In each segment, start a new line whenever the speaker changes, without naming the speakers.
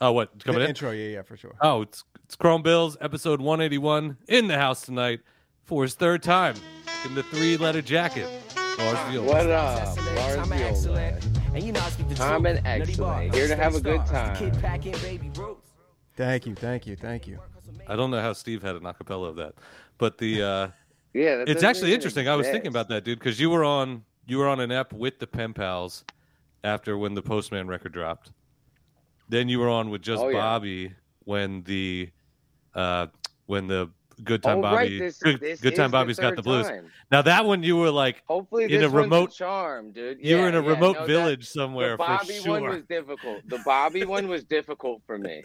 Oh, what coming
the
in?
intro, yeah, yeah, for sure.
Oh, it's, it's Chrome Bills, episode 181, in the house tonight for his third time in the three letter jacket. Oh, Lars Viola.
What up, uh, Lars
I'm
Viola?
excellent. And you know I speak the
I'm
truth.
an
Nutty
excellent.
bar,
Here to have a good
stars. The
time.
Kid packing baby roots.
Thank you, thank you, thank you.
I don't know how Steve had an acapella of that, but the uh,
Yeah, that
it's
doesn't
actually
even
interesting. I was thinking
exist.
about that, dude, because you were on you were on an app with the Pen Pals after when the Postman record dropped. Then you were on with just
Oh, yeah.
Bobby when the uh, when the Good Time
oh,
Bobby
right, this,
good,
this
good
is
Time
the
Bobby's got
third
the blues.
time.
Now that one you were like
Hopefully,
In
this
a
one's
remote-
charm, dude.
you were
Yeah,
in a
yeah,
remote
no, that-
village
the
somewhere for
Bobby
sure.
one was difficult. The Bobby one was difficult for me.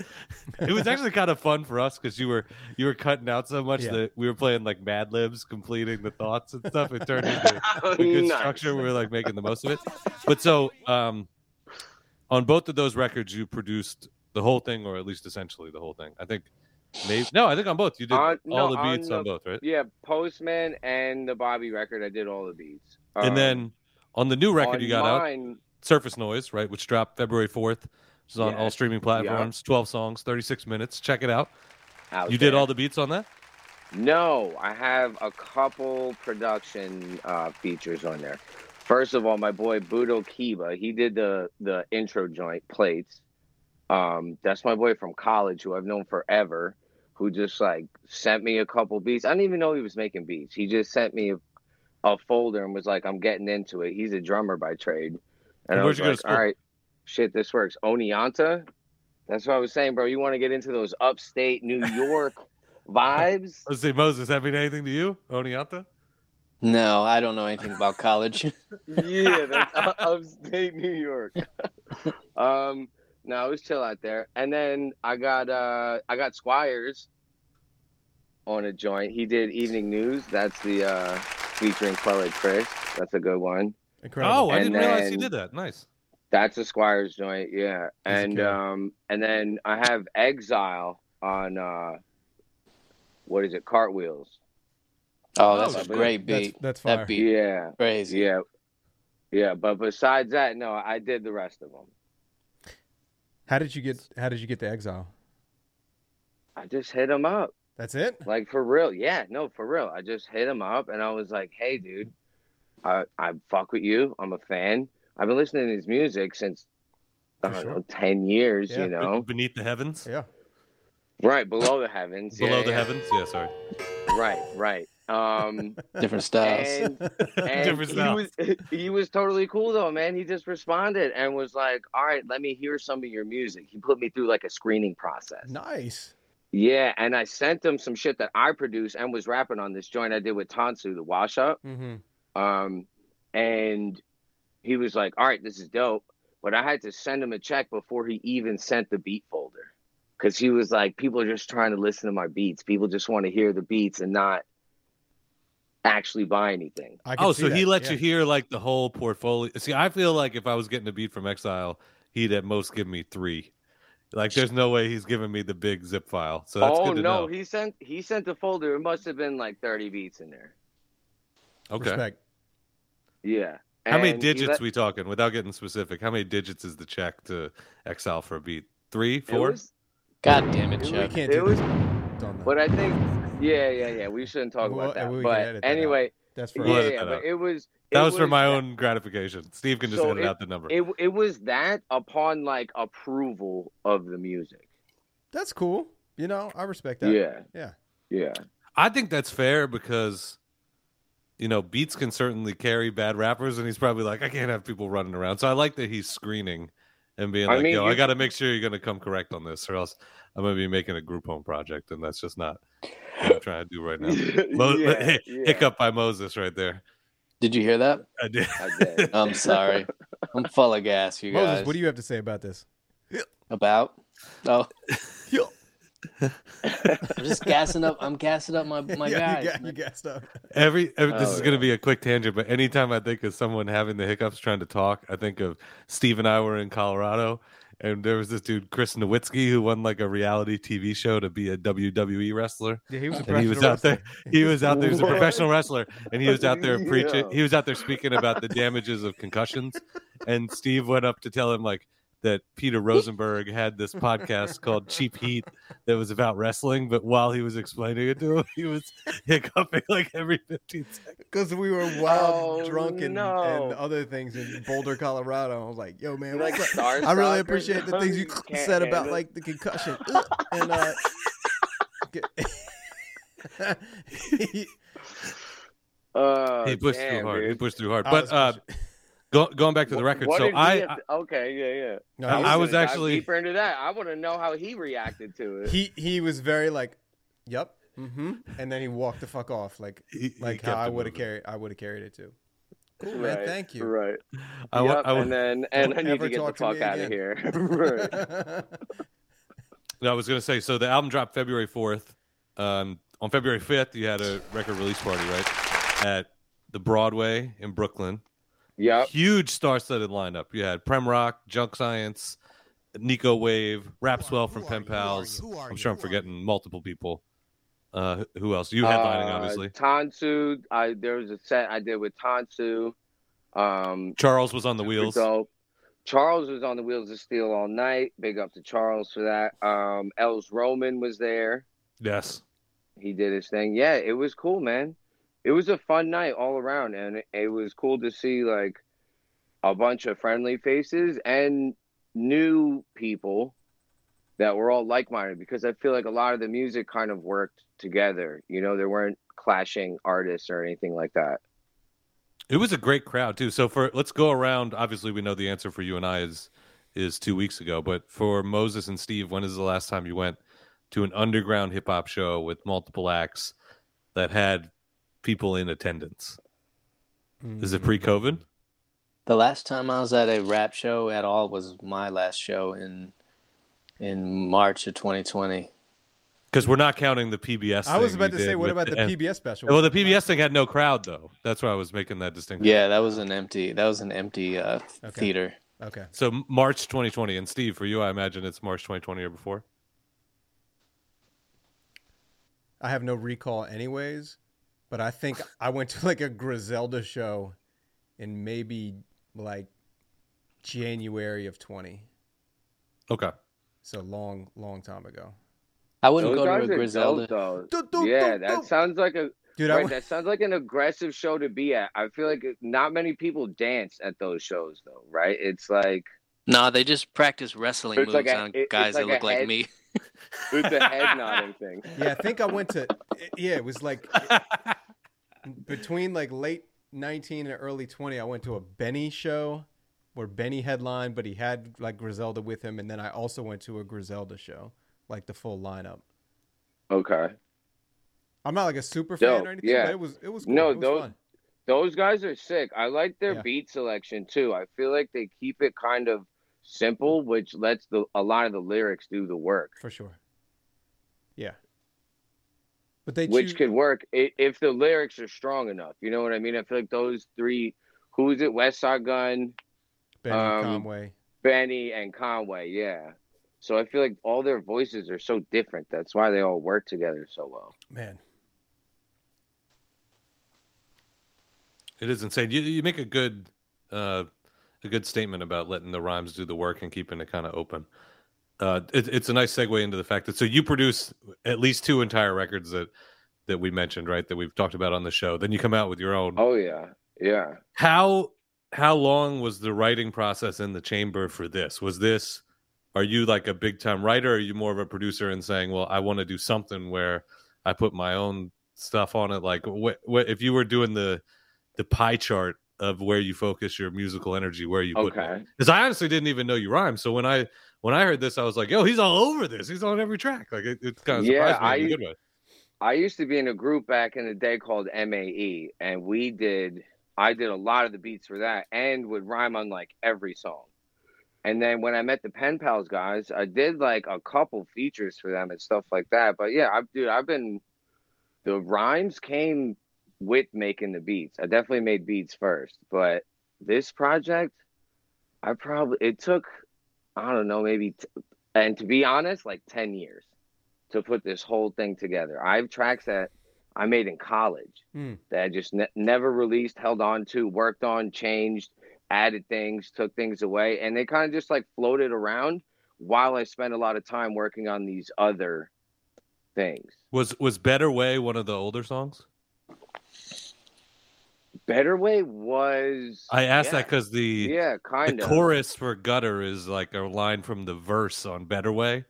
it was actually kind of fun for us because you were you were cutting out so much
Yeah.
that we were playing like Mad Libs, completing the thoughts and stuff. It turned into a good
Nice.
structure. We were like making the most of it. But so um, on both of those records, you produced the whole thing, or at least essentially the whole thing. I think maybe no, I think on both you did
On- no,
all the
on
beats on,
the-
both, right?
Yeah, Postman and the Bobby record. I did all the beats. Um,
and then on the new record
on
you got out,
mine,
Surface Noise, right, which dropped February fourth. Which is on
Yeah.
all streaming platforms. Twelve songs, thirty-six minutes. Check it out.
out
You
there.
did all the beats on that.
No, I have a couple production uh, features on there. First of all, my boy Budo Kiba, he did the the intro joint plates. Um, that's my boy from college who I've known forever, who just like sent me a couple beats. I didn't even know he was making beats. He just sent me a, a folder and was like, "I'm getting into it." He's a drummer by trade, and, I
And where'd
was
you go to
like,
school?
"All right, shit, this works." Oneonta, that's what I was saying, bro. You want to get into those upstate New York vibes?
Let's see, Moses, that mean anything to you? Oneonta?
No, I don't know anything about college.
Oh, yeah, that's u- upstate New York. um, no, it was chill out there. And then I got uh I got Squires on a joint. He did evening news. That's the uh featuring Quella Chris. That's a good one.
Oh,
Incredible.
I
And
didn't realize he
then-
did that. Nice.
That's a Squires joint, yeah.
That's a
And
killer.
um and then I have Exile on uh what is it, Cartwheels.
Oh, that's
that's
a great
That's,
beat.
that's fire.
That beat,
Yeah.
crazy.
Yeah. Yeah, but besides that, no, I did the rest of them.
How did you get? How did you get to exile?
I just hit them up.
That's it.
Like for real, yeah, no, for real. I just hit him up and I was like, "Hey, dude, I I fuck with you. I'm a fan. I've been listening to his music since I
For
don't
sure.
know, ten years.
Yeah.
You know,
Beneath the heavens.
Yeah.
right below the heavens,
Below
yeah,
the
yeah.
heavens. Yeah, sorry.
right, right. Um,
Different styles.
and and
Different
he
style.
was he was totally cool though, man. He just responded and was like, "All right, let me hear some of your music." He put me through like a screening process.
Nice.
Yeah, and I sent him some shit that I produced and was rapping on this joint I did with Tansu, the Wash Up.
Mm-hmm.
Um, and he was like, "All right, this is dope," but I had to send him a check before he even sent the beat folder, because he was like, "People are just trying to listen to my beats. People just want to hear the beats and not actually buy anything."
I can
Oh,
see
so he
that,
let
yeah.
you hear like the whole portfolio. See, I feel like if I was getting a beat from Exile, he'd at most give me three. Like, there's no way he's giving me the big zip file. So that's
oh
good to
no,
know.
he sent he sent the folder. It must have been like thirty beats in there.
okay.
Respect.
Yeah.
How many
And he
digits
let-
we talking? Without getting specific, how many digits is the check to Exile for a beat? Three,
it
four?
was-
God damn it,
We
We
Chuck.
can't
It
do
was-
that. Don't know.
But I think, yeah, yeah, yeah. We shouldn't talk
Well,
about that.
we can
but
edit that out.
anyway,
That's for
We'll
yeah,
us.
edit
yeah.
that out.
But it was
that
it
was, for my
that-
own gratification. Steve can just
So
edit out the number.
It it was that upon like approval of the music.
That's cool. You know, I respect that.
Yeah,
Yeah.
yeah.
I think that's fair because you know beats can certainly carry bad rappers, and he's probably like, I can't have people running around. So I like that he's screening and being
I
like,
mean,
Yo, I
you-
got to make sure you're going to come correct on this, or else I'm going to be making a group home project, and that's just not what I'm trying to do right now. Mo-
Yeah, yeah.
Hiccup by Moses right there.
Did you hear that?
I did.
I did.
I'm sorry. I'm full of gas, you
Moses,
guys.
what do you have to say about this?
about? Oh, I'm just gassing up. I'm gassing up my my
yeah,
guys.
you, got, you gassed up.
Every, every this
Oh,
is going to be a quick tangent, but anytime I think of someone having the hiccups trying to talk, I think of Steve and I were in Colorado, and there was this dude Chris Nowitzki who won like a reality TV show to be a WWE wrestler.
Yeah, he was. a
And he was
professional
out there.
wrestler.
He was out there. He was a
What?
professional wrestler, and he was out there preaching.
Yeah.
He was out there speaking about the damages of concussions. And Steve went up to tell him like, that Peter Rosenberg had this podcast called Cheap Heat that was about wrestling, but while he was explaining it to him, he was hiccuping like every 15 seconds.
Because we were wild,
Oh,
drunk, and,
no.
and other things in Boulder, Colorado. I was like, yo, man,
Like
what's up?
star
I really
soccer,
appreciate the
no,
things you
can't
said about
handle-
like the concussion. Ugh. and uh, get-
Oh,
he pushed
damn,
through hard. He
dude.
pushed through hard.
I
But
was
uh, go, going back to the
Wh-
record,
what
so
did he
I,
have to- okay, yeah, yeah.
No,
I-
he
I
was-
was
gonna dive
actually-
deeper into that. I want to know how he reacted to it.
he he was very like, yep, mm-hmm, and then he walked the fuck off like
he- he
like
kept
how I
it
would have
moving.
carried I would have carried it too. Cool man,
Right,
thank you.
Right.
I, wa-
Yep,
I, wa-
and then and I
Don't
need
ever
to get the
talk to me
fuck out of
again.
here. Right.
No, I was gonna say. So the album dropped February fourth. Um, on February fifth, you had a record release party, right, at the Broadway in Brooklyn.
Yep.
Huge star-studded lineup. You had Prem Rock, Junk Science, Nico Wave, Rapswell from Pen Pals. I'm sure I'm forgetting multiple people. Uh, who- who else? You headlining,
Uh,
obviously.
Tansu, I there was a set I did with Tansu. Um,
Charles was on the wheels.
So Charles was on the wheels of steel all night. Big up to Charles for that. Um, Els Roman was there.
Yes.
He did his thing. Yeah, it was cool, man. It was a fun night all around, and it, it was cool to see like a bunch of friendly faces and new people that were all like-minded because I feel like a lot of the music kind of worked together. You know, there weren't clashing artists or anything like that.
It was a great crowd too. So for let's go around. Obviously, we know the answer for you and I is is two weeks ago. But for Moses and Steve, when is the last time you went to an underground hip hop show with multiple acts that had people in attendance? Is
Mm.
it pre COVID?
The last time I was at a rap show at all was my last show in in March of 2020.
Because we're not counting the PBS.
I was
thing
about
you
to say,
did
what
with
about the
and-
PBS special?
Well, the PBS thing had no crowd though. That's why I was making that distinction.
Yeah, that was an empty. That was an empty uh,
Okay.
theater.
Okay.
So M- March 2020, and Steve, for you, I imagine it's March 2020 or before.
I have no recall, anyways. But I think I went to like a Griselda show in maybe like January of twenty.
Okay.
So long, long time ago.
I wouldn't go
Those
to
guys are
a
dope,
Griselda.
though.
Do, do,
Yeah,
do,
that
do.
sounds like a
Dude, I
Right,
went,
that sounds like an aggressive show to be at. I feel like not many people dance at those shows, though, right? It's like
no, they just practice wrestling moves
It's like a-
on
it- it's
guys
like
that
a
look like
head-
me.
it's a head nodding thing.
yeah, I think I went to. Yeah, it was like between like late 19 and early 20 i went to a benny show where benny headlined but he had like griselda with him and then i also went to a griselda show like the full lineup
Okay,
i'm not like a super
Dope,
fan or anything
yeah.
but it was it was cool.
No,
it was
those-
fun.
those guys are sick. I like their
Yeah.
beat selection too. I feel like they keep it kind of simple, which lets the a lot of the lyrics do the work,
for sure yeah but they
which
choose,
could work i- if the lyrics are strong enough. You know what I mean? I feel like those three. Who is it? West Side Gun,
benny
um,
conway
Benny and Conway, yeah. So I feel like all their voices are so different. That's why they all work together so well.
man
It is insane. You you make a good uh, a good statement about letting the rhymes do the work and keeping it kind of open. Uh, it, it's a nice segue into the fact that so you produce at least two entire records that that we mentioned, right? That we've talked about on the show. Then you come out with your own.
Oh yeah, yeah.
How how long was the writing process in the chamber for this? Was this are you like a big time writer? Or are you more of a producer and saying, well, I want to do something where I put my own stuff on it? Like, what, what if you were doing the the pie chart of where you focus your musical energy, where you put
Okay.
Because I honestly didn't even know you rhyme. So when I when I heard this, I was like, yo, he's all over this. He's on every track. Like, it, it's kind of
Yeah,
surprised me in a
I-
good way.
I used to be in a group back in the day called MAE, and we did. I did a lot of the beats for that, and would rhyme on like every song. And then when I met the Pen Pals guys, I did like a couple features for them and stuff like that. But yeah, I've dude, I've been. The rhymes came with making the beats. I definitely made beats first, but this project, I probably it took, I don't know, maybe, t- and to be honest, like ten years to put this whole thing together. I have tracks that I made in college
Hmm.
that I just ne- never released, held on to, worked on, changed, added things, took things away, and they kind of just like floated around while I spent a lot of time working on these other things.
Was was Better Way one of the older songs?
Better Way was
I asked
yeah.
that because the
yeah,
the
kind of
chorus for gutter is like a line from the verse on better way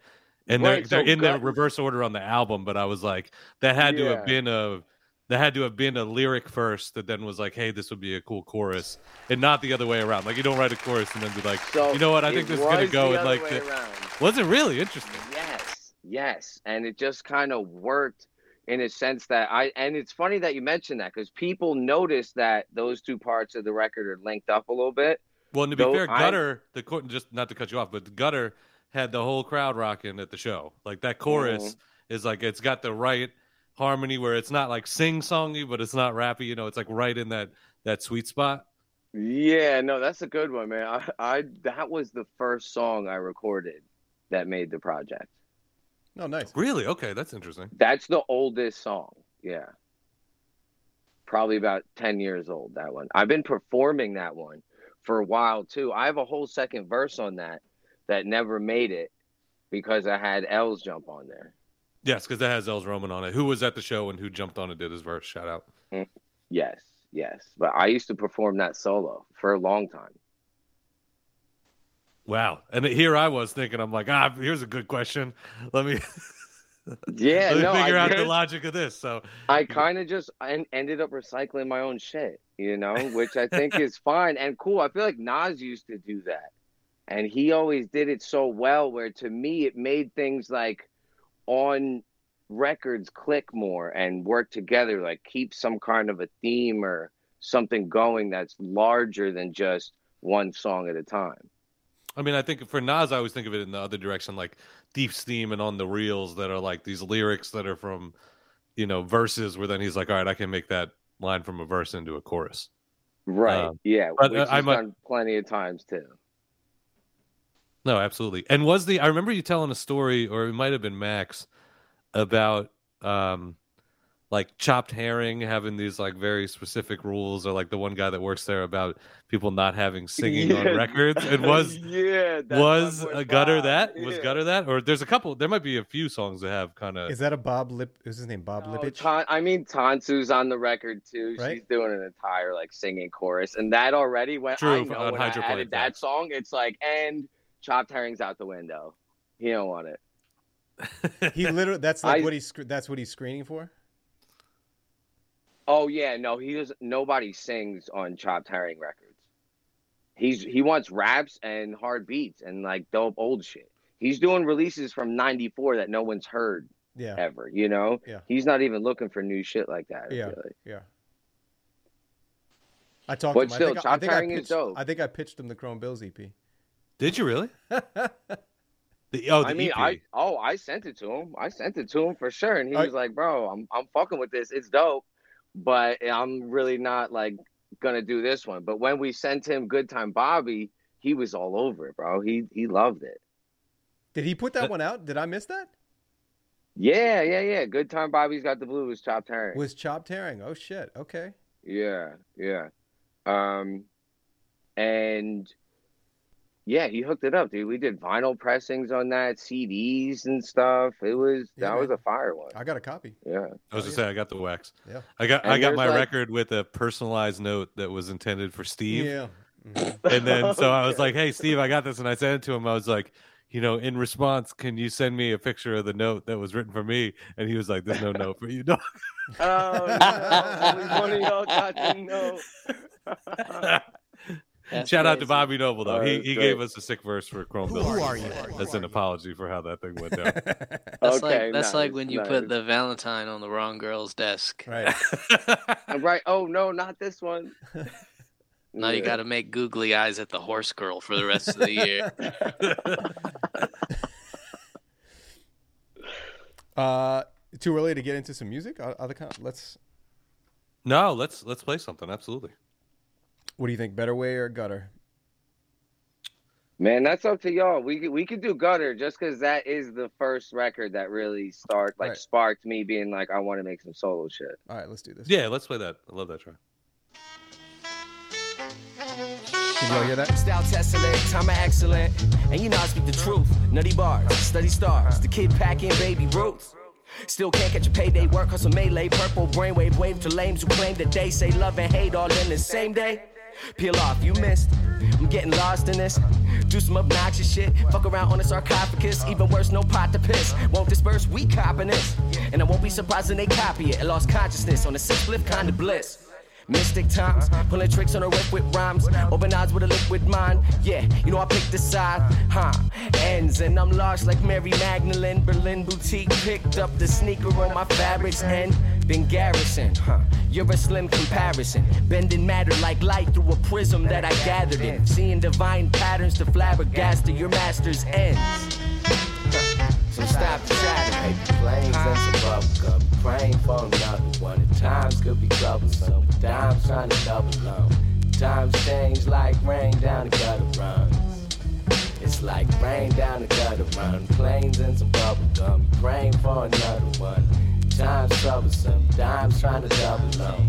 and
Right, so
they're, they're in the
Gut-
reverse order on the album but i was like that had to
Yeah.
have been a that had to have been a lyric first that then was like hey this would be a cool chorus and not the other way around like you don't write a chorus and then be like
So
you know what i
it
think this is gonna
was
go and
the other
like
way
the,
around.
wasn't really interesting
Yes, yes, and it just kind of worked in a sense that I and it's funny that you mentioned that because people notice that those two parts of the record are linked up a little bit.
well and to be
Though
fair
I-
gutter the chor- just not to cut you off but gutter had the whole crowd rocking at the show like that chorus
Mm-hmm.
is like it's got the right harmony where it's not like sing songy but it's not rappy you know it's like right in that that sweet spot
Yeah, no, that's a good one, man. I, I that was the first song I recorded that made the project.
No, nice.
really okay that's interesting
That's the oldest song. Yeah. Probably about 10 years old, that one. I've been performing that one for a while too. I have a whole second verse on that that never made it because I had L's jump on there.
yes because that has els roman on it who was at the show and who jumped on and did his verse shout out
Yes, yes. But I used to perform that solo for a long time.
wow and here i was thinking i'm like ah here's a good question let me
Yeah,
let me
no,
figure
I,
out the
did.
logic of this so
I kind of just en- ended up recycling my own shit, you know, which I think is fine and cool. I feel like Nas used to do that. And he always did it so well, where to me, it made things like on records click more and work together, like keep some kind of a theme or something going that's larger than just one song at a time.
I mean, I think for Nas, I always think of it in the other direction, like Deep Steam and on the reels that are like these lyrics that are from, you know, verses where then he's like, all right, I can make that line from a verse into a chorus.
Right.
Um,
yeah.
but,
which
uh,
he's
I'm a-
done plenty of times too.
No, absolutely. And was the I remember you telling a story, or it might have been Max, about um like chopped herring having these like very specific rules, or like the one guy that works there about people not having singing
Yeah.
on records. It was
yeah, that's
was a gutter
1.5.
that was
Yeah.
gutter that, or there's a couple. There might be a few songs that have kind of
Is that a Bob Lip? Is his name Bob
No,
Lippich?
Tan- I mean, Tansu's on the record too. She's
Right?
doing an entire like singing chorus, and that already went.
True,
I
f-
know
on
when I
Hydroplane
added that
Tracks.
song, it's like and chopped herrings out the window. He don't want it.
He literally. That's like
I-
what he's. sc- That's what he's screening for.
Oh yeah, no, he doesn't. Nobody sings on chopped herring records. He's he wants raps and hard beats and like dope old shit. He's doing releases from '94 that no one's heard
Yeah.
ever. You know,
Yeah.
he's not even looking for new shit like that. I
Yeah.
feel like.
Yeah. I talked
But
to him.
still,
I think, I,
Chop
think I
Tiring is
pitched,
dope.
I think I pitched him the Chrome Bills E EP.
Did you really? The, oh, the
I mean,
E
EP.
I oh, I sent it to him. I sent it to him for sure, and he
I-
was like, "Bro, I'm I'm fucking with this. It's dope, but I'm really not like gonna do this one." But when we sent him Good Time Bobby, he was all over it, bro. He he loved it.
Did he put that
That-
one out? Did I miss that?
Yeah, yeah, yeah. Good Time Bobby's got the blues, chopped herring.
Was chopped herring? Oh shit. Okay.
Yeah, yeah. Um, and yeah, he hooked it up, dude. We did vinyl pressings on that, CDs and stuff. It was
Yeah,
that was
man.
a fire one.
I got a copy.
Yeah.
I was
Oh,
just saying, I got the wax.
Yeah.
I got
And
I got
there's,
my
like-
record with a personalized note that was intended for Steve,
Yeah. Mhm.
and then so I was
Okay.
like, "Hey, Steve, I got this," and I sent it to him. I was like, "You know, in response, can you send me a picture of the note that was written for me?" And he was like, "There's no note for you." dog."
Oh, no. Only one of y'all got to know.
That's
Shout out to
crazy.
Bobby Noble though.
Oh,
he
that's
he
great.
gave us a sick verse for Chrome
Who
Bill.
are you?
That's an apology for how that thing went down.
That's
Okay,
like that's like when you
nice,
put
nice.
the Valentine on the wrong girl's desk.
right.
right. Oh, no, not this one.
Now you got to make googly eyes at the horse girl for the rest of the year.
uh, too early to get into some music. O- Other con- let's.
no, let's let's play something. Absolutely.
What do you think? Better way or gutter?
Man, that's up to y'all. We could- we could do gutter just because that is the first record that really start like
Right.
sparked me being like I want to make some solo shit.
All right, let's do this.
Yeah, let's play that. I love that track.
You Y'all hear that?
Style test select, time I excellent. And you know I speak the truth. Nutty bars, study stars. The kid packing baby roots. Still can't catch a payday, work hustle melee, purple brainwave wave to lames who claim that they say love and hate all in the same day. Peel off, you missed. I'm getting lost in this. Do some obnoxious shit. Fuck around on a sarcophagus. Even worse, no pot to piss. Won't disperse, we copping this. And I won't be surprised when they copy it. I lost consciousness on a six flip kind of bliss. Mystic times, pulling tricks on a rip with rhymes. Open eyes with a liquid mind. Yeah, you know I picked the side, huh? Ends and I'm large like Mary Magdalene. Berlin boutique picked up the sneaker on my fabrics and been garrison, huh? You're a slim comparison, bending matter like light through a prism that I gathered in. Seeing divine patterns to flabbergaster your master's ends. Huh. So stop the chatter, baby.
Flames and some bubblegum. Praying for another one. The times could be troublesome. But I'm trying to double up. Times change like rain down the gutter runs. It's like rain down the gutter run. Planes and some bubblegum. Praying for another one. Times troublesome. Times trying to double up.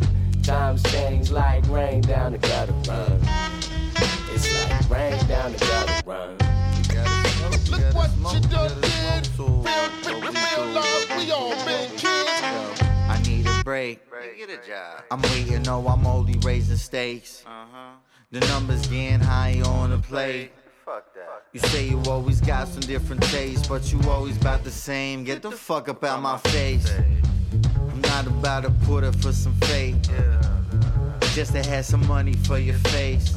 Times change like rain down the gutter run. It's like rain down the gutter run.
Look what you done did. Real, real, real love, we all been kids.
I need a break.
Get a job.
I'm waiting, no, I'm only raising stakes. The numbers getting high on the plate.
Fuck that.
You say you always got some different tastes, but you always about the same. Get the fuck up out my face. I'm not about to put up for some fake. Just to have some money for your face.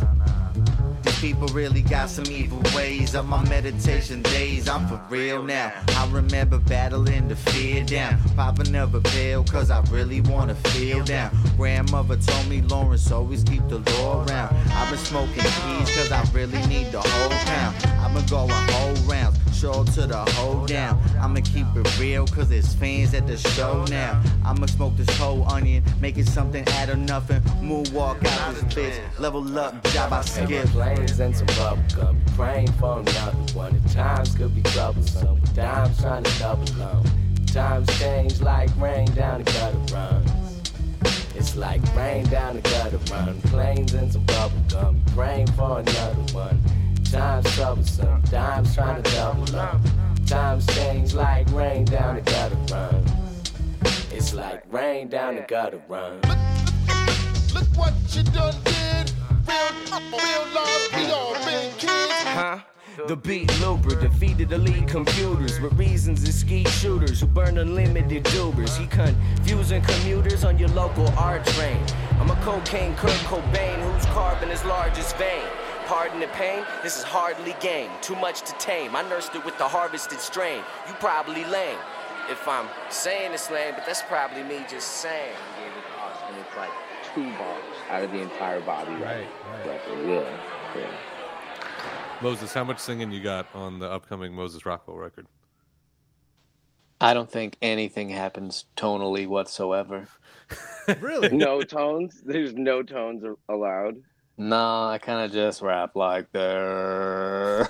These people really got some evil ways. On my meditation days, I'm for real now. I remember battling the fear down. Papa never pill, cause I really wanna feel down. Grandmother told me Lawrence always keep the law around. I've been smoking keys, cause I really need the whole pound. I've been going whole rounds, show to the whole down. I'ma keep it real, cause there's fans at the show now. I'ma smoke this whole onion, make it something out of nothing. Moonwalk out this bitch, level up, job I skip.
Planes and some bubblegum. Praying for another one. The times could be troublesome. But I'm trying to double up. Times change like rain down the gutter runs. It's like rain down the gutter run. Planes and some bubblegum. Praying for another one. Times troublesome. Times trying to double up. Times change like rain down the gutter runs. It's like rain down the gutter runs.
Look what you done did. Real, real love, we all been kids.
huh? The beat looper defeated elite computers with reasons and skeet shooters who burn unlimited dubers. He confusing commuters on your local R train. I'm a cocaine Kurt Cobain whose carbon is large as vein. Pardon the pain, this is hardly game. Too much to tame. I nursed it with the harvested strain. You probably lame. If I'm saying it's lame, but that's probably me just saying.
Gave it to us, and it's like two bars out of the entire Bobby
Right, right.
record. Yeah, yeah.
Moses, how much singing you got on the upcoming Moses Rockwell record?
I don't think anything happens tonally whatsoever.
Really?
No tones. There's no tones a- allowed.
No, I kind of just rap like there.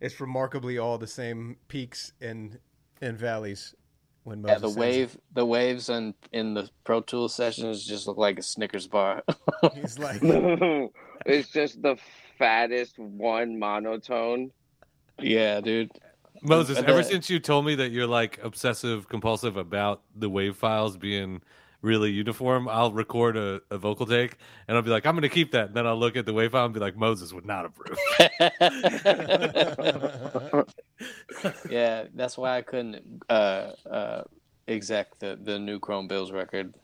It's remarkably all the same peaks and and valleys when Moses
yeah, the
sings it.
wave, the waves in in the Pro Tools sessions just look like a Snickers bar.
He's like,
it's just the fattest one monotone.
yeah, dude.
Moses,
I
ever
bet.
since you told me that you're like obsessive compulsive about the wave files being really uniform, I'll record a, a vocal take and I'll be like, I'm going to keep that. And then I'll look at the wave file and be like, Moses would not approve.
yeah, that's why I couldn't uh, uh, exec the the new Chrome Bills record.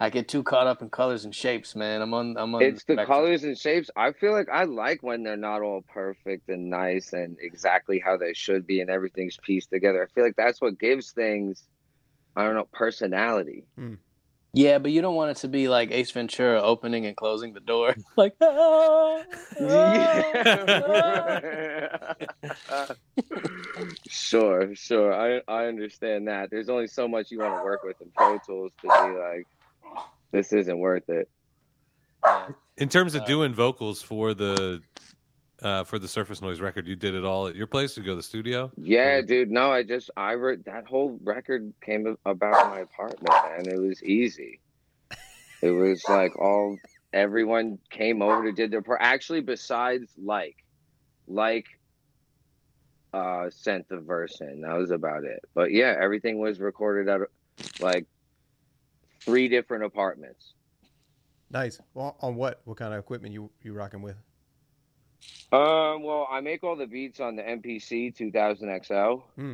I get too caught up in colors and shapes, man. I'm on. I'm on.
It's the
spectrum.
colors and shapes. I feel like I like when they're not all perfect and nice and exactly how they should be and everything's pieced together. I feel like that's what gives things, I don't know, personality.
Yeah, but you don't want it to be like Ace Ventura opening and closing the door, like. "Ah, ah, ah."
sure, sure. I I understand that. There's only so much you want to work with in Pro Tools to be like, this isn't worth it.
In terms of
Uh,
doing vocals for the uh, for the Surface Noise record. You did it all at your place. You go to the studio.
Yeah, dude. No, I just I re- that whole record came about my apartment, man. It was easy. It was like all everyone came over to did their part. Actually, besides like, like, uh, sent the verse in. That was about it. But yeah, everything was recorded at like three different apartments.
Nice. Well, on what? What kind of equipment you you rocking with?
Um, well, I make all the beats on the MPC 2000XL.
Hmm.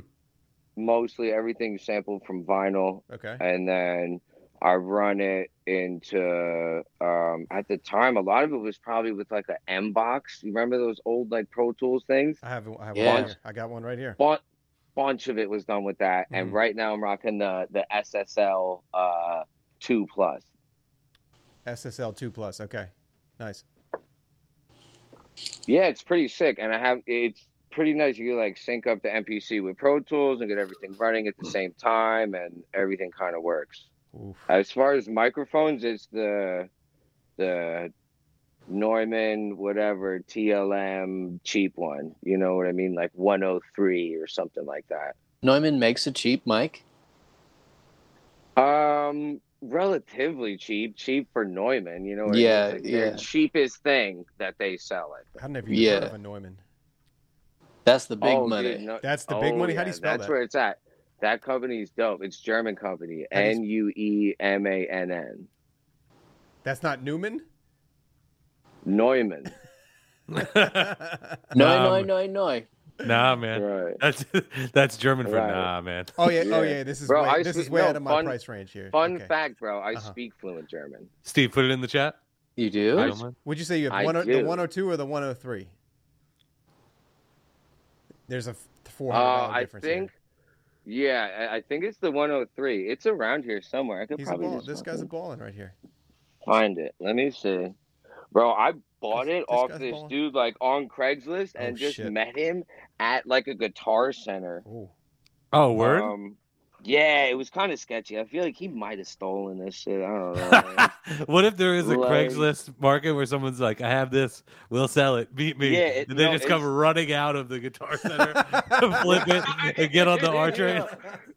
Mostly everything's sampled from vinyl,
Okay.
and then I run it into. Um, at the time, a lot of it was probably with like a M box. You remember those old like Pro Tools things?
I have I have
Yeah.
one. Here. I got one right here.
Bunch, bunch of it was done with that, and right now I'm rocking the the SSL uh, two plus.
SSL two plus. Okay. Nice.
Yeah, it's pretty sick, and I have it's pretty nice. You can like sync up the MPC with Pro Tools and get everything running at the same time, and everything kind of works.
Oof.
As far as microphones, it's the the Neumann whatever TLM cheap one. You know what I mean, like 103 or something like that.
Neumann makes a cheap mic.
Um, relatively cheap, cheap for Neumann. You know, what I mean?
Yeah,
It's like their
yeah.
cheapest thing that they sell it.
I've never even heard
Yeah.
of a Neumann.
That's the big
Oh,
money.
dude, no- oh,
That's the big money? How do you spell
that's
that?
where it's at. That company is dope. It's German company.
How do you s-
N U E M A N N.
That's not Newman.
Neumann.
oh
no,
Um,
no, no, no.
Nah, man.
Right.
That's that's German for
Right.
nah, man.
yeah. Oh
Yeah.
yeah. This is
Bro,
way,
I
this
speak-
is way
no,
out of my
fun-
price range here.
Fun
Okay.
fact, bro. I
Uh-huh.
speak fluent German.
Steve, put it in the chat.
You
I
do?
don't mind.
Would you say you have
I
one, oh the
do.
102 or the 103? There's a f- $400
Uh, I
difference. here.
think. Yeah, I- I think it's the 103. It's around here somewhere. I could
He's a
probably
ball.
just
This guy's a
fucking
ballin' right here.
find it. Let me see, bro. I bought
This-
it
this
off
guy's
this
balling.
dude like on Craigslist and
Oh,
just
shit.
met him at like a guitar center.
Oh,
Oh, word.
Um, yeah, it was kind of sketchy. I feel like he might have stolen this shit. I don't know. man.
what if there is a
Like-
Craigslist market where someone's like, "I have this, we'll sell it, beat me,"
Yeah, it-
and they
no,
just come
it's-
running out of the guitar center to flip it and get on the R train?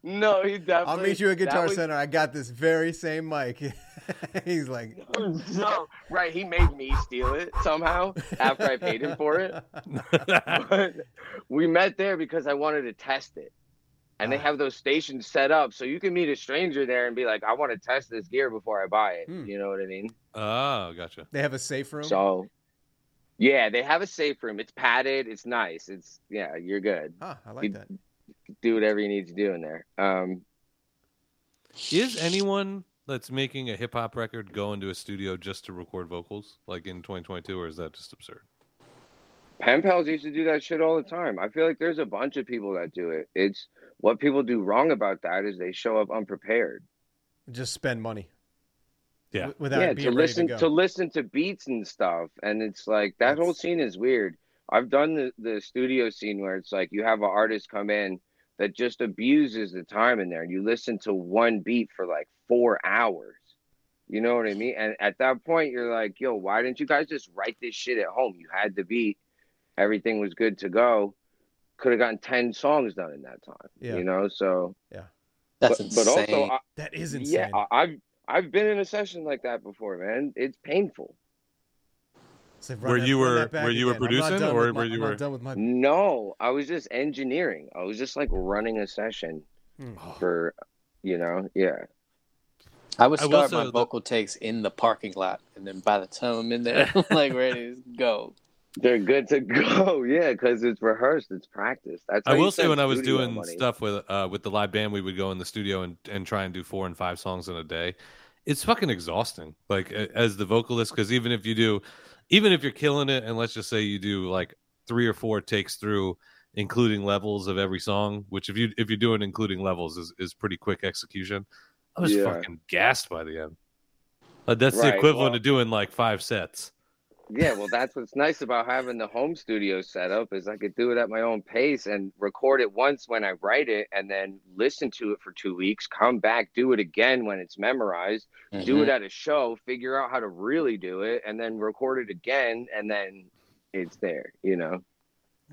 no, he definitely.
I'll meet you at
that
Guitar
was-
Center. I got this very same mic. He's like,
No, right. He made me steal it somehow after I paid him for it. But we met there because I wanted to test it. And they have those stations set up so you can meet a stranger there and be like, I want to test this gear before I buy it.
Hmm.
You know what I mean?
oh, gotcha.
They have a safe room.
So, yeah, they have a safe room. It's padded. It's nice. It's, yeah, you're good.
Huh, I like
You-
that.
Do whatever you need to do in there. Um,
Is anyone that's making a hip hop record going to a studio just to record vocals, like in 2022, or is that just absurd?
pen pals used to do that shit all the time. I feel like there's a bunch of people that do it. It's what people do wrong about that is they show up unprepared.
Just spend money.
Yeah.
W- without
yeah,
being
to
ready
listen
to
to,
go.
listen to beats and stuff, and it's like that whole
That's-
scene is weird. I've done the the studio scene where it's like you have an artist come in that just abuses the time in there, and you listen to one beat for like four hours. You know what I mean? And at that point, you're like, "Yo, why didn't you guys just write this shit at home? You had the beat, everything was good to go. Could have gotten ten songs done in that time.
Yeah.
You know, so
That's
but, but
insane.
also I,
that is insane.
yeah, I- I've I've been in a session like that before, man. It's painful.
It's like,
Where
run
you
run
were-
back
where you were
again. I'm not
producing,
done
or
with my-
where you
I'm not
were-
done with my
No, I was just engineering. I was just like running a session
Hmm.
for, you know, yeah.
I would
I will
start
say
my
that-
vocal takes in the parking lot, and then by the time I'm in there, I'm like ready to go.
They're good to go, yeah, because it's rehearsed, it's practiced. That's
I
how you
will say
send
when I was
studio
doing
money.
stuff with uh, with the live band, we would go in the studio and, and try and do four and five songs in a day. It's fucking exhausting, like a- as the vocalist, because even if you do, even if you're killing it, and let's just say you do like three or four takes through, including levels of every song, which if you if you're doing including levels is is pretty quick execution. I was
Yeah.
fucking gassed by the end. Like, that's
Right,
the equivalent
well-
of doing like five sets.
Yeah, well, that's what's nice about having the home studio set up is I could do it at my own pace and record it once when I write it, and then listen to it for two weeks. Come back, do it again when it's memorized.
Mm-hmm.
Do it at a show, figure out how to really do it, and then record it again, and then it's there, you know.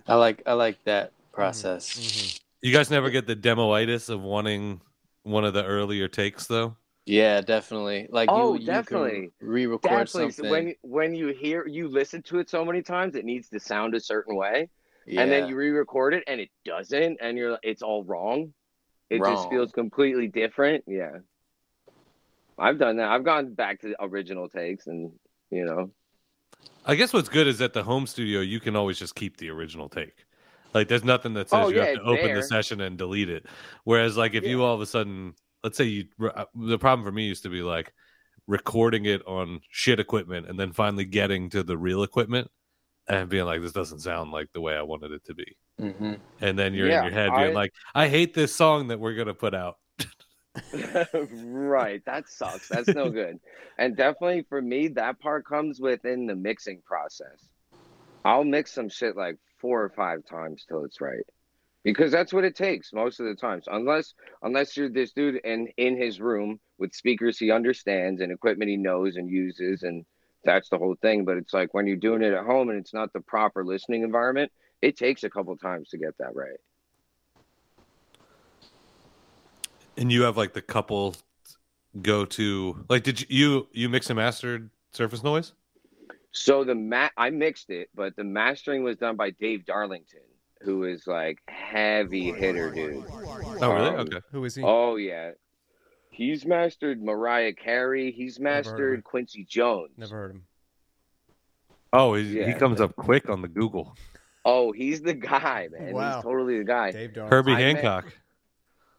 I like I like that
Mm-hmm.
process.
You guys never get the demoitis of wanting one of the earlier takes though.
Yeah, definitely. Like
Oh,
you, you
definitely.
can re-record
Definitely
something.
when when you hear you listen to it so many times, it needs to sound a certain way,
yeah.
and then you re-record it and it doesn't, and you're like, it's all wrong. It just
Wrong.
feels completely different. Yeah, I've done that. I've gone back to the original takes, and you know,
I guess what's good is at the home studio you can always just keep the original take. Like there's nothing that says
Oh,
you
yeah,
have to
it's
open
there.
the session and delete it. Whereas like if you all of a sudden, let's say you, the problem for me used to be like recording it on shit equipment and then finally getting to the real equipment and being like, this doesn't sound like the way I wanted it to be.
Mm-hmm.
Mhm.
And then you're
Yeah,
in your head being
I-
like, I hate this song that we're gonna put out.
right. That sucks. That's no good. And definitely for me, that part comes within the mixing process. I'll mix some shit like four or five times till it's right. Because that's what it takes most of the times. Unless unless you're this dude in in his room with speakers he understands and equipment he knows and uses and that's the whole thing. But it's like when you're doing it at home and it's not the proper listening environment, it takes a couple times to get that right.
And you have like the couple go to like did you you, you mix and mastered surface noise?
So the ma- I mixed it, but the mastering was done by Dave Darlington, who is like heavy hitter dude.
Oh really?
Um,
Okay.
Who is he?
Oh yeah, he's mastered Mariah Carey. He's
heard of him.
mastered Quincy Jones.
Never heard him.
Oh, he's, he
Yeah.
comes up quick on the Google.
Oh, he's the guy, man.
Wow.
He's totally the guy.
Dave Darling.
Herbie
I met-
Hancock.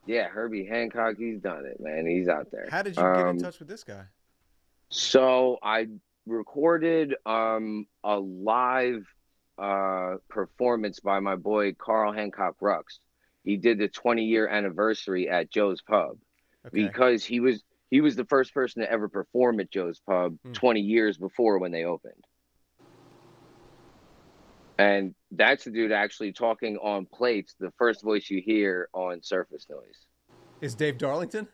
Yeah, Herbie Hancock. He's done it, man. He's out there.
How did you get
Um,
in touch with this guy?
So I recorded um, a live uh, performance by my boy Carl Hancock Rux. He did the 20 year anniversary at Joe's Pub
Okay.
because he was he was the first person to ever perform at Joe's Pub
Hmm.
20 years before when they opened. And that's the dude actually talking on plates, the first voice you hear on surface noise.
Is Dave Darlington?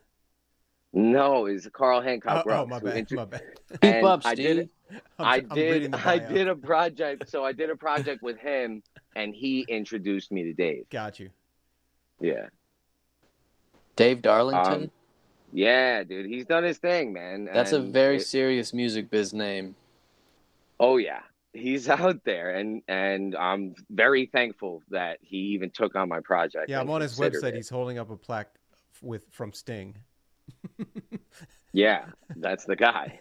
No, is Carl
Oh,
Hancock Rux.
oh, my
who
bad.
intro-
my bad.
keep
and
up,
I did
Steve.
I'm-
I
I'm reading
did.
the
I
bio.
did a project. So I did a project with him, and he introduced me to Dave.
Got you.
Yeah,
Dave Darlington.
Um, yeah, dude. He's done his thing, man.
That's a
and
very
it-
serious music biz name.
oh yeah, he's out there, and and I'm very thankful that he even took on my project.
Yeah,
and
I'm on his
considered
website.
it.
He's holding up a plaque f- with from Sting.
Yeah, that's the guy.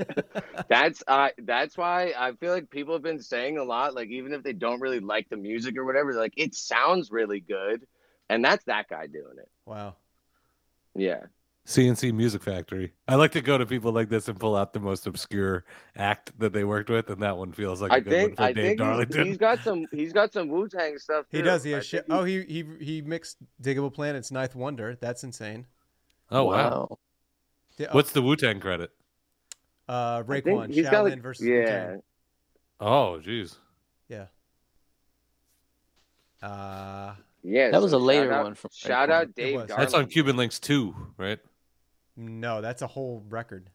that's uh, that's why I feel like people have been saying a lot. Like even if they don't really like the music or whatever, like it sounds really good, and that's that guy doing it.
Wow.
Yeah.
CNC Music Factory. I like to go to people like this and pull out the most obscure act that they worked with, and that one feels like a
I
good
think
one
I
for Dave
think he's,
Darlington.
he's got some he's got some Wu Tang stuff.
He
too.
does. He
I
has shit.
think
Oh, he he he mixed Diggable Planet's Ninth Wonder. That's insane.
oh wow.
Yeah,
What's the Wu Tang credit?
uh
I think
Raekwon?
he's got,
Shaolin
like-
versus
yeah.
Wu-Tang.
Oh jeez.
Uh,
Yeah,
That was
so
a later
shout out-
one from
Shout
Raekwon.
out
It
Dave.
was.
That's on
Darling.
Cuban Links too, right?
no, that's a whole record.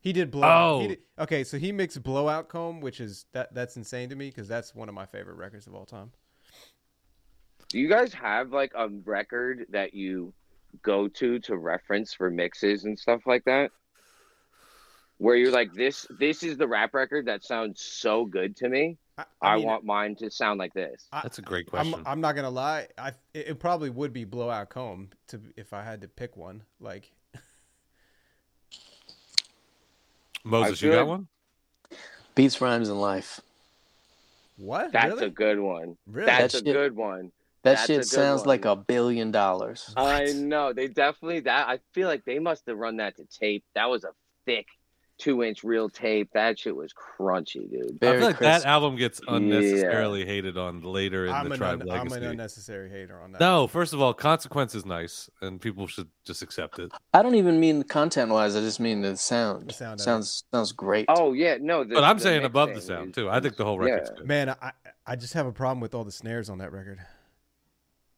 He did blowout. He
Oh.
did- okay, so he mixed Blowout Comb, which is that that's insane to me because that's one of my favorite records of all time.
Do you guys have like a record that you go to to reference for mixes and stuff like that? Where you're like this this is the rap record that sounds so good to me. I,
mean,
want mine to sound like this.
I-
That's a great
I'm,
question.
I'm not gonna lie. I it, it probably would be blowout comb to if I had to pick one. Like
Moses,
I
you
feel
got
like-
one?
Beats, rhymes, and life.
what?
That's
really?
a good one.
really?
That's
That
a
shit-
good one.
That
That's a
shit
good
sounds
one.
like a billion dollars.
I know they definitely that. I feel like they must have run that to tape. That was a thick two inch reel tape. That shit was crunchy, dude.
I
Very
feel like
crisp.
that album gets unnecessarily hated on later in
I'm,
the
an
Tribe
un- I'm
Legacy.
an unnecessary hater on that.
no, first of all, consequence is nice, and people should just accept it.
I don't even mean content wise. I just mean the sound.
The sound of it.
sounds sounds great.
Oh yeah, no. The,
But I'm
the
saying
mix
above the
thing
sound
is-
too. I think the whole
yeah.
record's good.
Man, I I just have a problem with all the snares on that record.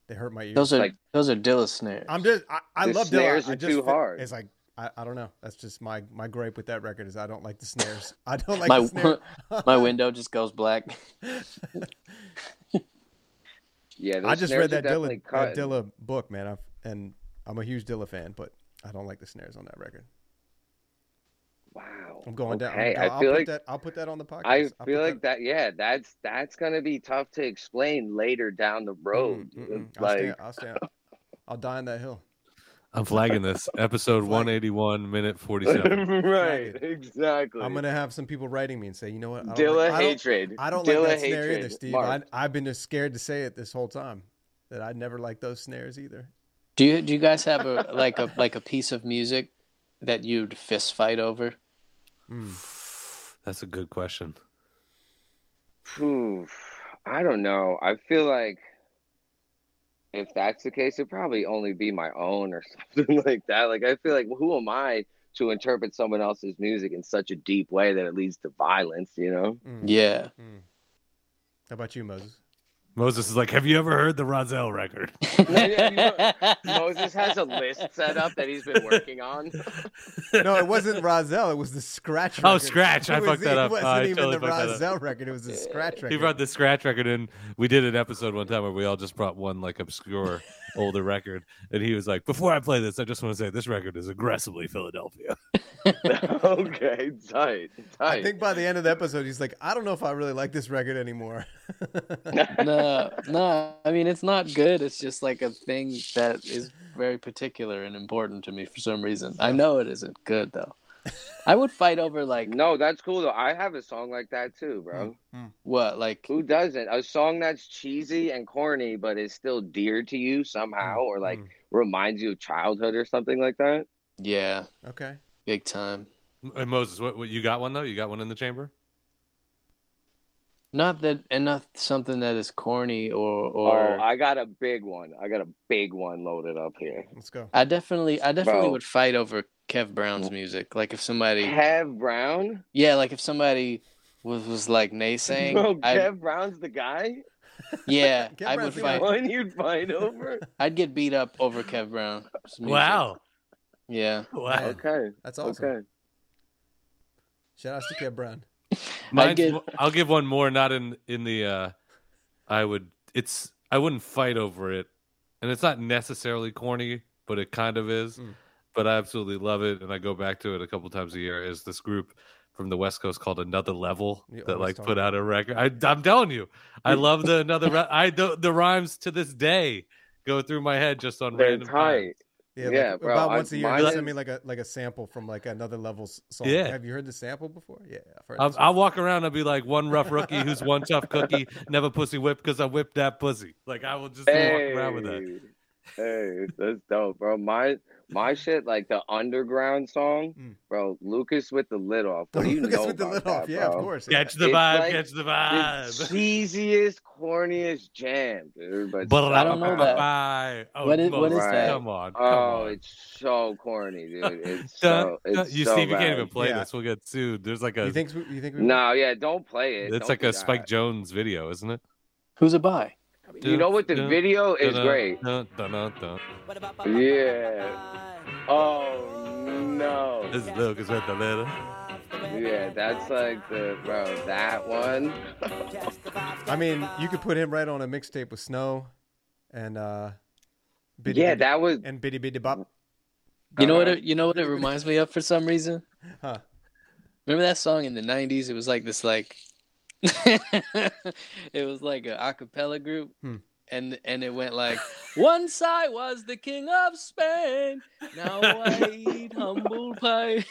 They hurt my ears.
those are
like-
those are Dilla snares.
I'm just I, I
The
love Dilla.
snares
I
are
just
too
fi-
hard.
It's like I, I don't know. That's just my my gripe with that record is I don't like the snares. I don't like the
my
snare.
my window just goes black.
Yeah, those
I just read
snares are
that Dilla,
definitely
that
cut.
Dilla book, man. I've, and I'm a huge Dilla fan, but I don't like the snares on that record.
Wow,
I'm going down.
Okay,
I'll,
I feel
put
like
that. I'll put that on the podcast.
I
I'll put
feel like that. Yeah, that's that's gonna be tough to explain later down the road.
Mm, mm,
dude.
mm. I'll
Like,
stay, I'll stay. I'll die on that hill.
I'm flagging this episode 181, minute 47.
right,
Exactly.
exactly.
I'm gonna have some people writing me and say, you know what? I don't
Dilla
like, I don't,
hatred.
I don't
Dilla
like that snare
hatred.
either, Steve. I,
Mark.
I've been just scared to say it this whole time that I never liked those snares either.
Do you do you guys have a like a like a piece of music that you'd fist fight over?
That's a good question.
Phew, I don't know. I feel like if that's the case, it'd probably only be my own or something like that. Like I feel like who am I to interpret someone else's music in such a deep way that it leads to violence? You know?
Mm.
Yeah.
How about you, Moses?
Moses is like, Have you ever heard the Rozelle record?
Moses has a list set up that he's been working on.
No, it wasn't Rozelle. It was the scratch.
Oh,
record.
Scratch.
It
I
was-
fucked that
it
up.
wasn't
I
even
totally
the
fucked that up.
Rozelle record. It was the scratch record.
He brought the scratch record in. We did an episode one time where we all just brought one like obscure older record, and he was like, "Before I play this, I just want to say this record is aggressively Philadelphia."
okay, tight,
I
tight.
think by the end of the episode, he's like, I don't know if I really like this record anymore.
no, no. I mean, it's not good. It's just like a thing that is very particular and important to me for some reason. I know it isn't good though. I would fight over like
no, that's cool though. I have a song like that too, bro.
what, like
Who doesn't? A song that's cheesy and corny, but is still dear to you somehow, or like
Mm-hmm.
reminds you of childhood or something like that.
yeah,
okay.
big time.
And Moses, what, what you got one though? You got one in the chamber?
Not that, and not something that is corny or or.
Oh, I got a big one. I got a big one loaded up here.
Let's go.
I definitely, I definitely
Bro.
would fight over Kev Brown's music. Like if somebody,
Kev Brown?
yeah, like if somebody was was like naysaying,
Bro,
I'd-
Kev Brown's the guy?
yeah,
Kev
I would
Brown's the
fight.
guy.
One you'd fight over?
I'd get beat up over Kev Brown.
Wow,
Yeah.
wow.
Okay.
That's awesome.
Okay.
Shout out to Kev Brown.
Mine's,
give-
mo- I'll give one more. Not in in the. uh I would. It's. I wouldn't fight over it, and it's not necessarily corny, but it kind of is.
Mm.
But I absolutely love it, and I go back to it a couple times a year. Is this group from the West Coast called Another Level
You
that
always
like
talk
put out a record? I, I'm telling you, I love the Another. Re- I the, the rhymes to this day go through my head just on
They're
random
tight.
Yeah,
Yeah,
like,
bro,
about
I-
once a year,
mine
he
is-
send me like a like a sample from like another level's song.
Yeah.
Have you heard the sample before? Yeah, I've heard.
I'll,
this
I'll
one.
walk around. I'll be like one rough rookie who's one tough cookie, never pussy whipped because I whipped that pussy. Like I will just walk around with that.
Hey, that's dope, bro. My my shit, like the underground song,
Mm.
bro. Lucas with the lid off. What do you
Lucas
know
with the
about
lid
that,
off. Yeah,
bro?
of course.
Catch the
It's
vibe,
like-
catch the
The
vibe.
cheesiest, corniest jam, dude. But
But
I don't know that.
Bye. Oh,
What is- what
Moses,
is that?
Come on, come
Oh,
on.
it's so corny, dude. It's
Dun,
so
dun.
it's
you
so
Steve, you can't
bad.
even play
Yeah.
this. We'll get sued. There's like
You
a.
think we- you think we
No, yeah, don't play it.
It's
Don't
like
do
a
that.
Spike Jones video, isn't it?
Who's a buy?
You know what? The
Dun,
video is
Dun,
great.
dun, dun, dun, dun.
Yeah. Oh no.
This is Lucas with the letter.
Yeah, that's like the bro. That one.
I mean, you could put him right on a mixtape with Snow, and uh, Biddy
Yeah,
Biddy-
that was.
and Biddy Biddy Bop.
You know what? It, you know what it reminds me of for some reason.
Huh.
Remember that song in the '90s? It was like this, like it was like an acapella group,
Hmm.
and and it went like, "Once I was the king of Spain, now I eat humble pie."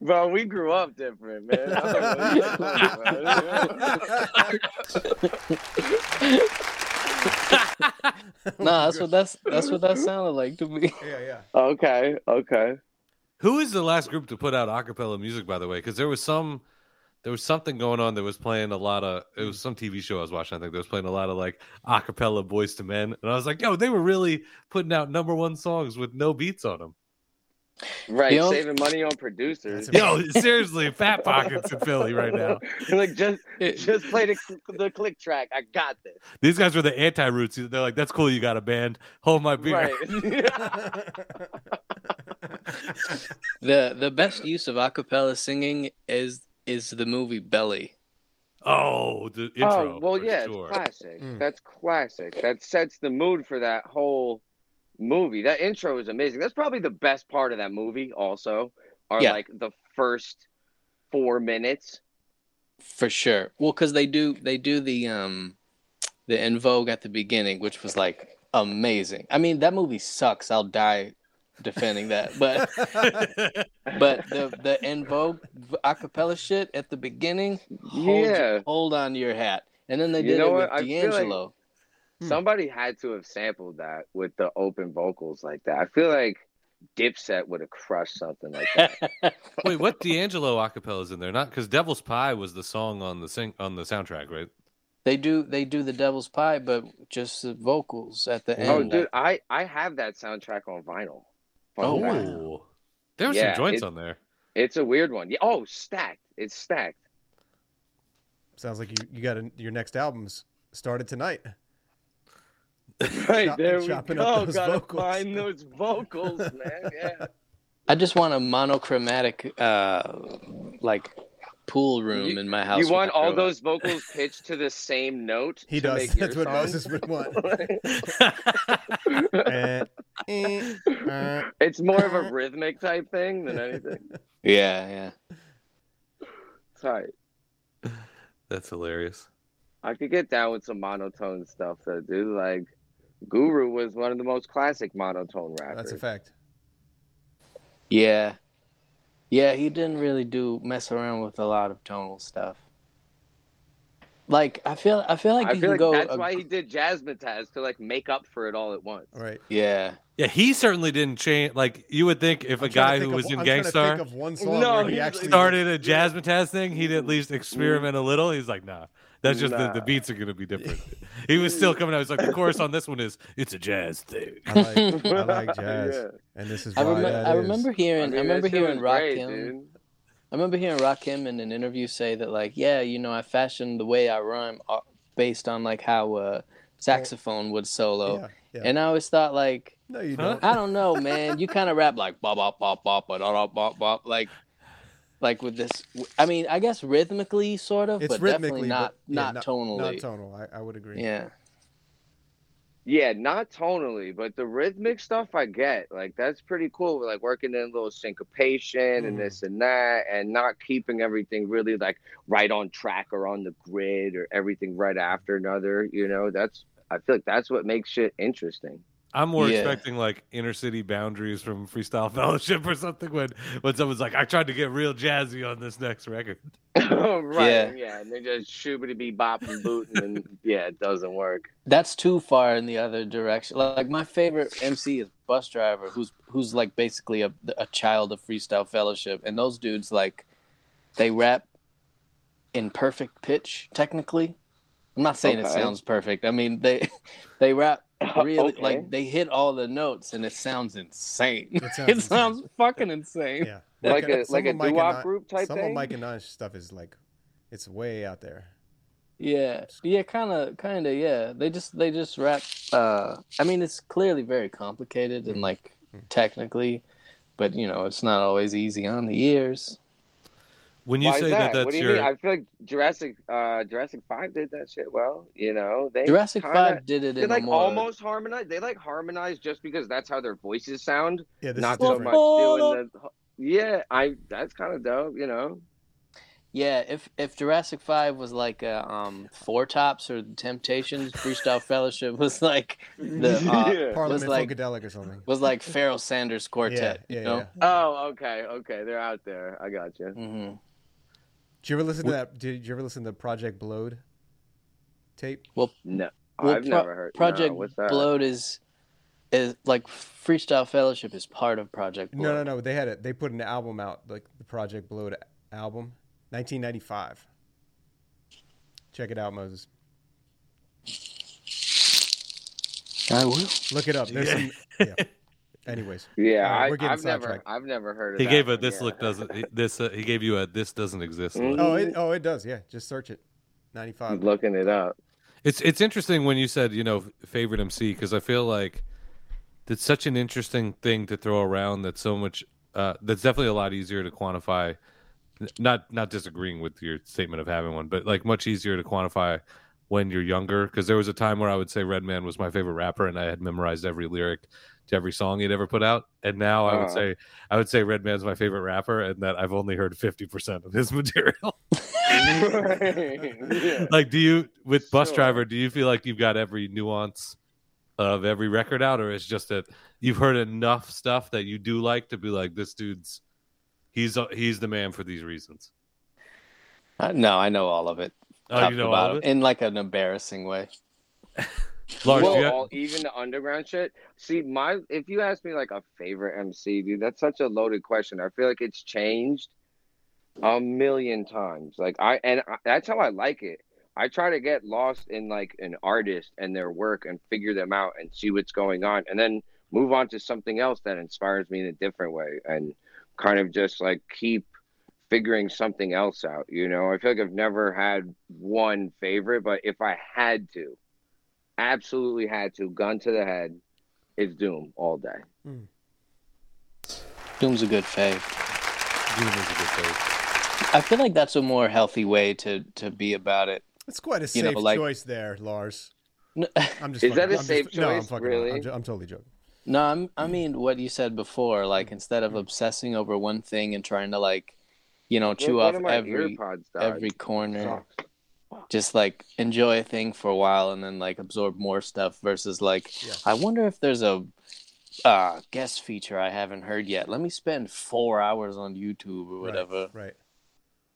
bro, we grew up different, man. I don't know what you're talking about.
Oh
nah, that's what that's that's what that sounded like to me.
Yeah, yeah.
okay, okay.
Who is the last group to put out acapella music, by the way? Because there was some, there was something going on that was playing a lot of. It was some TV show I was watching. I think they was playing a lot of like acapella boys to men, and I was like, yo, they were really putting out number one songs with no beats on them.
Right,
The only-
saving money on producers.
Yo, seriously, fat pockets in Philly right now.
like just
It-
just play the cl- the click track. I got this.
These guys were the anti-roots. They're like, "That's cool, you got a band. Hold my beer."
Right.
the the best use of acapella singing is is the movie Belly.
Oh, the intro.
oh well,
for
yeah,
sure.
it's classic.
Mm.
That's classic. That sets the mood for that whole movie. That intro is amazing. That's probably the best part of that movie. Also, are
Yeah.
like the first four minutes.
For sure. Well, because they do they do the um the in vogue at the beginning, which was like amazing. I mean, that movie sucks. I'll die defending that. But but the the in vogue acapella shit at the beginning, hold,
Yeah.
hold on to your hat. And then they
You
did
know
it with
what? I feel like-
D'Angelo.
Hmm.
Somebody had to have sampled that with the open vocals like that. I feel like Dipset would have crushed something like that.
Wait, what D'Angelo acapella is in there? Not because Devil's Pie was the song on the sing on the soundtrack, right?
They do they do the devil's pie, but just the vocals at the end.
oh, dude, I I have that soundtrack on vinyl. Fun
Oh,
fact.
wow.
there were
Yeah,
some joints
it-
on there.
It's a weird one. Yeah. Oh, stacked. It's stacked.
Sounds like you, you got a, your next album's started tonight.
Right
Chop-
there we
chopping
go.
up those
Gotta
vocals.
find those vocals, man. Yeah.
I just want a monochromatic uh like pool room
You-
in my house.
you
when
want
I
all
grow up.
those vocals pitched to the same note?
He
to
does.
Make your
That's what
song?
Moses would want. Eh, eh, eh.
it's more of a rhythmic type thing than anything.
Yeah, yeah.
Sorry.
That's hilarious.
I could get down with some monotone stuff though, dude. Like Guru was one of the most classic monotone rappers.
That's a fact.
Yeah. Yeah, he didn't really do mess around with a lot of tonal stuff. Like I feel I feel like
I
he can
feel like
go
that's
a-
why he did Jazzmatazz to like make up for it all at once.
All right.
Yeah.
Yeah, he certainly didn't change. Like you would think, if a
I'm trying to
guy who
think
was
of,
in
I'm trying to think
Gangstar
of one song
No,
where he
he
actually
started a jazzmatazz thing, he'd at least experiment a little. He's like, nah, that's just the, the
Nah.
beats are gonna be different. he was still coming out. He's like, the chorus on this one is it's a jazz thing.
I like, I like jazz,
Yeah.
and this is
I,
why
remember,
that
I
is.
remember hearing I,
mean, that
remember
shit
hearing
was
Rock
great,
him
dude.
I remember hearing Rakim in an interview say that, like, yeah, you know, I fashioned the way I rhyme uh, based on like how uh, saxophone would solo,
Yeah, yeah.
and I always thought like,
no, you
Huh?
don't.
I don't know, man, you kind of rap like bop bop bop bop ba, da da bop bop like, like with this. I mean, I guess rhythmically sort of,
It's
but
rhythmically,
definitely not
but, yeah,
not tonally.
Not tonal. I, I would agree.
yeah,
Yeah, not tonally, but the rhythmic stuff I get. Like that's pretty cool. Like working in a little syncopation and
Mhm.
this and that, and not keeping everything really like right on track or on the grid or everything right after another. You know, that's I feel like that's what makes shit interesting.
I'm more
Yeah.
expecting like inner city boundaries from Freestyle Fellowship or something when when someone's like, I tried to get real jazzy on this next record.
right?
Yeah.
Yeah. and they just shoobity be bop and booting, and yeah, it doesn't work.
that's too far in the other direction. Like my favorite MC is Bus Driver, who's who's like basically a a child of Freestyle Fellowship, and those dudes like they rap in perfect pitch technically. I'm not saying it
Okay.
sounds perfect. I mean they they rap really
Okay.
like they hit all the notes and it sounds insane. It
It sounds
sounds,
insane.
fucking insane.
Yeah.
Like a
some
like a
of Mike and
doo
I-
wop group type
Some of
thing.
Mike and Naj stuff is like, it's way out there.
Yeah. Yeah, kind of kind of yeah. They just they just rap uh I mean it's clearly very complicated
Mm-hmm.
and like technically but you know, it's not always easy on the ears.
When you
Why is
say that,
what
that's
do you
your
mean? I feel like Jurassic uh Jurassic Five did that shit well. You know, they
Jurassic
kinda-
5 did it
They
in
like
a more
almost harmonize. They like harmonize just because that's how their voices sound.
Yeah, this
Not
is
so
different.
much doing the. Yeah, I. That's kind of dope. You know.
Yeah, if if Jurassic 5 was like uh, um Four Tops or Temptations, Freestyle Fellowship was like the uh,
Yeah.
Parliament
like-
Funkadelic or something.
was like Pharoah Sanders Quartet,
yeah,
you know?
yeah.
Oh, okay, okay. They're out there. I got you.
Mhm.
Did you ever listen to that? Did you ever listen to Project Blowed tape?
No,
Well,
I've
Pro-
never heard. no,
Project
what's that?
Bloat is is like Freestyle Fellowship is part of Project Bloat.
No, no, no. They had it. They put an album out, like the Project Blowed album, 1995. Check it out, Moses.
I will.
Look it up. There's
Yeah.
some. Yeah. Anyways,
Yeah,
All right,
I,
we're getting
I've never,
sidetracked.
I've never heard of.
He
that
gave a
one,
this
yeah.
look doesn't he- this uh, he gave you a this doesn't exist look.
Mhm.
oh, it, oh, it does. Yeah, just search it.
I'm
Ninety-five.
looking it up.
It's it's interesting when you said you know favorite MC because I feel like that's such an interesting thing to throw around. That's so much. Uh, that's definitely a lot easier to quantify. N- Not not disagreeing with your statement of having one, but like much easier to quantify when you're younger. Because there was a time where I would say Redman was my favorite rapper, and I had memorized every lyric to every song he'd ever put out. And now I
Uh.
would say I would say Redman's my favorite rapper, and that I've only heard fifty percent of his material.
Yeah.
like do you with bus
Sure.
driver do you feel like you've got every nuance of every record out or it's just that you've heard enough stuff that you do like to be like this dude's he's he's the man for these reasons
Uh, no, I know all of it.
oh
top
you
to
know all
bottom,
of it?
in like an embarrassing way.
Lars,
Well,
do you have-
all, even the underground shit. See, my if you ask me like a favorite MC, dude, that's such a loaded question. I feel like it's changed a million times. Like I and I, that's how I like it. I try to get lost in like an artist and their work and figure them out and see what's going on, and then move on to something else that inspires me in a different way, and kind of just like keep figuring something else out. You know, I feel like I've never had one favorite, but if I had to absolutely had to, gun to the head, it's Doom all day.
Doom's a good fave.
Doom is a good pick.
I feel like that's a more healthy way to to be about it.
It's quite a
You
safe
know, like-
choice there, Lars.
No,
I'm just.
Is
fucking-
that a
I'm
safe
just, No, I'm
choice?
fucking.
Really?
I'm, ju- I'm totally joking.
no I'm, I mean what you said before. Like instead of obsessing over one thing and trying to like, you know, chew
One
off
of my
every
earpods died.
every corner.
Sucks.
just like enjoy a thing for a while and then like absorb more stuff versus like
Yeah.
I wonder if there's a uh, guest feature I haven't heard yet. Let me spend four hours on YouTube or whatever.
Right.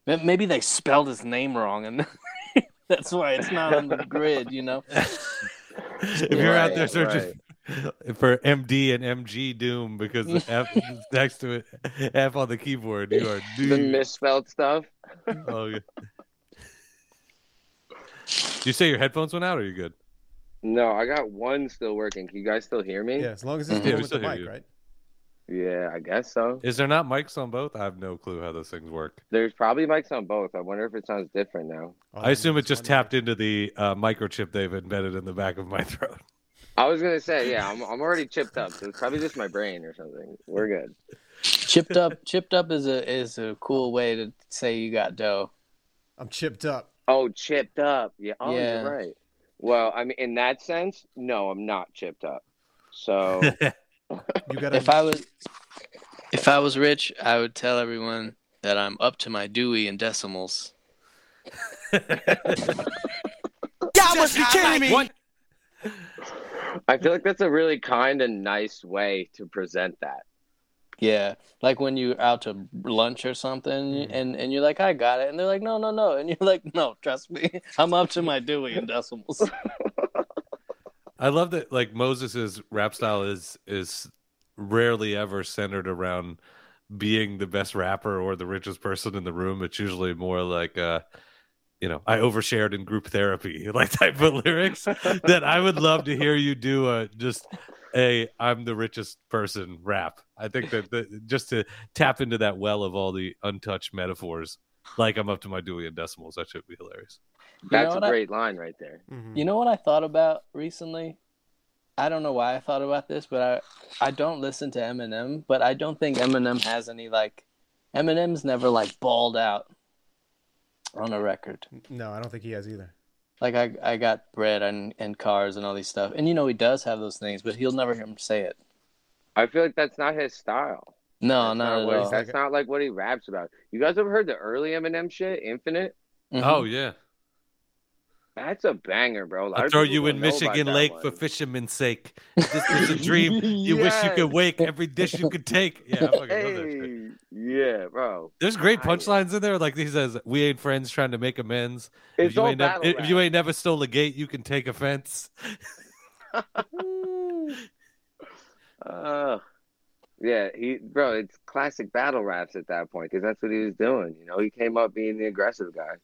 M- Maybe they spelled his name wrong and that's why it's not on the grid, you know?
if you're out there
Right,
searching for md and mg doom because the f is next to it f on the keyboard you are
The
dude
misspelled stuff.
oh, yeah. Did you say your headphones went out or you good
No, I got one still working. Can you guys still hear me?
Yeah. As long as it's
Mhm.
the
we
Yeah,
one with the
still hear
mic,
you.
right?
Yeah, I guess so.
Is there not mics on both? I have no clue how those things work.
There's probably mics on both. I wonder if it sounds different now.
Oh,
I assume
man,
it just
it's wonderful.
tapped into the uh, microchip they've embedded in the back of my throat.
I was gonna say, yeah, I'm, I'm already chipped up. So it's probably just my brain or something. We're good.
chipped up chipped up is a is a cool way to say you got dough.
I'm chipped up.
Oh, chipped up. Yeah. Oh,
Yeah.
you're right. Well, I mean, in that sense, no, I'm not chipped up. So
You got
If I was if I was rich, I would tell everyone that I'm up to my Dewey in decimals.
I feel like that's a really kind and nice way to present that.
Yeah, like when you're out to lunch or something,
Mm-hmm.
and and you're like, I got it, and they're like, no, no, no, and you're like, no, trust me, I'm up to my Dewey in decimals.
I love that like Moses's rap style is is rarely ever centered around being the best rapper or the richest person in the room. It's usually more like uh you know, I overshared in group therapy, like type of lyrics that I would love to hear you do a just a I'm the richest person rap. I think that the, just to tap into that well of all the untouched metaphors, like I'm up to my Dewey and decimals, that should be hilarious.
You know
That's
what
a
I-
great line right there.
Mhm.
You know what I thought about recently? I don't know why I thought about this, but I I don't listen to Eminem, but I don't think Eminem has any like Eminem's never like balled out on a record.
No, I don't think he has either.
Like I I got bread and and cars and all these stuff, and you know he does have those things, but he'll never hear him say it.
I feel like that's not his style.
No,
that's
not,
what
at
he-
all.
That's not like what he raps about. You guys ever heard the early Eminem shit, Infinite?
Mhm.
Oh yeah.
That's a banger, bro. A lot
I'll
of
throw
people
you
don't
in
know about
Michigan
that
Lake
one.
for fisherman's sake. This was a dream. You wish you could
Yes.
wake. Every dish you could take. Yeah, I fucking love that shit.
Hey, yeah, bro.
There's great
I-
punchlines in there. Like he says, "We ain't friends trying to make amends.
It's
if you
all
ain't never,
battle
if
rap.
you ain't never stole a gate, you can take offense."
Uh, yeah, he, bro. It's classic battle raps at that point because that's what he was doing. You know, he came up being the aggressive guy.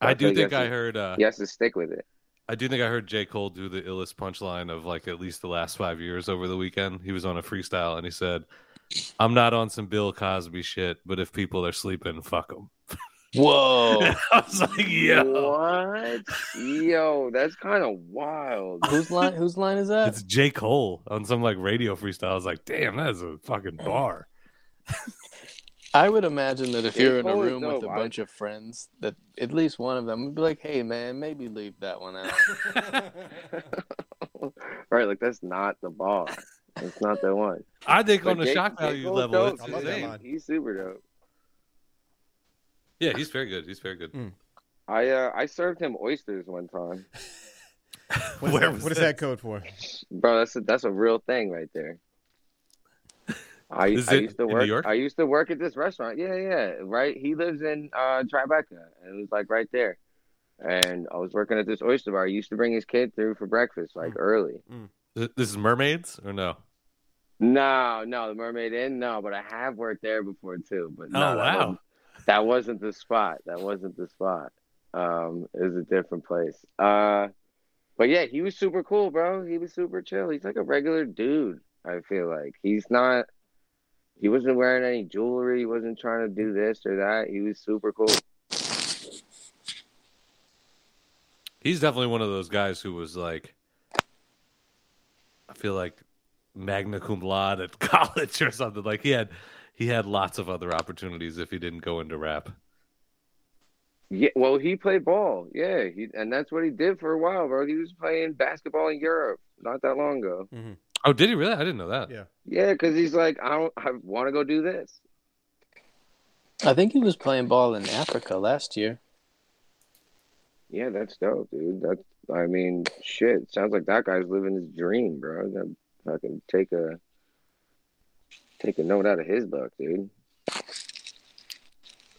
I
I
do
think
think
that's
I
it.
heard. Uh,
He has to stick with it.
I do think I heard J. Cole do the illest punchline of like at least the last five years over the weekend. He was on a freestyle and he said, I'm not on some Bill Cosby shit, but if people are sleeping, fuck them.
Whoa.
I was like, yo.
What? Yo, that's kind of wild.
whose line whose line is that?
It's J. Cole on some like radio freestyle. I was like, damn, that is a fucking bar.
I would imagine that if
Yeah,
you're in a
Cole is
room with a
dope. I-
bunch of friends, that at least one of them would be like, "Hey, man, maybe leave that one out."
right, like that's not the bar. It's not the one.
I think on
Like,
the
J-
shock
J.
value
Cole's
level,
dope,
it's
I
the
love that
same.
line.
He's super dope.
Yeah, he's very good. He's very good.
Mm.
I uh, I served him oysters one time,
What is
Where
that-
was
what is that code for?
bro. That's a, that's a real thing right there. I,
Is
I
it
used to
in New
work.
York?
I used to work at this restaurant. Yeah, yeah. Right. He lives in uh, Tribeca. It was like right there, and I was working at this oyster bar. He used to bring his kid through for breakfast,
Hmm.
like early.
Th- This is mermaids or no?
No, no, the Mermaid Inn. No, but I have worked there before too. But no,
Oh,
that
wow.
wasn't- that wasn't the spot. That wasn't the spot. Um, it was a different place. Uh, but yeah, he was super cool, bro. He was super chill. He's like a regular dude. I feel like he's not. He wasn't wearing any jewelry. He wasn't trying to do this or that. He was super cool.
He's definitely one of those guys who was like, I feel like magna cum laude at college or something. Like he had, he had lots of other opportunities if he didn't go into rap.
Yeah, well, he played ball. Yeah, he and that's what he did for a while, bro. He was playing basketball in Europe not that long ago.
Oh, did he really? I didn't know that.
Yeah.
Yeah, because he's like, I don't, I want to go do this.
I think he was playing ball in Africa last year.
Yeah, that's dope, dude. That's, I mean, shit. Sounds like that guy's living his dream, bro. That fucking take a, take a note out of his book, dude.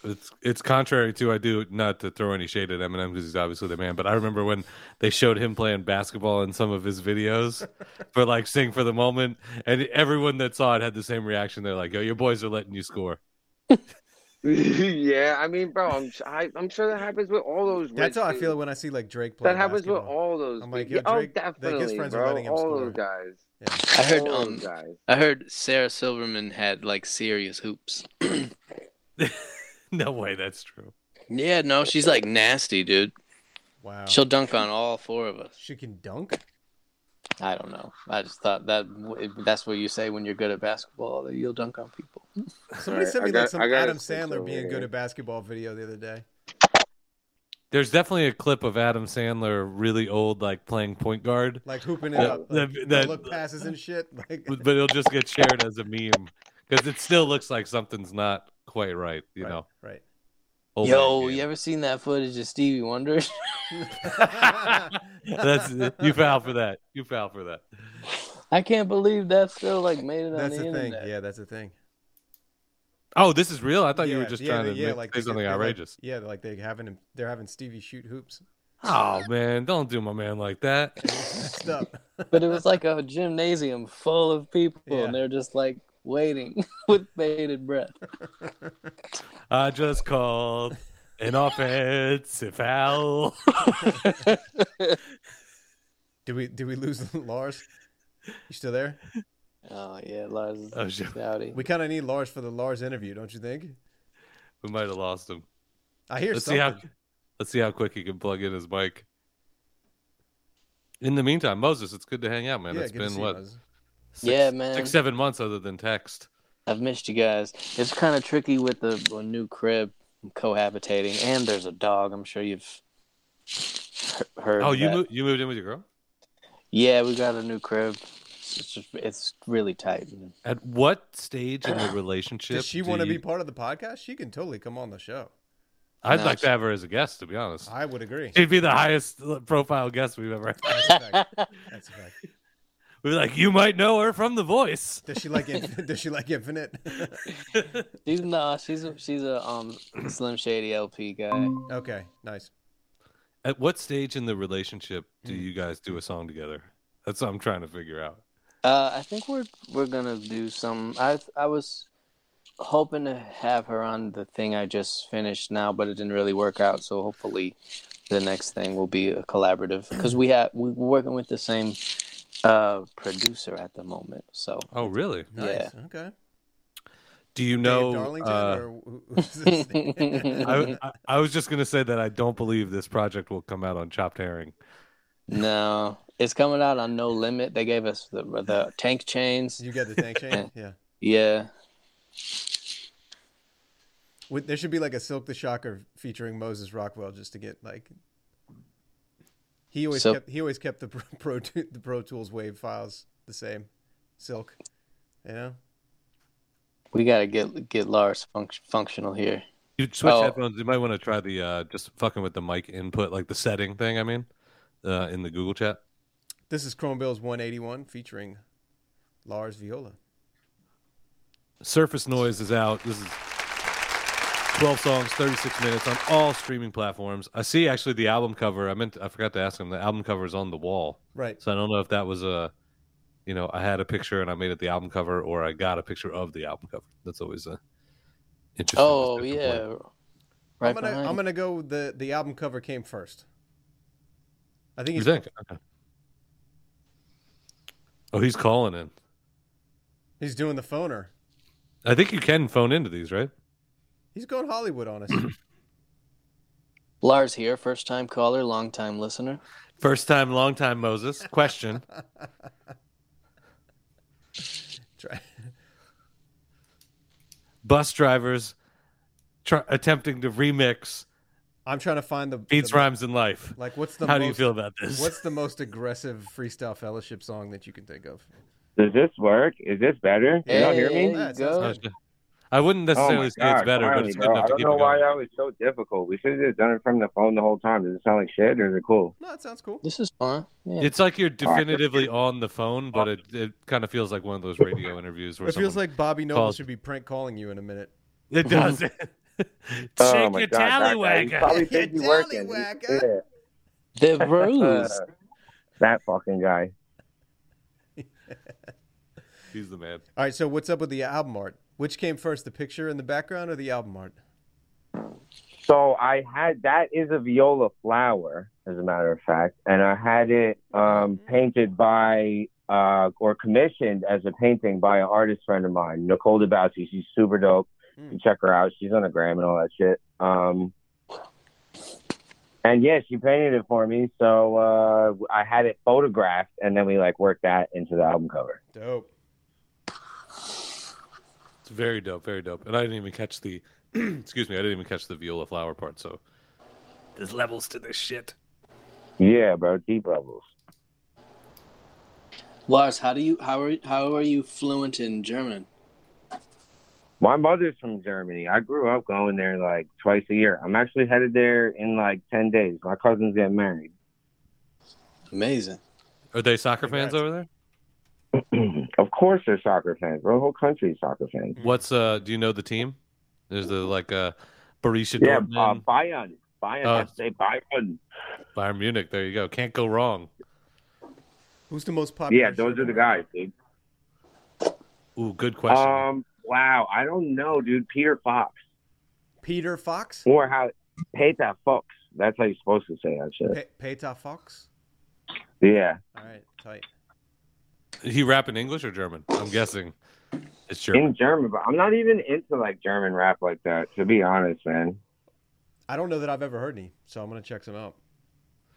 It's it's contrary to I do not to throw any shade at Eminem because he's obviously the man. But I remember when they showed him playing basketball in some of his videos for like "Sing for the Moment," and everyone that saw it had the same reaction. They're like, "Yo, your boys are letting you score."
yeah, I mean, bro, I'm, I, I'm sure that happens with all those.
That's
rich
how I
dudes.
feel when I see like Drake play.
That happens with
basketball.
all those.
I'm like,
dudes.
yo,
oh,
Drake- like, his
definitely,
friends are
bro.
letting him
all
score.
those guys.
I heard
all
um
those guys.
I heard Sarah Silverman had like serious hoops.
No way, that's true.
Yeah, no, she's like nasty, dude.
Wow.
She'll dunk on all four of us.
She can dunk.
I don't know. I just thought that that's what you say when you're good at basketball that you'll dunk on people.
Somebody
Alright,
sent
I
me
got-
like some
I gotta
Adam
switch over
Sandler being
here.
good at basketball video the other day.
There's definitely a clip of Adam Sandler really old, like playing point guard,
Like hooping it
Yeah,
up.
Uh, the-
Like,
the-
look passes and shit. Like
but it'll just get shared as a meme because it still looks like something's not quite right. You
right,
know,
Right. Oh,
Old
Yo,
man game.
you ever seen that footage of Stevie Wonder?
that's you foul for that. You foul for that.
I can't believe that still like made it on
That's
the
the thing.
internet.
Yeah, that's the thing.
Oh, this is real. I thought you were
Yeah,
just
yeah,
trying to
yeah,
make,
like
say
they-
something
they're like-
outrageous.
yeah, like they having him, they're having Stevie shoot hoops.
Oh man, don't do my man like that.
Messed up.
But it was like a gymnasium full of people,
Yeah.
and they're just like waiting with bated breath.
I just called an offensive foul.
Did we did we lose Lars? You still there?
Oh yeah, Lars is
Oh, shit.
rowdy.
We kind of need Lars for the Lars interview, don't you think?
We might have lost him.
I hear
Let's see
something.
how let's see how quick he can plug in his mic. In the meantime, Moses, it's good to hang out, man.
yeah,
it's
good to
been
see you,
what
Moses.
six-
Yeah, man.
six seven months other than text.
I've missed you guys. It's kind of tricky with the a new crib, cohabitating, and there's a dog. I'm sure you've he- heard.
Oh, you
that.
moved you moved in with your girl
Yeah, we got a new crib. It's just, it's really tight. man.
at what stage in the relationship?
Does she
do
want to
you-
be part of the podcast? She can totally come on the show.
I'd
No,
like
she-
to have her as a guest, to be honest.
I would agree.
She'd be the highest profile guest we've ever had.
That's a fact. That's a fact.
We'd be like, you might know her from The Voice.
Does she like infinite? Does she like infinite?
She's no, she's a, she's a um Slim Shady LP guy.
okay, nice.
At what stage in the relationship do you guys do a song together? That's what I'm trying to figure out.
Uh, I think we're we're gonna do some. I I was hoping to have her on the thing I just finished now, but it didn't really work out. So hopefully, the next thing will be a collaborative because we have we're working with the same uh, producer at the moment. So
Oh, really?
Nice. Okay.
Do you
Dave
know?
Darlington
uh,
or who- who's this?
I, I, I was just gonna say that I don't believe this project will come out on Chopped Herring.
no, it's coming out on No Limit. They gave us the the tank chains.
you get the tank chain? Yeah.
Yeah,
Would, there should be like a Silk the Shocker featuring Moses Rockwell just to get like. He always
So-
kept he always kept the pro, pro Tu- the Pro Tools wave files the same, Silk, you know.
we gotta get get Lars func- functional here.
You switch
Oh.
headphones. You might want to try the uh, just fucking with the mic input, like the setting thing. I mean, uh, in the Google chat.
This is Chrome Bills 181 featuring Lars Viola.
Surface Noise is out. This is 12 songs, 36 minutes on all streaming platforms. I see actually the album cover. I meant I forgot to ask him. The album cover is on the wall.
Right.
So I don't know if that was a you know, I had a picture and I made it the album cover or I got a picture of the album cover. That's always a interesting
Oh
discussion point.
yeah, right
I'm gonna
behind.
I'm gonna go. with The the album cover came first. I think
You
he's
think? Okay. Oh, he's calling in.
he's doing the phoner.
I think you can phone into these, right?
He's going Hollywood on us.
Lars here, first time caller, long time listener.
First time, long time Moses. Question.
Try-
Bus drivers tr- attempting to remix
I'm trying to find the
Beats
the-
Rhymes in Life.
Like what's the
How
most,
do you feel about this?
What's the most aggressive freestyle fellowship song that you can think of?
Does this work? Is this better? Can y'all hear
Hey,
me?
Yeah,
there you
it sounds
go.
Oh, shit. I wouldn't necessarily
Oh my
say it's
God,
better, but
finally,
it's good
bro.
enough
I
to
don't
keep
know
it
why
going.
that was so difficult. We should have just done it from the phone the whole time. Does it sound like shit or is it cool?
No, it sounds cool.
This is fun. Yeah.
It's like you're definitively on the phone, but it, it kind of feels like one of those radio interviews where
It feels
someone-
like Bobby Noble
calls-
should be prank calling you in a minute.
it does. Shake
oh my
your
God, that guy, he's
tallywagger.
probably busy
Your
working.
tallywagger.
Yeah.
the ruse.
That fucking guy.
He's the man.
All right, so what's up with the album art? Which came first, the picture in the background or the album art?
So I had that is a viola flower, as a matter of fact, and I had it um, painted by uh, or commissioned as a painting by an artist friend of mine, Nicole DeBauchy. She's super dope. You can check her out. She's on the gram and all that shit. Um, and yeah, she painted it for me. So uh, I had it photographed, and then we like worked that into the album cover.
Dope.
It's very dope, very dope. And I didn't even catch the excuse me, I didn't even catch the viola flower part, so there's levels to this shit.
Yeah, bro, deep levels.
Lars, how do you how are how are you fluent in German?
My mother's from Germany. I grew up going there like twice a year. I'm actually headed there in like 10 days. My cousin's getting married.
Amazing.
Are they soccer fans
Congrats.
over there?
of course they're soccer fans. bro. The whole country is soccer fans.
What's uh do you know the team? There's the like uh Borussia
Yeah, uh,
Dortmund,
Bayern. Bayern.
Uh,
I say Bayern.
Bayern Munich. There you go. Can't go wrong.
Who's the most popular?
Yeah, those
shirt
are the
owner?
guys, dude.
Ooh, good question.
Um, wow. I don't know, dude. Peter Fox.
Peter Fox?
Or how, Peter Fox. That's how you're supposed to say that shit.
Pe- Peter Fox?
Yeah.
All right, tight.
he rap in English or German? I'm guessing it's German.
In German, but I'm not even into like German rap like that, to be honest, man.
I don't know that I've ever heard any, so I'm going to check some out.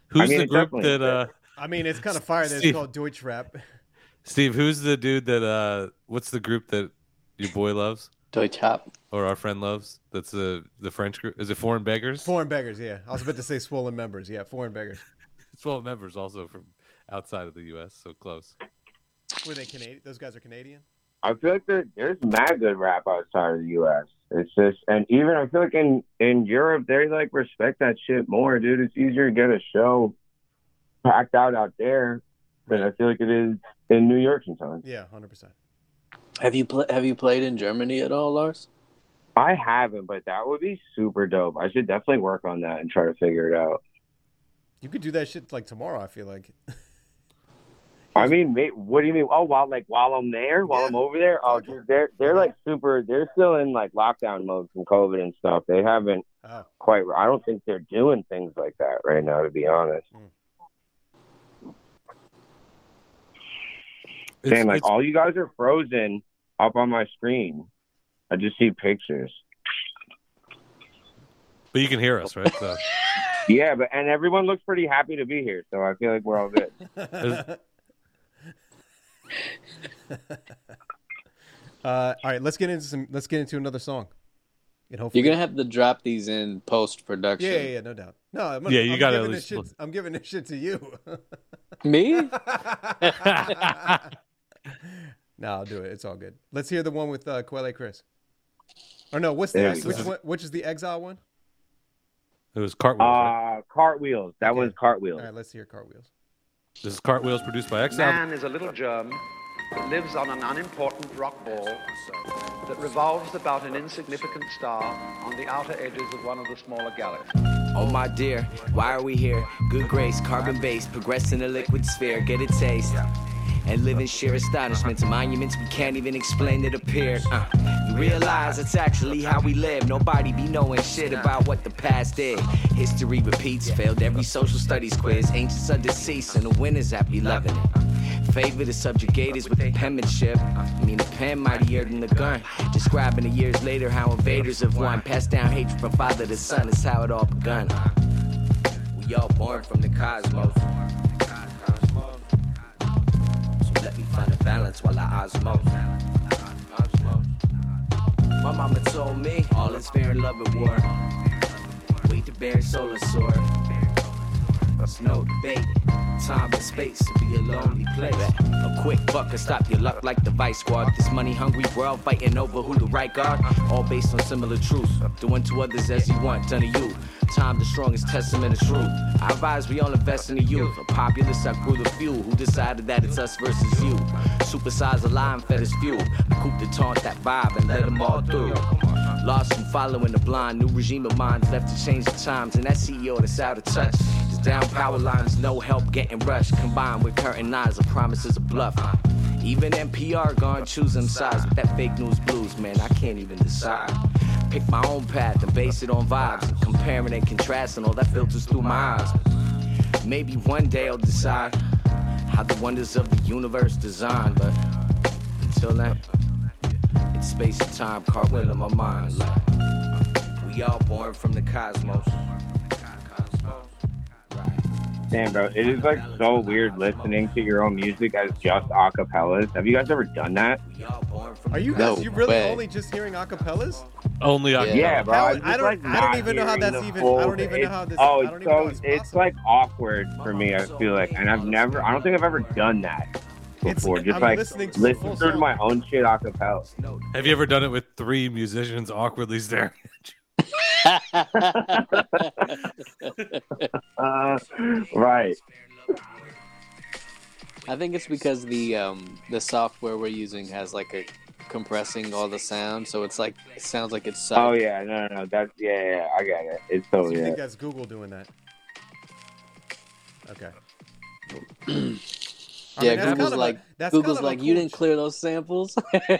Who's
I mean,
the
it
group
definitely
that uh
I mean, it's kind of fire that it's
Steve.
called Deutsch Rap.
Steve, who's the dude that uh what's the group that your boy loves
Deutsch Hop.
or our friend loves? That's the the French group. Is it Foreign Beggars?
Foreign Beggars, yeah. I was about to say Swollen Members. Yeah, Foreign Beggars.
It's full of members also from outside of the US, so close.
Were they Canadian? Those guys are Canadian?
I feel like there, there's mad good rap outside of the U.S. It's just, and even I feel like in in Europe they like respect that shit more, dude. It's easier to get a show packed out out there than I feel like it is in New York sometimes.
Yeah, 100%.
Have you pl- have you played in Germany at all, Lars?
I haven't, but that would be super dope. I should definitely work on that and try to figure it out.
You could do that shit like tomorrow, I feel like.
I mean, ma- what do you mean? Oh, while like while I'm there, while I'm over there, oh, dude, they're they're like super. They're still in like lockdown mode from COVID and stuff. They haven't
Oh.
quite. I don't think they're doing things like that right now, to be honest. Saying like all you guys are frozen up on my screen. I just see pictures.
But you can hear us, right? So
Yeah, but and everyone looks pretty happy to be here, so I feel like we're all good.
Uh, all right, let's get into some. Let's get into another song. And hopefully,
You're gonna have to drop these in post production.
Yeah, yeah, yeah, no doubt. No, I'm gonna,
Yeah, you
I'm
gotta
giving
at
this
least
shit, I'm giving this shit to you.
Me?
no, I'll do it. It's all good. Let's hear the one with uh, Quelle Chris. Or no, what's
There
the
we
which
go.
one, which is the exile one?
it was Cartwheels. right?
Uh, cartwheels. That was cartwheels.
All right, let's hear Cartwheels.
This is Cartwheels produced by Exile.
Man is a little germ that lives on an unimportant rock ball that revolves about an insignificant star on the outer edges of one of the smaller galaxies.
Oh my dear, why are we here? Good grace, carbon based, progress in the liquid sphere, get a taste. And live in sheer astonishment to monuments we can't even explain that appear. Uh, you realize it's actually how we live. Nobody be knowing shit about what the past did. History repeats, failed every social studies quiz. Ancients are deceased, and the winners happy loving it. Favor the subjugators with the penmanship. I mean, the pen mightier than the gun. Describing the years later how invaders have won. Passed down hatred from father to son, is how it all begun. We all born from the cosmos. So let me find a balance while I osmose. My mama told me all is fair in love and war. Wait to bear solar sword. Snow debate. Time and space to be a lonely place. A quick buck can stop your luck like the vice squad. This money hungry world fighting over who the right guard. All based on similar truths. Doing to others as you want, done to you. Time the strongest testament of truth. I advise we all invest in the youth. A populace I grew the few who decided that it's us versus you. Supersize a line fed as fuel. I coop the taunt that vibe and let them all through. Lost from following the blind, new regime of minds left to change the times, and that CEO that's out of touch. This down power lines, no help getting rushed, combined with curtain eyes, a promise is a bluff. Even NPR gone choosing sides with that fake news blues, man, I can't even decide. Pick my own path and base it on vibes, and comparing and contrasting, all that filters through my eyes. Maybe one day I'll decide how the wonders of the universe designed, but until then. It's space and time cartwheel in my mind. Like, we all born from the cosmos.
Damn, bro, it is like so weird listening to your own music as just acapellas. Have you guys ever done that?
Are you
No
guys you really
way.
only just hearing acapellas?
Only
Yeah, bro.
How-
I,
I don't. I don't even know how that's even. I don't even know how this. I
Oh, it's
don't even know
so it's, like awkward for me. I feel like, and I've never. I don't think I've ever done that before. just
I'm
like
listening
listen
to the full
through to
song.
my own shit acapella.
Have you ever done it with three musicians awkwardly staring?
Uh, right.
I think it's because the um, the software we're using has like a compressing all the sound, so it's like it sounds like it's.
Oh yeah, no, no, no. That's yeah, yeah, yeah. I got it. It's
Oh,
so
So you
yeah.
think that's Google doing that? Okay. I
yeah.
mean, that's kind
Google's
of a-
like
that's
Google's
kind of a
like you
cool
didn't clear those samples.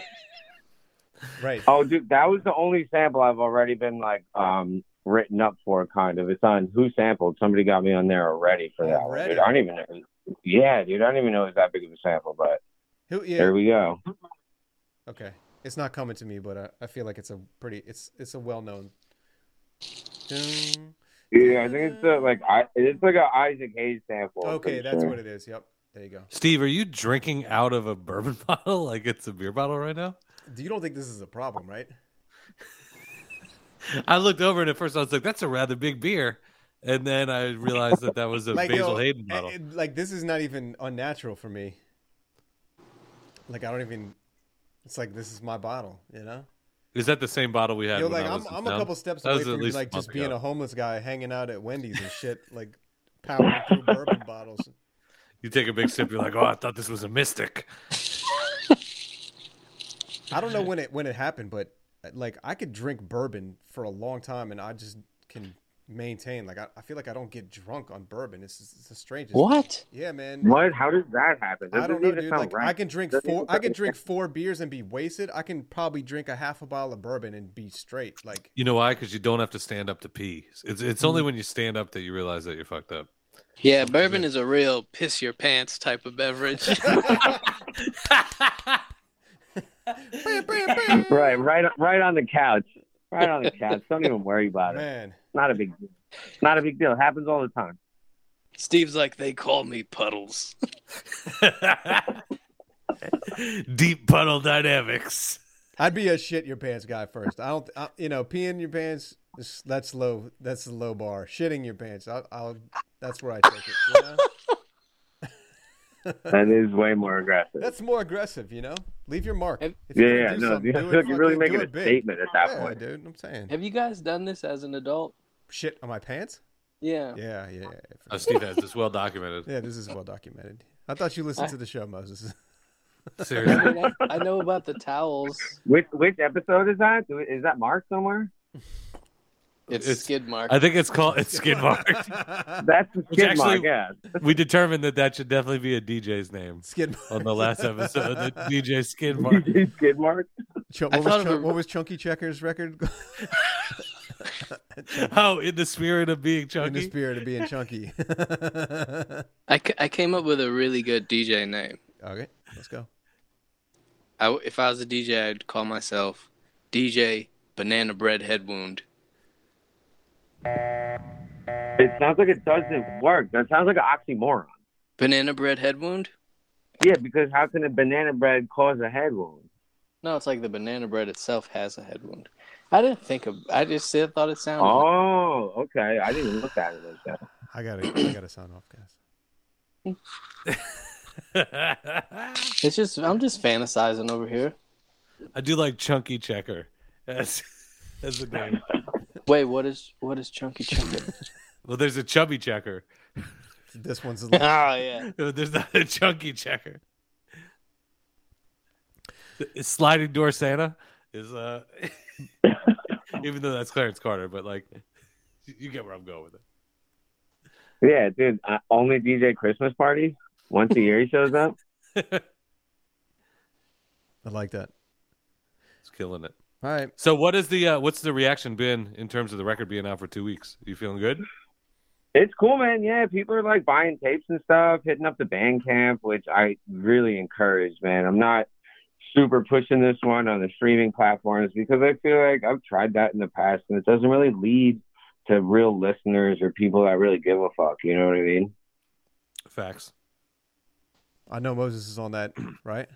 Right.
Oh, dude, that was the only sample I've already been like um written up for, kind of. It's on who sampled. Somebody got me on there already for that one, dude. I don't even know. Yeah, dude, I don't even know it's that big of a sample, but
Who, yeah.
there we go.
Okay, it's not coming to me, but I, I feel like it's a pretty. It's it's a well known.
Yeah, I think it's the, like I, it's like a Isaac Hayes sample. I'm
Okay,
pretty
that's
sure.
what it is. Yep, there you go.
Steve, are you drinking out of a bourbon bottle like it's a beer bottle right now?
Do You don't think this is a problem, right?
I looked over and at first I was like, "That's a rather big beer," and then I realized that that was a Basil
yo,
Hayden
eh,
bottle.
eh, like this is not even unnatural for me. Like I don't even. It's like this is my bottle, you know.
Is that the same bottle we had?
Yo,
when
like
I
I'm,
was in
I'm a
town?
couple steps
That
away
was at
from
least
like
month
just being
ago.
a homeless guy hanging out at Wendy's and shit, like powering through bourbon bottles.
You take a big sip, you're like, "Oh, I thought this was a Mystic."
I don't know uh, when it when it happened, but like I could drink bourbon for a long time and I just can maintain. Like I, I feel like I don't get drunk on bourbon. It's it's the strangest.
What?
Yeah, man.
What? How does that happen?
I
That
don't
doesn't
know,
even
dude.
sound
Like
right.
I can drink
Doesn't
four.
even
I can
sound-
drink four beers and be wasted. I can probably drink a half a bottle of bourbon and be straight. Like
You know why? Because you don't have to stand up to pee. It's it's
Mm.
only when you stand up that you realize that you're fucked up.
Yeah, bourbon is a real piss your pants type of beverage.
right, right, right on the couch, right on the couch. Don't even worry about it.
Man.
not a big, deal. not a big deal. It happens all the time.
Steve's like, they call me puddles.
Deep puddle dynamics.
I'd be a shit your pants guy first. I don't. I, you know, peeing your pants. is- That's low. That's the low bar. Shitting your pants. I'll. I'll that's where I take it. You know?
That is way more aggressive.
That's more aggressive. You know, leave your mark. If
yeah,
you're
yeah,
gonna do
no,
something,
dude, I
do
feel
it
like you're really
fucking- do
making a
it big.
statement at that
Yeah,
point.
dude. I'm saying.
Have you guys done this as an adult?
Shit on my pants?
Yeah.
Yeah, yeah, yeah.
Oh, Steve has this well documented.
Yeah, this is well documented. I thought you listened to the show, Moses.
I, mean, I, I know about the towels.
Which which episode is that? Do- Is that marked somewhere?
It's, skid mark.
I think it's called it's skid mark.
That's the
Which
skid mark.
actually-
Yeah.
We determined that that should definitely be a DJ's name.
Skid
on the last episode, the DJ Skid Mark.
skid mark.
Ch- what,
I
was
thought of
Chun-
a-
what was Chunky Checker's record?
Oh, in the spirit of being chunky.
In the spirit of being chunky.
I, ca- I came up with a really good DJ name.
Okay, let's go.
I w if I was a DJ, I'd call myself DJ Banana Bread Head Wound.
It sounds like it doesn't work. That sounds like an oxymoron.
Banana bread head wound?
Yeah, because how can a banana bread cause a head wound?
No, it's like the banana bread itself has a head wound. I didn't think of. I just said, thought it sounded.
Oh, okay. I didn't even look at it like that.
I gotta, I gotta sign off, guys.
It's just I'm just fantasizing over here.
I do like Chunky Checker. That's that's a name.
Wait, what is what is chunky chunky?
Well, there's a chubby checker.
This one's.
oh yeah.
There's not a chunky checker. Is Sliding door Santa is uh, even though that's Clarence Carter, but like, you get where I'm going with it.
Yeah, dude. Uh, only DJ Christmas parties. Once a year he shows up.
I like that.
It's killing it.
All right.
So, what is the uh, what's the reaction been in terms of the record being out for two weeks? You feeling good?
It's cool, man. Yeah, people are like buying tapes and stuff, hitting up the band camp, which I really encourage, man. I'm not super pushing this one on the streaming platforms because I feel like I've tried that in the past and it doesn't really lead to real listeners or people that really give a fuck. You know what I mean?
Facts.
I know Moses is on that, right?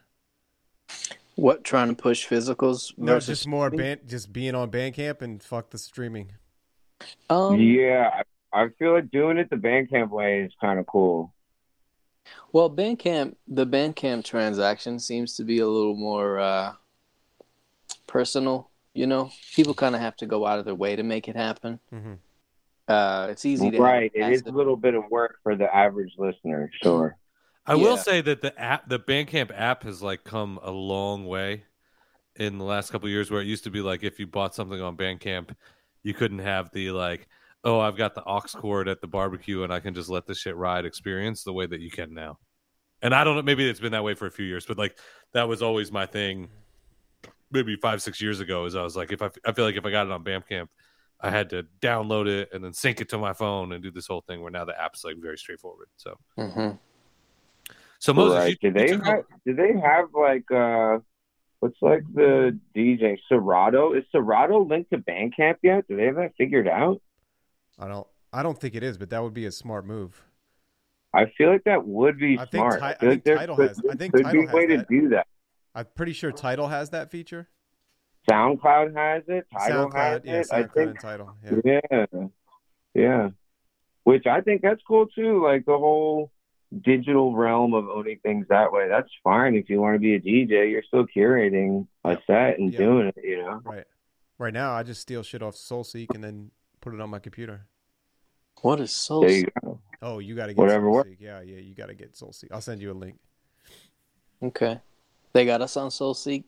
What trying to push physicals?
No,
versus
just more
streaming?
band, just being on Bandcamp and fuck the streaming.
Um,
yeah, I, I feel like doing it the band camp way is kind of cool.
Well, Bandcamp, the Bandcamp transaction seems to be a little more uh, personal. You know, people kind of have to go out of their way to make it happen.
Mm-hmm.
Uh, it's easy to have
right. It is a
passive-
little bit of work for the average listener, sure.
I will
Yeah.
say that the app, the Bandcamp app, has like come a long way in the last couple of years. Where it used to be like if you bought something on Bandcamp, you couldn't have the like, oh, I've got the aux cord at the barbecue and I can just let this shit ride experience the way that you can now. And I don't know, maybe it's been that way for a few years, but like that was always my thing. Maybe five six years ago, is I was like, if I, I feel like if I got it on Bandcamp, I had to download it and then sync it to my phone and do this whole thing. Where now the app's like very straightforward. So.
Mm-hmm.
So Moses,
right.
you,
do they
you took
have, do they have like uh what's like the DJ Serato? Is Serato linked to Bandcamp yet? Do they have that figured out?
I don't, I don't think it is, but that would be a smart move.
I feel like that would be
I think
smart.
Ti- I
feel
think
like there
Tidal
could-
has- I think
could
Tidal
be a
has
way to
that.
do that.
I'm pretty sure Title has that feature.
SoundCloud has it. Tidal has
SoundCloud, yeah,
it. I
SoundCloud
think
and Tidal. Yeah.
Yeah. yeah. Which I think that's cool too. Like the whole digital realm of owning things that way. That's fine if you want to be a DJ. You're still curating a set and
Yeah.
doing it, you know?
Right. Right now, I just steal shit off SoulSeek and then put it on my computer.
What is soul?
There you go.
Oh, you got to get
Whatever
SoulSeek.
works.
Yeah, yeah, you got to get SoulSeek. I'll send you a link.
Okay, they got us on Soul Seek.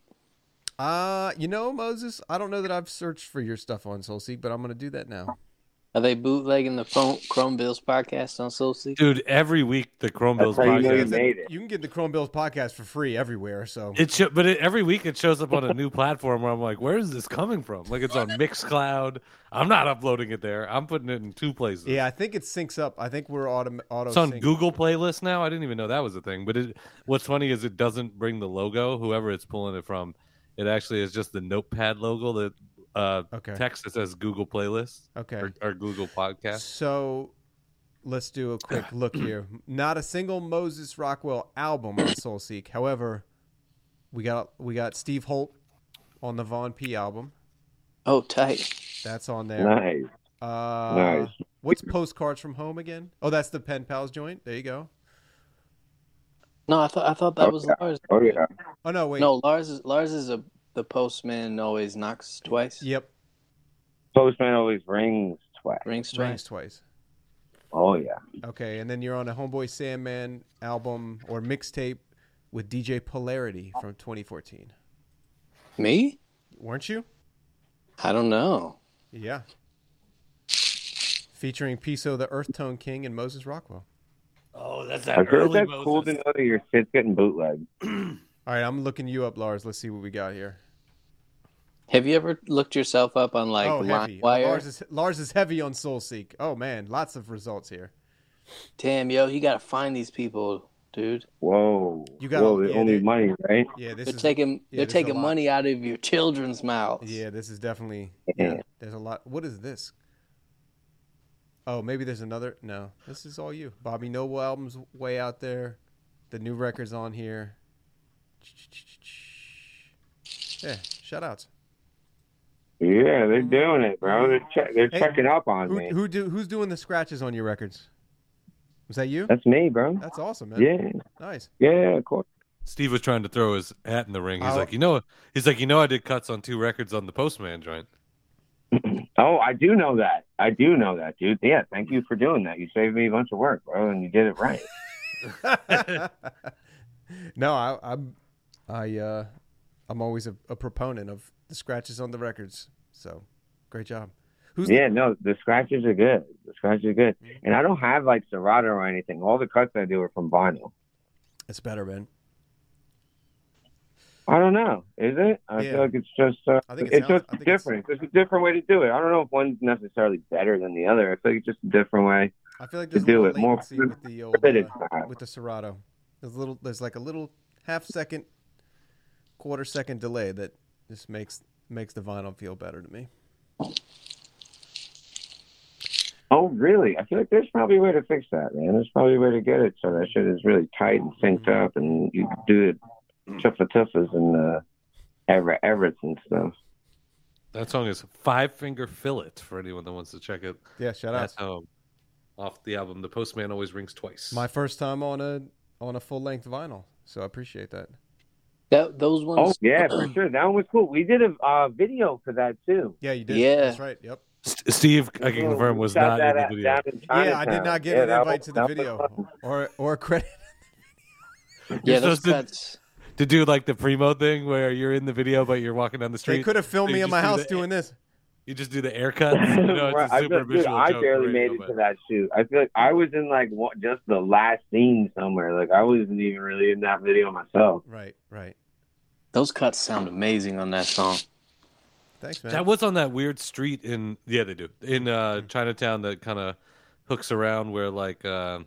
Uh, you know, Moses, I don't know that I've searched for your stuff on SoulSeek, but I'm going to do that now.
Are they bootlegging the phone, Chrome Bills podcast on Soul Seek?
Dude, every week the Chrome Bills podcast.
You can get the Chrome Bills podcast for free everywhere. So
It show, but it, every week it shows up on a new platform where I'm like, where is this coming from? Like it's on Mixcloud. I'm not uploading it there. I'm putting it in two places.
yeah, I think it syncs up. I think we're auto auto.
It's on
sync.
Google Playlist now. I didn't even know that was a thing. But it, what's funny is it doesn't bring the logo. Whoever it's pulling it from, it actually is just the Notepad logo that uh,
Okay.
text that says Google Playlist.
Okay.
Or, or Google Podcast.
So let's do a quick look here. Not a single Moses Rockwell album on Soul Seek. However, we got we got Steve Holt on the Von P album.
Oh, tight.
That's on there.
Nice.
Uh,
Nice.
What's postcards from home again? Oh, that's the pen pals joint. There you go.
No, I thought I thought that
Oh,
was
yeah.
Lars.
Oh yeah.
Oh no, wait.
No, Lars is Lars is a the postman always knocks twice.
Yep.
Postman always rings twice.
Rings
twice. Rings twice.
Oh yeah.
Okay, and then you're on a Homeboy Sandman album or mixtape with DJ Polarity from 2014.
Me?
Weren't you?
I don't know.
Yeah. Featuring Piso the Earth Tone King and Moses Rockwell.
Oh, that's
I feel like that's cool to know that your shit's getting bootlegged.
All right, I'm looking you up, Lars. Let's see what we got here.
Have you ever looked yourself up on like
oh, heavy.
LimeWire?
Lars is, Lars is heavy on Soul Seek. Oh, man. Lots of results here.
Damn, yo, you gotta find these people, dude.
Whoa.
You got-
Whoa, they
yeah,
owe me
they-
money, right?
Yeah, this
they're
is
taking
yeah,
they're
this is a
taking
lot.
money out of your children's mouths.
Yeah, this is definitely. Yeah.
Yeah.
There's a lot. What is this? Oh, maybe there's another. No, this is all you. Bobby Noble albums way out there. The new records on here. Yeah, shout outs.
Yeah, they're doing it, bro. They're check they're
Mm-hmm. Hey,
checking up on
Who,
me.
who do who's doing the scratches on your records? Was that you?
That's me, bro.
That's awesome, man.
Yeah.
Nice.
Yeah, of course.
Steve was trying to throw his hat in the ring. He's
Oh.
like, you know, he's like, you know, I did cuts on two records on the Postman joint.
Oh, I do know that. I do know that, dude. Yeah, thank you for doing that. You saved me a bunch of work, bro, and you did it right.
no, I, I'm, I, uh, I'm always a, a proponent of the scratches on the records. So, great job. Who's
yeah, no, the scratches are good. The scratches are good. And I don't have like Serato or anything. All the cuts I do are from vinyl.
It's better, man.
I don't know. Is it? I
Yeah.
feel like it's just uh,
I think it
it's
sounds-
just
I think it's-
different. It's... just a different way to do it. I don't know if one's necessarily better than the other. I feel like it's just a different way.
I feel like
To
there's a
do
little
it more
latency with the old
fitted
uh,
style.
with the Serato. There's a little. There's like a little half second, quarter second delay that just makes makes the vinyl feel better to me.
Oh, really? I feel like there's probably a way to fix that, man. There's probably a way to get it so that shit is really tight and synced up, and you do it tuffa tuffas and uh, Everett Everett's and stuff.
That song is Five Finger Fillet for anyone that wants to check it.
Yeah, shout
at
outs.
home. Off the album, The Postman Always Rings Twice.
My first time on a on a full length vinyl, so I appreciate that.
That those
Oh
ones.
yeah, for sure. That one was cool. We did a uh, video for that too.
Yeah, you did.
Yeah.
that's right. Yep.
S- Steve, I can confirm, was not in the video.
Yeah, I did not get an invite to the video or or credit.
Yeah,
You're
those
supposed to-
cuts.
To do like the primo thing where you're in the video but you're walking down the street.
They could have filmed
So
me
you
in my
just do
house
the-
doing this.
You just do the air cuts. You know, it's a
I,
super
feel, dude,
visual
I
joke
barely
for
made
radio,
it to
but-
that shoot. I feel like I was in like one, just the last scene somewhere. Like I wasn't even really in that video myself.
Right, right.
Those cuts sound amazing on that song.
Thanks, man.
That was on that weird street in yeah they do in uh,
Hmm.
Chinatown that kind of hooks around where like uh,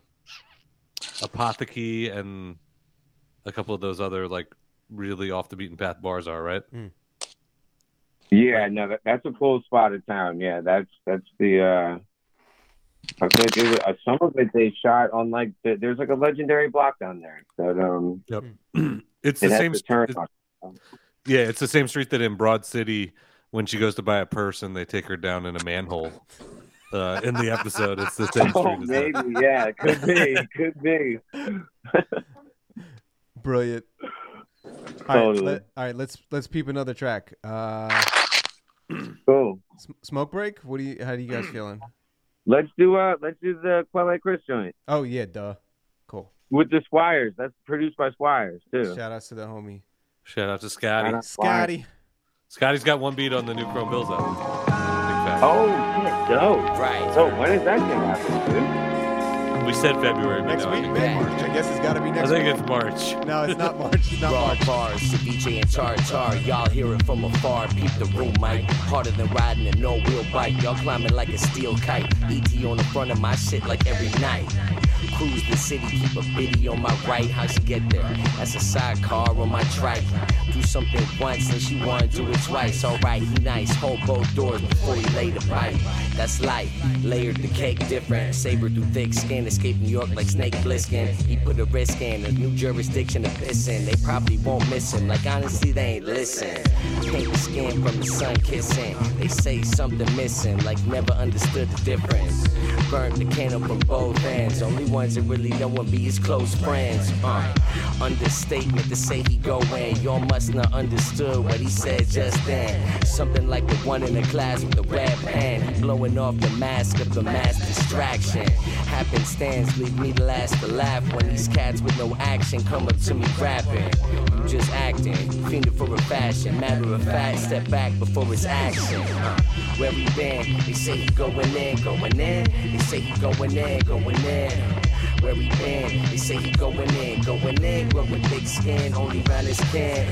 Apotheke and a couple of those other like really off the beaten path bars are right.
Yeah, no, that, that's a cool spot of town. Yeah, that's that's the. uh I feel like there's a, some of it they shot on like the, there's like a legendary block down there that um
Yep. it's
it
the
has
same.
to
s-
turn
it's-
on.
yeah, it's the same street that in Broad City when she goes to buy a purse and they take her down in a manhole. Uh, in the episode, it's the same
Oh,
street. as that.
maybe yeah, it could be, could be.
Brilliant. All right,
Totally.
let, all right, let's let's peep another track. Uh,
Cool.
sm- smoke break. What do you? How do you guys feeling?
Let's do uh let's do the Quelle Chris joint
Oh yeah, duh. Cool.
with the Squires. That's produced by Squires too.
Shout outs to the homie
Shout out to Scotty.
Shout out.
Scotty.
Scotty's got one beat on the new Chrome Bills album. Big fact.
Oh shit, dope.
Right.
So when is that gonna happen? Oh.
We said February.
Next week, mid March. I guess it's got to be
I
next
think
week.
it's March.
No, it's not March. It's not
Raw
March.
bars, ceviche and char char. Y'all hear it from afar. Peep the room mic. Harder than riding a no wheel bike. Y'all climbing like a steel kite. ET on the front of my shit like every night. Cruise the city, keep a biddy on my right. How'd she get there? That's a sidecar on my trike. Do something once and she wanna do it twice. Alright, he nice. Hold both doors before he lay the pipe. That's life. Layered the cake different. Saber through thick skin. Escape New York like Snake Plissken. He put a risk in a new jurisdiction to piss in. They probably won't miss him. Like honestly, they ain't listen. Paint the skin from the sun kissing. They say something missing. Like never understood the difference. Burnt the candle from both ends. Only ones that really know him be his close friends. Uh, understatement to say he go in. Y'all must not understood what he said just then. Something like the one in the class with the red pen. He blowing off the mask of the mass distraction. Happenstance leave me the last to laugh when these cats with no action come up to me rapping. You just acting, fiending for a fashion. Matter of fact, step back before it's action. Uh, where we been? They say he going in, going in. They say he going in, going in. Where we been? They say he going in, going in. Growing thick skin, only round his kin.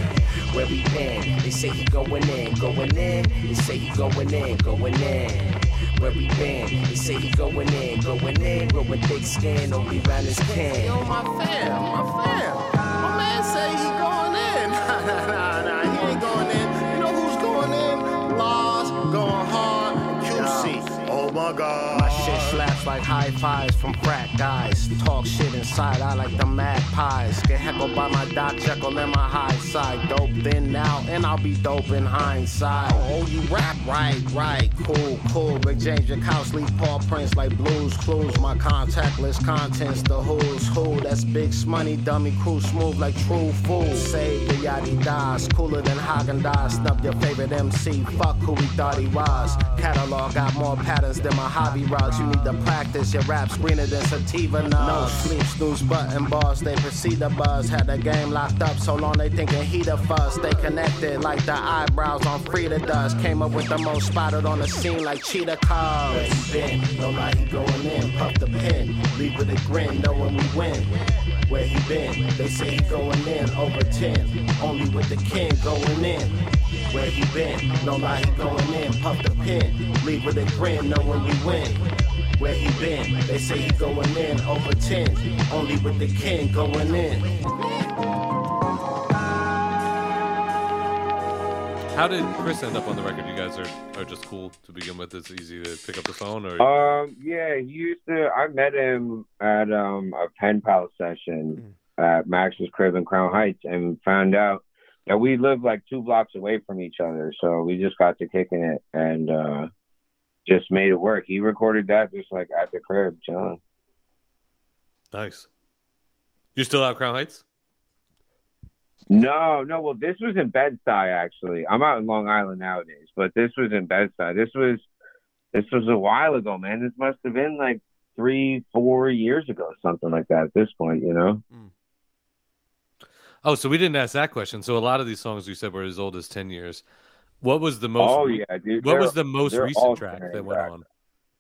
Where we been? They say he going in, going in. They say he going in, going in. Where we been? They say he going in, going in. Growing thick skin, only round his kin.
Yo, my fam, my fam. My man say he going in. Nah, nah, nah, nah, he ain't going in. You know who's going in? Laws going hard. QC. Oh my god.
My shit slaps like high fives from frat guys. Talk shit inside, I like the mad pies. Get heckled by my doc, Jekyll and my high side. Dope then now, and I'll be dope in hindsight. Oh, you rap right, right. Cool, cool. Rick James Jakowski, Paul Prince, like blues clues. My contactless contents, the who's who. That's big smoney, dummy crew, smooth like true fool. Save the yaddy dies, cooler than Hagen Dazs. Snub your favorite MC, fuck who he thought he was. Catalog got more patterns than my hobby rods. You need to practice your raps greener than sativa nuts. No sleep, snooze button bars, they proceed the buzz. Had the game locked up so long they thinking he the fuss. They connected like the eyebrows on Frida Dust. Came up with the most spotted on the scene like cheetah cubs. Where he been? No lie, he going in. Puff the pin, leave with a grin, knowing we win. Where he been? They say he going in over 10. Only with the kin going in. Where he been? No lie, he going in. Puff the pin, leave with a grin, knowing we win. Where he been? They say he going in over 10. Only with the kin going in.
How did Chris end up on the record? You guys are, are just cool to begin with. It's easy to pick up the phone, or
Um, yeah, he used to. I met him at um a pen pal session at Max's crib in Crown Heights, and found out that we lived like two blocks away from each other. So we just got to kicking it and uh just made it work. He recorded that just like at the crib, chilling.
nice. You're still out Crown Heights?
No, no. Well, this was in Bed Stuy actually. I'm out in Long Island nowadays, but this was in Bed Stuy. This was this was a while ago, man. This must have been like three, four years ago, something like that. At this point, you know.
Oh, so we didn't ask that question. So a lot of these songs you said were as old as ten years. What was the most?
oh yeah, dude.
What
They're-
was the most
they're
recent
all
track
generic
that went
tracks.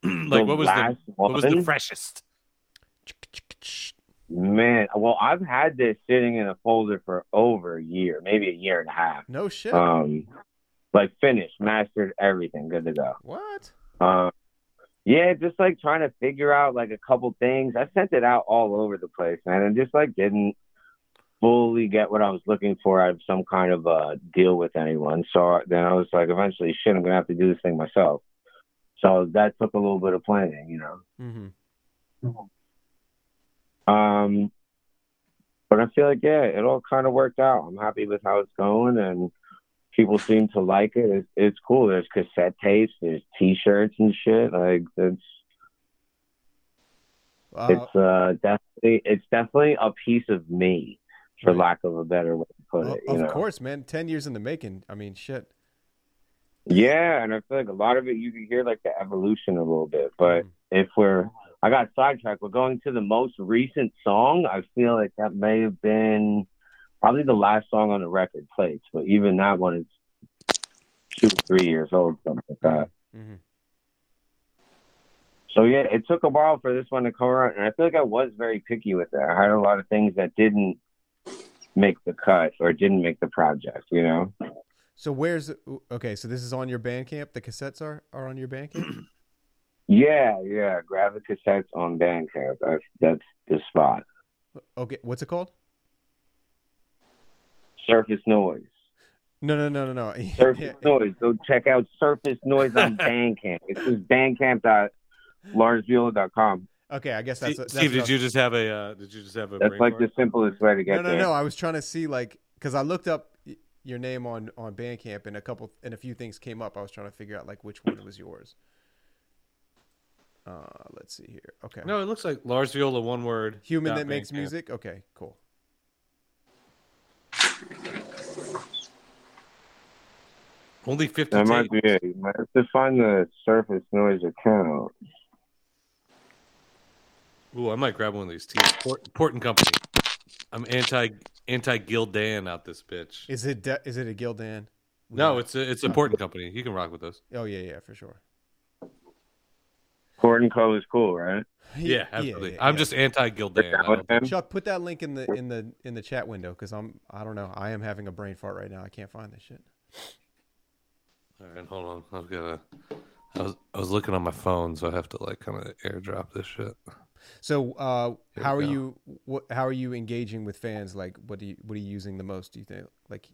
on? like
The
what was the
last
what was the
one?
freshest?
Man, well, I've had this sitting in a folder for over a year, maybe a year and a half.
No shit.
Uh.
Um, like finished, mastered everything, good to go.
what?
Um, yeah, just like trying to figure out like a couple things. I sent it out all over the place, man, and just like didn't fully get what I was looking for out of some kind of uh, deal with anyone. So then I was like, eventually, shit, I'm gonna have to do this thing myself. So that took a little bit of planning, you know.
Mm-hmm.
Um, but I feel like yeah, it all kind of worked out. I'm happy with how it's going, and people seem to like it. It's, it's cool. There's cassette tapes, there's T-shirts and shit. Like it's
Uh,
it's uh definitely it's definitely a piece of me, for lack of a better way to put
o-
it. You
of
know?
course, man. Ten years in the making. I mean, shit.
Yeah, and I feel like a lot of it you can hear like the evolution a little bit. But if we're I got sidetracked, we're going to the most recent song. I feel like that may have been probably the last song on the record plates, but even that
Mm-hmm.
one is two, three years old, something like that.
Mhm.
So yeah, it took a while for this one to come around, and I feel like I was very picky with it. I had a lot of things that didn't make the cut or didn't make the project. You know,
So where's okay? So this is on your Bandcamp. The cassettes are are on your Bandcamp.
yeah, yeah. Grab the cassettes on Bandcamp. That's that's the spot.
okay, what's it called?
Surface noise.
No, no, no, no, no.
Surface noise. Go check out Surface Noise on Bandcamp. It's just bandcamp.lawrencebueller.com.
Okay, I guess that's
Steve,
that's
Steve,
what I
did
was-
you just have a? Uh, did you just have a?
That's
brain
like
fart?
the simplest way to get
No, no,
there.
no. I was trying to see like because I looked up y- your name on on Bandcamp and a couple and a few things came up. I was trying to figure out like which one was yours. Uh, let's see here. Okay.
No, it looks like Lars Viola, one word.
Human
dot
that makes
Bandcamp.
music. Okay, cool.
Only fifty.
That
tapes.
might be it. You might have to find the Surface Noise account.
Ooh, I might grab one of these teas. Port, Port and Company. I'm anti anti Gildan out this bitch.
Is it de- is it a Gildan?
No, it's a it's a Port and Company. You can rock with those.
Oh yeah, yeah, for sure.
Gordon Cole is cool, right?
Yeah, absolutely. I'm just anti Gildan. I don't-
Chuck, put that link in the in the in the chat window because I'm I don't know I am having a brain fart right now. I can't find this shit.
All right, hold on. I've got a. I was I was looking on my phone, so I have to like kind of airdrop this shit.
So, uh,
Here
how are
we go.
you? What how are you engaging with fans? Like, what do you what are you using the most? Do you think? Like,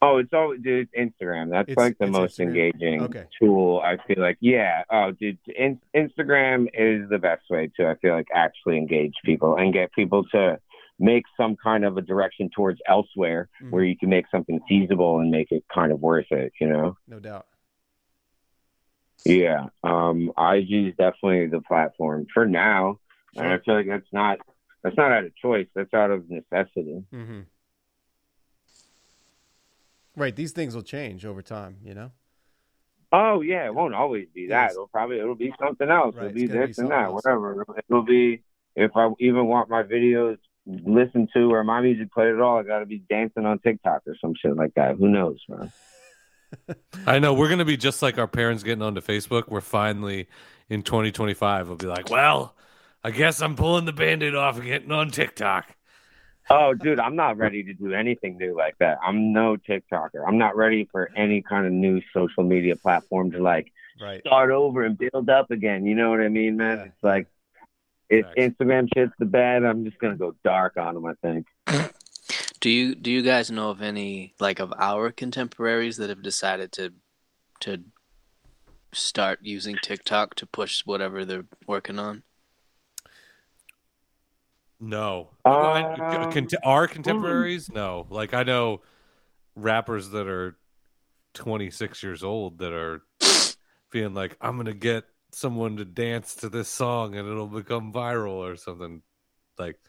Oh, it's always dude, it's Instagram. That's
It's-
like the
it's
most
Instagram.
engaging
Okay.
tool. I feel like, yeah. Oh, dude, in, Instagram is the best way to I feel like actually engage people and get people to make some kind of a direction towards elsewhere
Mhm.
where you can make something feasible and make it kind of worth it. You know?
no doubt.
Yeah. Um, IG is definitely the platform for now, and I feel like that's not that's not out of choice. That's out of necessity.
Mm-hmm. Right, these things will change over time. You know.
Oh yeah, it won't always be that.
Yes.
It'll probably it'll be something else.
Right,
it'll be
it's gonna be
this and
something
that,
else.
whatever. It'll be if I even want my videos listened to or my music played at all, I gotta be dancing on TikTok or some shit like that. Who knows, man?
I know we're gonna be just like our parents getting onto Facebook. We're finally in 2025. We'll be like, well, I guess I'm pulling the band-aid off and getting on TikTok.
Oh, dude, I'm not ready to do anything new like that. I'm no TikToker. I'm not ready for any kind of new social media platform to like
Right.
Oh,
start over and build up again. You know what I mean, man? It's like if Instagram shit's the bad, I'm just gonna go dark on them. I think.
Do you do you guys know of any like of our contemporaries that have decided to to start using TikTok to push whatever they're working on?
No. I- I- cont- our contemporaries? No. Like I know rappers that are 26 years old that are feeling like I'm going to get someone to dance to this song and it'll become viral or something like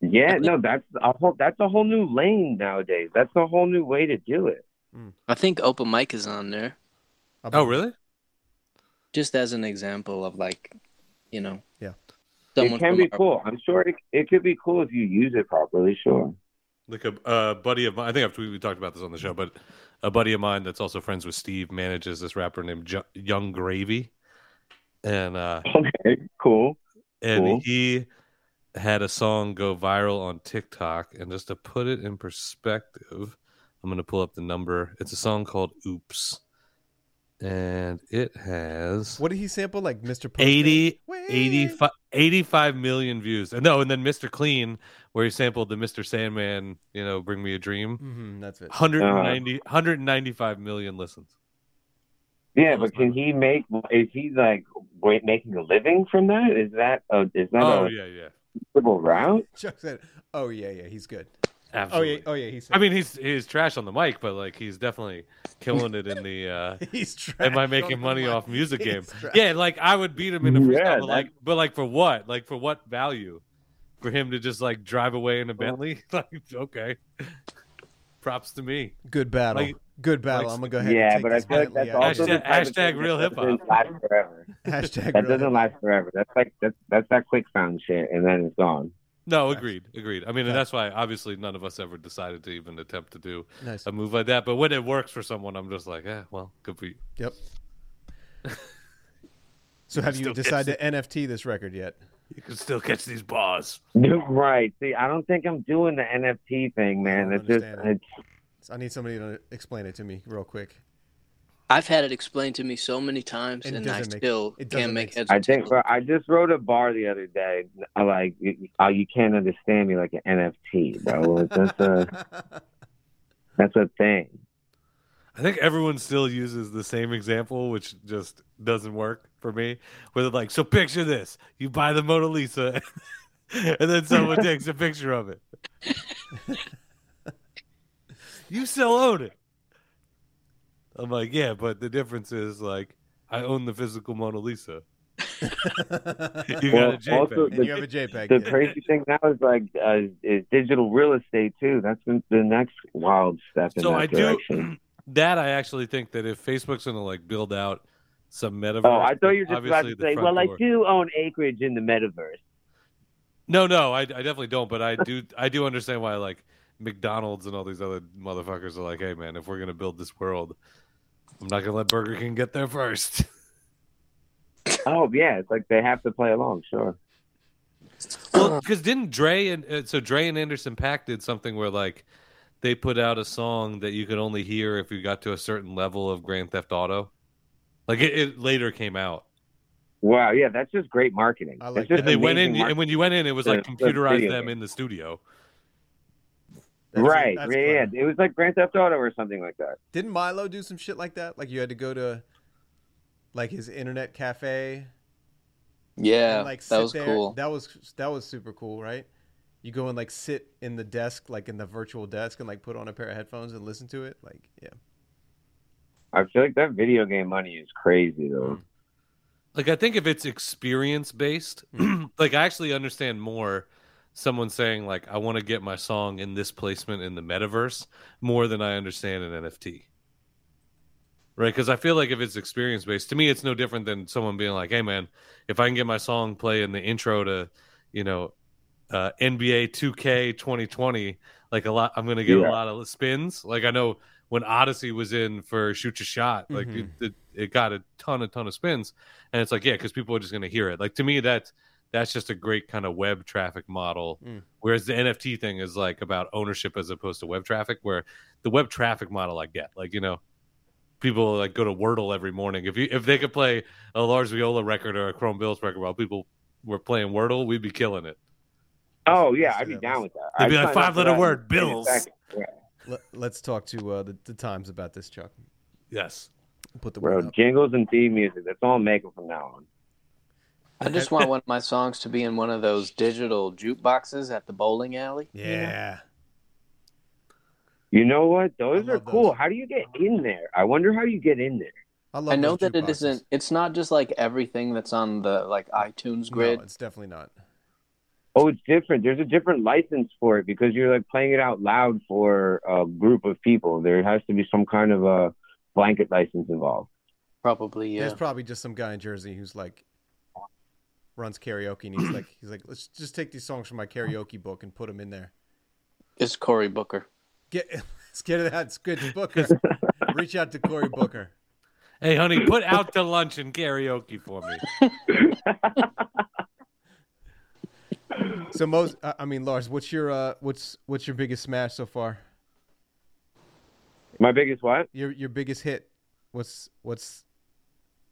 Yeah, no, that's a whole that's a whole new lane nowadays. That's a whole new way to do it.
I think open mic is on there.
Oh, really?
Just as an example of like, you know,
yeah,
it can be cool. I'm sure it, it could be cool if you use it properly. Sure.
like a, a buddy of mine. I think I've, we talked about this on the show, but a buddy of mine that's also friends with Steve manages this rapper named Ju- Young Gravy, and uh,
okay, cool.
And
Cool.
he had a song go viral on TikTok, and just to put it in perspective, I'm gonna pull up the number. It's a song called "Oops," and it has
What did he sample? Like Mr. Postman?
80, 85, 85 million views. And no, and then Mr. Clean, where he sampled the Mr. Sandman, you know, Bring Me a Dream.
Mhm, that's it.
190, 195 million listens.
Yeah, but can he make? Is he like wait, making a living from that? Is that a is that
Oh,
a
yeah, yeah.
feasible route?
Chuck said, "Oh yeah, yeah, he's good." Oh
Absolutely.
yeah, oh yeah, he's.
I mean, he's he's trash on the mic, but like he's definitely killing it in the. uh
He's
Am I
trash on
making
the
money
mic.
off music
He's
game?
trash.
Yeah, like I would beat him in a freestyle,
Yeah,
but like, but like for what? Like for what value? For him to just like drive away in a Bentley? Like okay, props to me.
Good battle.
Like-
Good battle.
like-
I'm gonna go ahead.
Yeah,
and take
but I
this
feel like
Bentley out.
that's also the Hashtag- type of hashtag thing real that hip-hop. doesn't
last forever.
Hashtag
that
real hip-hop.
doesn't last forever. That's like that's that's that quick sound shit, and then it's gone.
No, agreed, agreed. I mean, and that's why obviously none of us ever decided to even attempt to do
Nice.
a move like that. But when it works for someone, I'm just like, eh, well, good for you.
Yep. So have you
Still catch
decided
the-
to NFT this record yet?
You can still catch these bars.
right. See, I don't think I'm doing the NFT thing, man. It's just
understand
it's
So I need somebody to explain it to me real quick.
I've had it explained to me so many times,
It
and I
doesn't make-
still
it doesn't
can't make heads.
I
or
think bro, I just wrote a bar the other day. I like you, uh, you can't understand me like an NFT, bro. that's
uh,
a that's a thing.
I think everyone still uses the same example, which just doesn't work for me. Where they're like, so picture this: you buy the Mona Lisa, and then someone takes a picture of it. you still own it. I'm like, yeah, but the difference is like, I own the physical Mona Lisa. you got
Well,
a JPEG.
also the- The crazy thing now is like uh, is digital real estate too. That's the the next wild step in
So
that
I do
direction.
that. I actually think that if Facebook's going to like build out some metaverse,
Oh, I thought you were just about
obviously
to
the
say,
front
well, I
door-
do own acreage in the metaverse.
No, no, I, I definitely don't. But I do, I do understand why like McDonald's and all these other motherfuckers are like, hey man, if we're gonna build this world, I'm not gonna let Burger King get there first.
Oh yeah, it's like they have to play along. Sure.
well, because didn't Dre and uh, so Dre and Anderson Pack did something where like they put out a song that you could only hear if you got to a certain level of Grand Theft Auto. Like it, it later came out.
Wow. Yeah, that's just great marketing. I
and they went in, and when you went in, it was like computerized them in the studio.
right.
that's
yeah, yeah, it was like Grand Theft Auto or something like that.
Didn't Milo do some shit like that? Like you had to go to like his internet cafe.
Yeah,
and, like
that
sit
was
there.
cool.
That was that was super cool, right? You go and like sit in the desk, like in the virtual desk, and like put on a pair of headphones and listen to it. Like, yeah,
I feel like that video game money is crazy
Mm.
though.
Like I think if it's experience based, like I actually understand more someone saying like I want to get my song in this placement in the metaverse more than I understand an NFT. Right? Cuz I feel like if it's experience based, to me it's no different than someone being like, "Hey man, if I can get my song play in the intro to, you know, uh, NBA 2K 2020, like a lot I'm going to get
Yeah.
a lot of spins. Like I know when Odyssey was in for shoot your shot, like
Mhm.
it, it, it got a ton, a ton of spins, and it's like yeah, because people are just going to hear it. Like to me, that's that's just a great kind of web traffic model.
Mm.
Whereas the NFT thing is like about ownership as opposed to web traffic, where the web traffic model I get, like you know, people like go to Wordle every morning. If you if they could play a Lars Viola record or a Chrome Bills record while people were playing Wordle, we'd be killing it.
Oh yeah, I'd be down with that.
They'd be
I'd
like
sign up
five
for
letter
that
word
in a
bills.
second. Yeah.
Let, let's talk to uh, the, the times about this, Chuck.
Yes.
Put the word
Bro,
up.
jingles and theme music. That's all I'm making from now on.
I just want one of my songs to be in one of those digital jukeboxes at the bowling alley. you know?
You know what? Those are cool. How do you get in there? I wonder how you get in there.
I,
love
know
those
that it
jukeboxes.
isn't. It's not just like everything that's on the like iTunes grid.
No, it's definitely not.
Oh, it's different. There's a different license for it because you're like playing it out loud for a group of people. There has to be some kind of a blanket license involved.
Probably, yeah.
There's probably just some guy in Jersey who's like runs karaoke and he's like he's like let's just take these songs from my karaoke book and put them in there.
It's Cory Booker.
Get let's get it out. It's good Booker. Reach out to Cory Booker.
Hey, honey, put out to lunch and karaoke for me.
So most I I mean Lars, what's your uh what's what's your biggest smash so far?
My biggest what?
Your your biggest hit. What's what's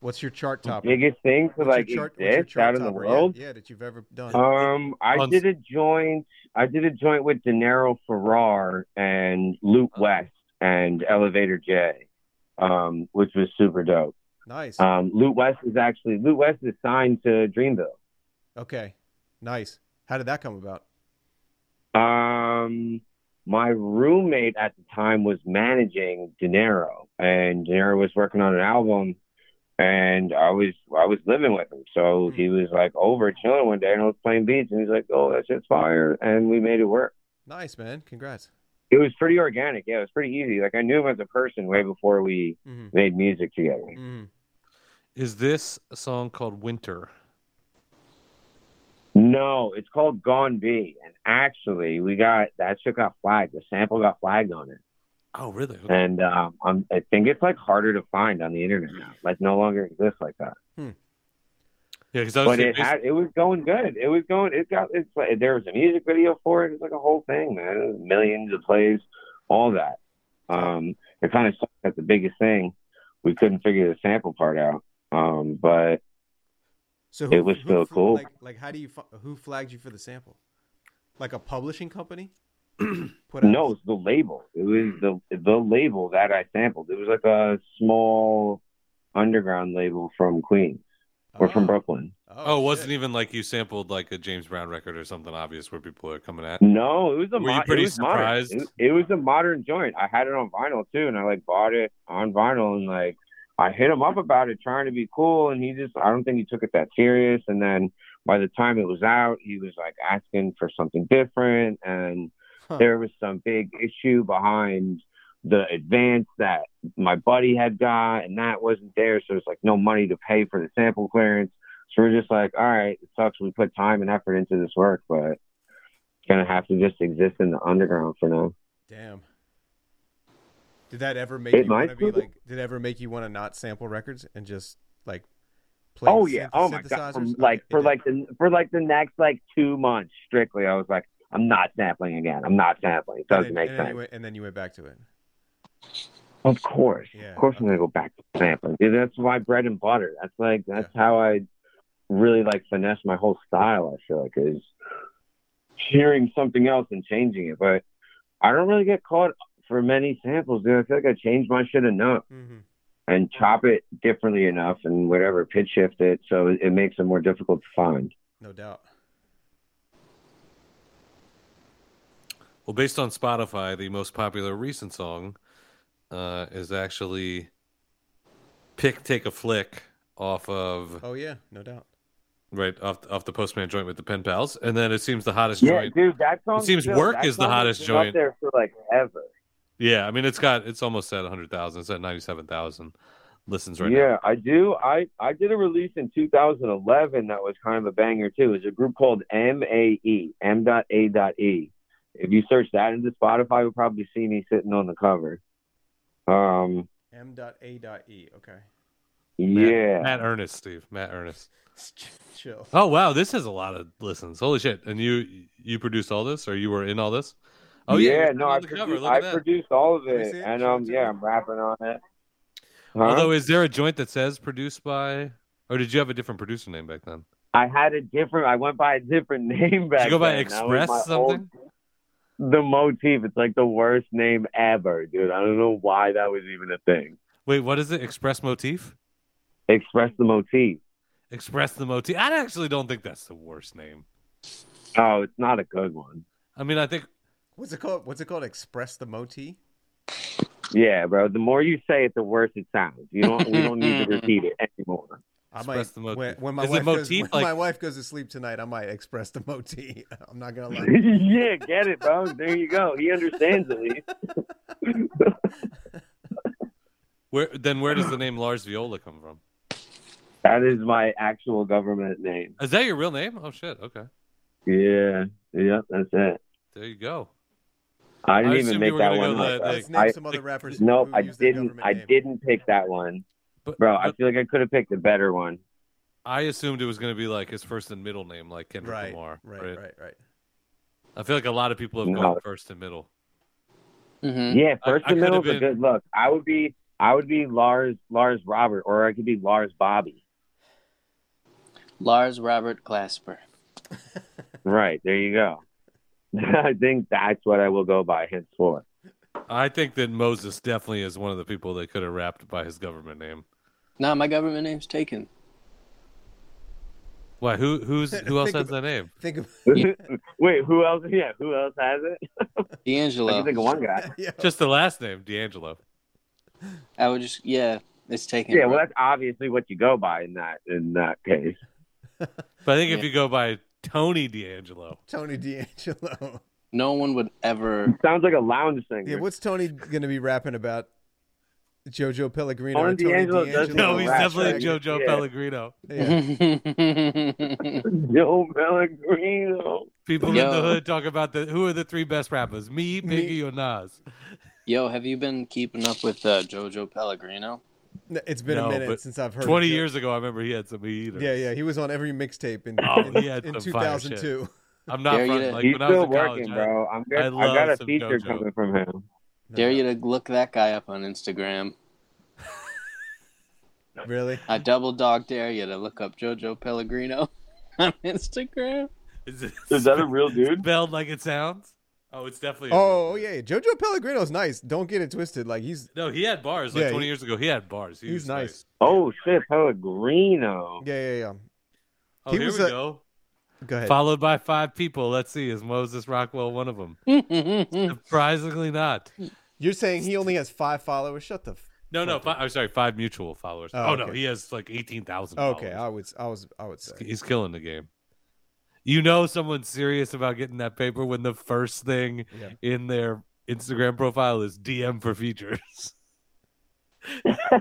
what's your chart topper?
Biggest thing to
What's your
like
chart- what's your
exist
chart
out in the
topper? Yeah,
world.
Yeah, that you've ever done.
Um, I did a joint. I did a joint with De Niro Farrar and Luke West and Elevator J, um, which was super dope.
Nice.
Um, Luke West is actually Luke West is signed to Dreamville.
Okay. Nice. How did that come about?
Um, my roommate at the time was managing De Niro, and De Niro was working on an album, and I was I was living with him, so he was like over chilling one day, and I was playing beats, and he's like, "Oh, that shit's fire," and we made it work.
Nice, man. Congrats.
It was pretty organic, yeah. It was pretty easy. Like I knew him as a person way before we
Mhm.
made music together.
Mm-hmm.
Is this a song called Winter?
No, it's called Gone B, and actually, we got that shit got flagged. The sample got flagged on it.
Oh, really?
and um, I'm, I think it's like harder to find on the internet now. Like no longer exists like that.
Yeah, because
but it had, it was going good. It was going. It got. It's like there was a music video for it. It's like a whole thing, man. It was millions of plays, all that. Um, it kind of sucked that the biggest thing we couldn't figure the sample part out. Um, but
So who,
it was
who
still
fl-
cool.
Like, like, how do you fi- who flagged you for the sample? Like a publishing company? Put out
no, it's the label. It was the the label that I sampled. It was like a small underground label from Queens or from Brooklyn.
Oh, it wasn't even like you sampled like a James Brown record or something obvious where people are coming at.
No, it was a.
Were you
mo-
pretty
it was
surprised?
Modern. It, it was a modern joint. I had it on vinyl too, and I like bought it on vinyl, and like I hit him up about it, trying to be cool, and he just I don't think he took it that serious. And then by the time it was out, he was like asking for something different, and there was some big issue behind the advance that my buddy had got, and that wasn't there, so it's like no money to pay for the sample clearance. So we're just like, all right, it sucks. We put time and effort into this work, but it's gonna have to just exist in the underground for now.
Damn. Did that ever make
It
you want to
might
be
be.
like? Did it ever make you want to not sample records and just like play?
oh
synth-
yeah, oh my god! For,
synthesizers?
like for like the for like the next like two months strictly, I was like, I'm not sampling again. I'm not sampling. It
And then-
doesn't make
and Then
sense.
you went, and then you went back to it.
Of course,
Yeah,
of course, I'm gonna go back to sampling. Dude, that's my bread and butter. That's like that's how I really like finesse my whole style. I feel like is hearing something else and changing it. But I don't really get caught for many samples. Dude, I feel like I change my shit enough
Mm-hmm.
and chop it differently enough and whatever pitch shift it, so it, it makes it more difficult to find.
No doubt.
Well, based on Spotify, the most popular recent song uh, is actually "Pick Take a Flick" off of
Oh yeah, no doubt.
right off off the Postman joint with the Pen Pals, and then it seems the hottest
Yeah,
joint.
dude, that song.
It seems
dude,
work
that
is the
song
hottest
been up
joint.
there for like ever.
Yeah, I mean it's got it's almost at hundred thousand. It's at ninety seven thousand listens right
yeah, I do. I I did a release in 2011 that was kind of a banger too. It's a group called MAE, M dot A dot E. If you search that into Spotify, you'll probably see me sitting on the cover. Um,
M. Dot A. Dot E. Okay.
now. Matt-
yeah,
Matt Ernest, Steve, Matt Ernest.
Chill.
Oh wow, this has a lot of listens. Holy shit! And you you produced all this, or you were in all this? Oh yeah, you're
no,
on
I,
the
produ-
cover. Look at
I
that.
produced all of
Let me
it,
see it.
and
Show it
um,
to me.
yeah, I'm rapping on it. Huh?
Although, is there a joint that says produced by, or did you have a different producer name back then?
I had a different. I went by a different name back.
Did you go by
then. That was
Express
my
something?
old- the motif. It's like the worst name ever, dude. I don't know why that was even a thing.
Wait, what is it? Express motif?
Express the motif.
Express the motif. I actually don't think that's the worst name.
Oh, it's not a good one.
I mean, I think
What's it called? What's it called? Express the moti.
Yeah, bro. The more you say it, the worse it sounds. You don't. we don't need to repeat it anymore.
I might
the motif.
when, when my
Is it
wife
motif,
goes, when
like-
my wife goes to sleep tonight. I might express the moti. I'm not gonna lie.
yeah, get it, bro. There you go. He understands at least.
Where then? Where does the name Lars Viola come from?
That is my actual government name.
Is that your real name? Oh shit. Okay,
Yeah. Yep. That's it.
there you go.
I didn't
I assumed
even
you
make
were
that
gonna go
one.
the-
up, bro.
Let's
name
I-
some other rappers
Nope,
who
I
use their
didn't.
government
I
name.
didn't pick that one,
But-
bro. I feel like I could have picked a better one.
I assumed it was going to be like his first and middle name, like Kendrick
Right,
Lamar.
right, right, right.
I feel like a lot of people have
No.
gone first and middle.
Mm-hmm.
Yeah,
Mm, I-
first
I could
and middle
have
is a
been-
good look. I would be. I would be Lars Lars Robert, or I could be Lars Bobby.
Lars Robert Glasper.
Right there, you go. I think that's what I will go by henceforth.
I think that Moses definitely is one of the people that could have rapped by his government name.
Nah, my government name's taken.
Why? Who? Who's? Who else
Think
has that name?
Think of
Wait, who else? Yeah, who else has it?
D'Angelo.
I can
Uh,
think of one guy.
Just the last name, D'Angelo.
I would just yeah, it's taken.
Yeah, well,
bro.
that's obviously what you go by in that in that case.
But I think if you go by Tony D'Angelo,
Tony D'Angelo.
no one would ever.
Sounds like a lounge singer.
Yeah, what's Tony gonna be rapping about? Jojo Pellegrino.
Tony
or Tony
D'Angelo does
D'Angelo
no, he's
rap,
definitely
right?
JoJo
Yeah.
Pellegrino.
Joe Pellegrino.
People in the
Yo.
hood talk about the who are the three best rappers: me, Biggie, or Nas.
Yo, have you been keeping up with uh, JoJo Pellegrino?
N- It's been
No,
a minute
but
since I've heard. of
Twenty
Joe.
years ago, I remember he had some weed. or-
Yeah, yeah, he was on every mixtape in,
Oh,
in,
he had
in
some fire shit.
2002.
I'm not
Dare you
fronting,
to-
like,
He's
when I was
still
in college,
working,
I-
bro. I'm
I
good. I,
love
got a
some
feature
JoJo.
coming from him.
Dare you to look that guy up on Instagram.
Really?
I double dog dare you to look up Jojo Pellegrino on Instagram.
Is, it,
Is that a real dude?
Spelled like it sounds. Oh, it's definitely. a-
Oh, oh, yeah, Jojo Pellegrino's nice. Don't get it twisted. Like he's
No, he had bars like
Yeah,
twenty
he-
years ago. He had bars. He
he's
was
nice.
Oh shit, Pellegrino.
Yeah, yeah, yeah.
Oh,
He
here
was
we
a-
go.
Go ahead.
Followed by five people. Let's see. Is Moses Rockwell one of
Hmm.
them? Surprisingly not.
You're saying he only has five followers? Shut the. F-
No, no. Five, I'm sorry. Five mutual followers.
Oh,
Oh, no.
okay.
He has like 18,000.
okay,
followers.
I was, I was, I would say.
He's killing the game. You know someone's serious about getting that paper when the first thing
Yeah.
in their Instagram profile is DM for features.
I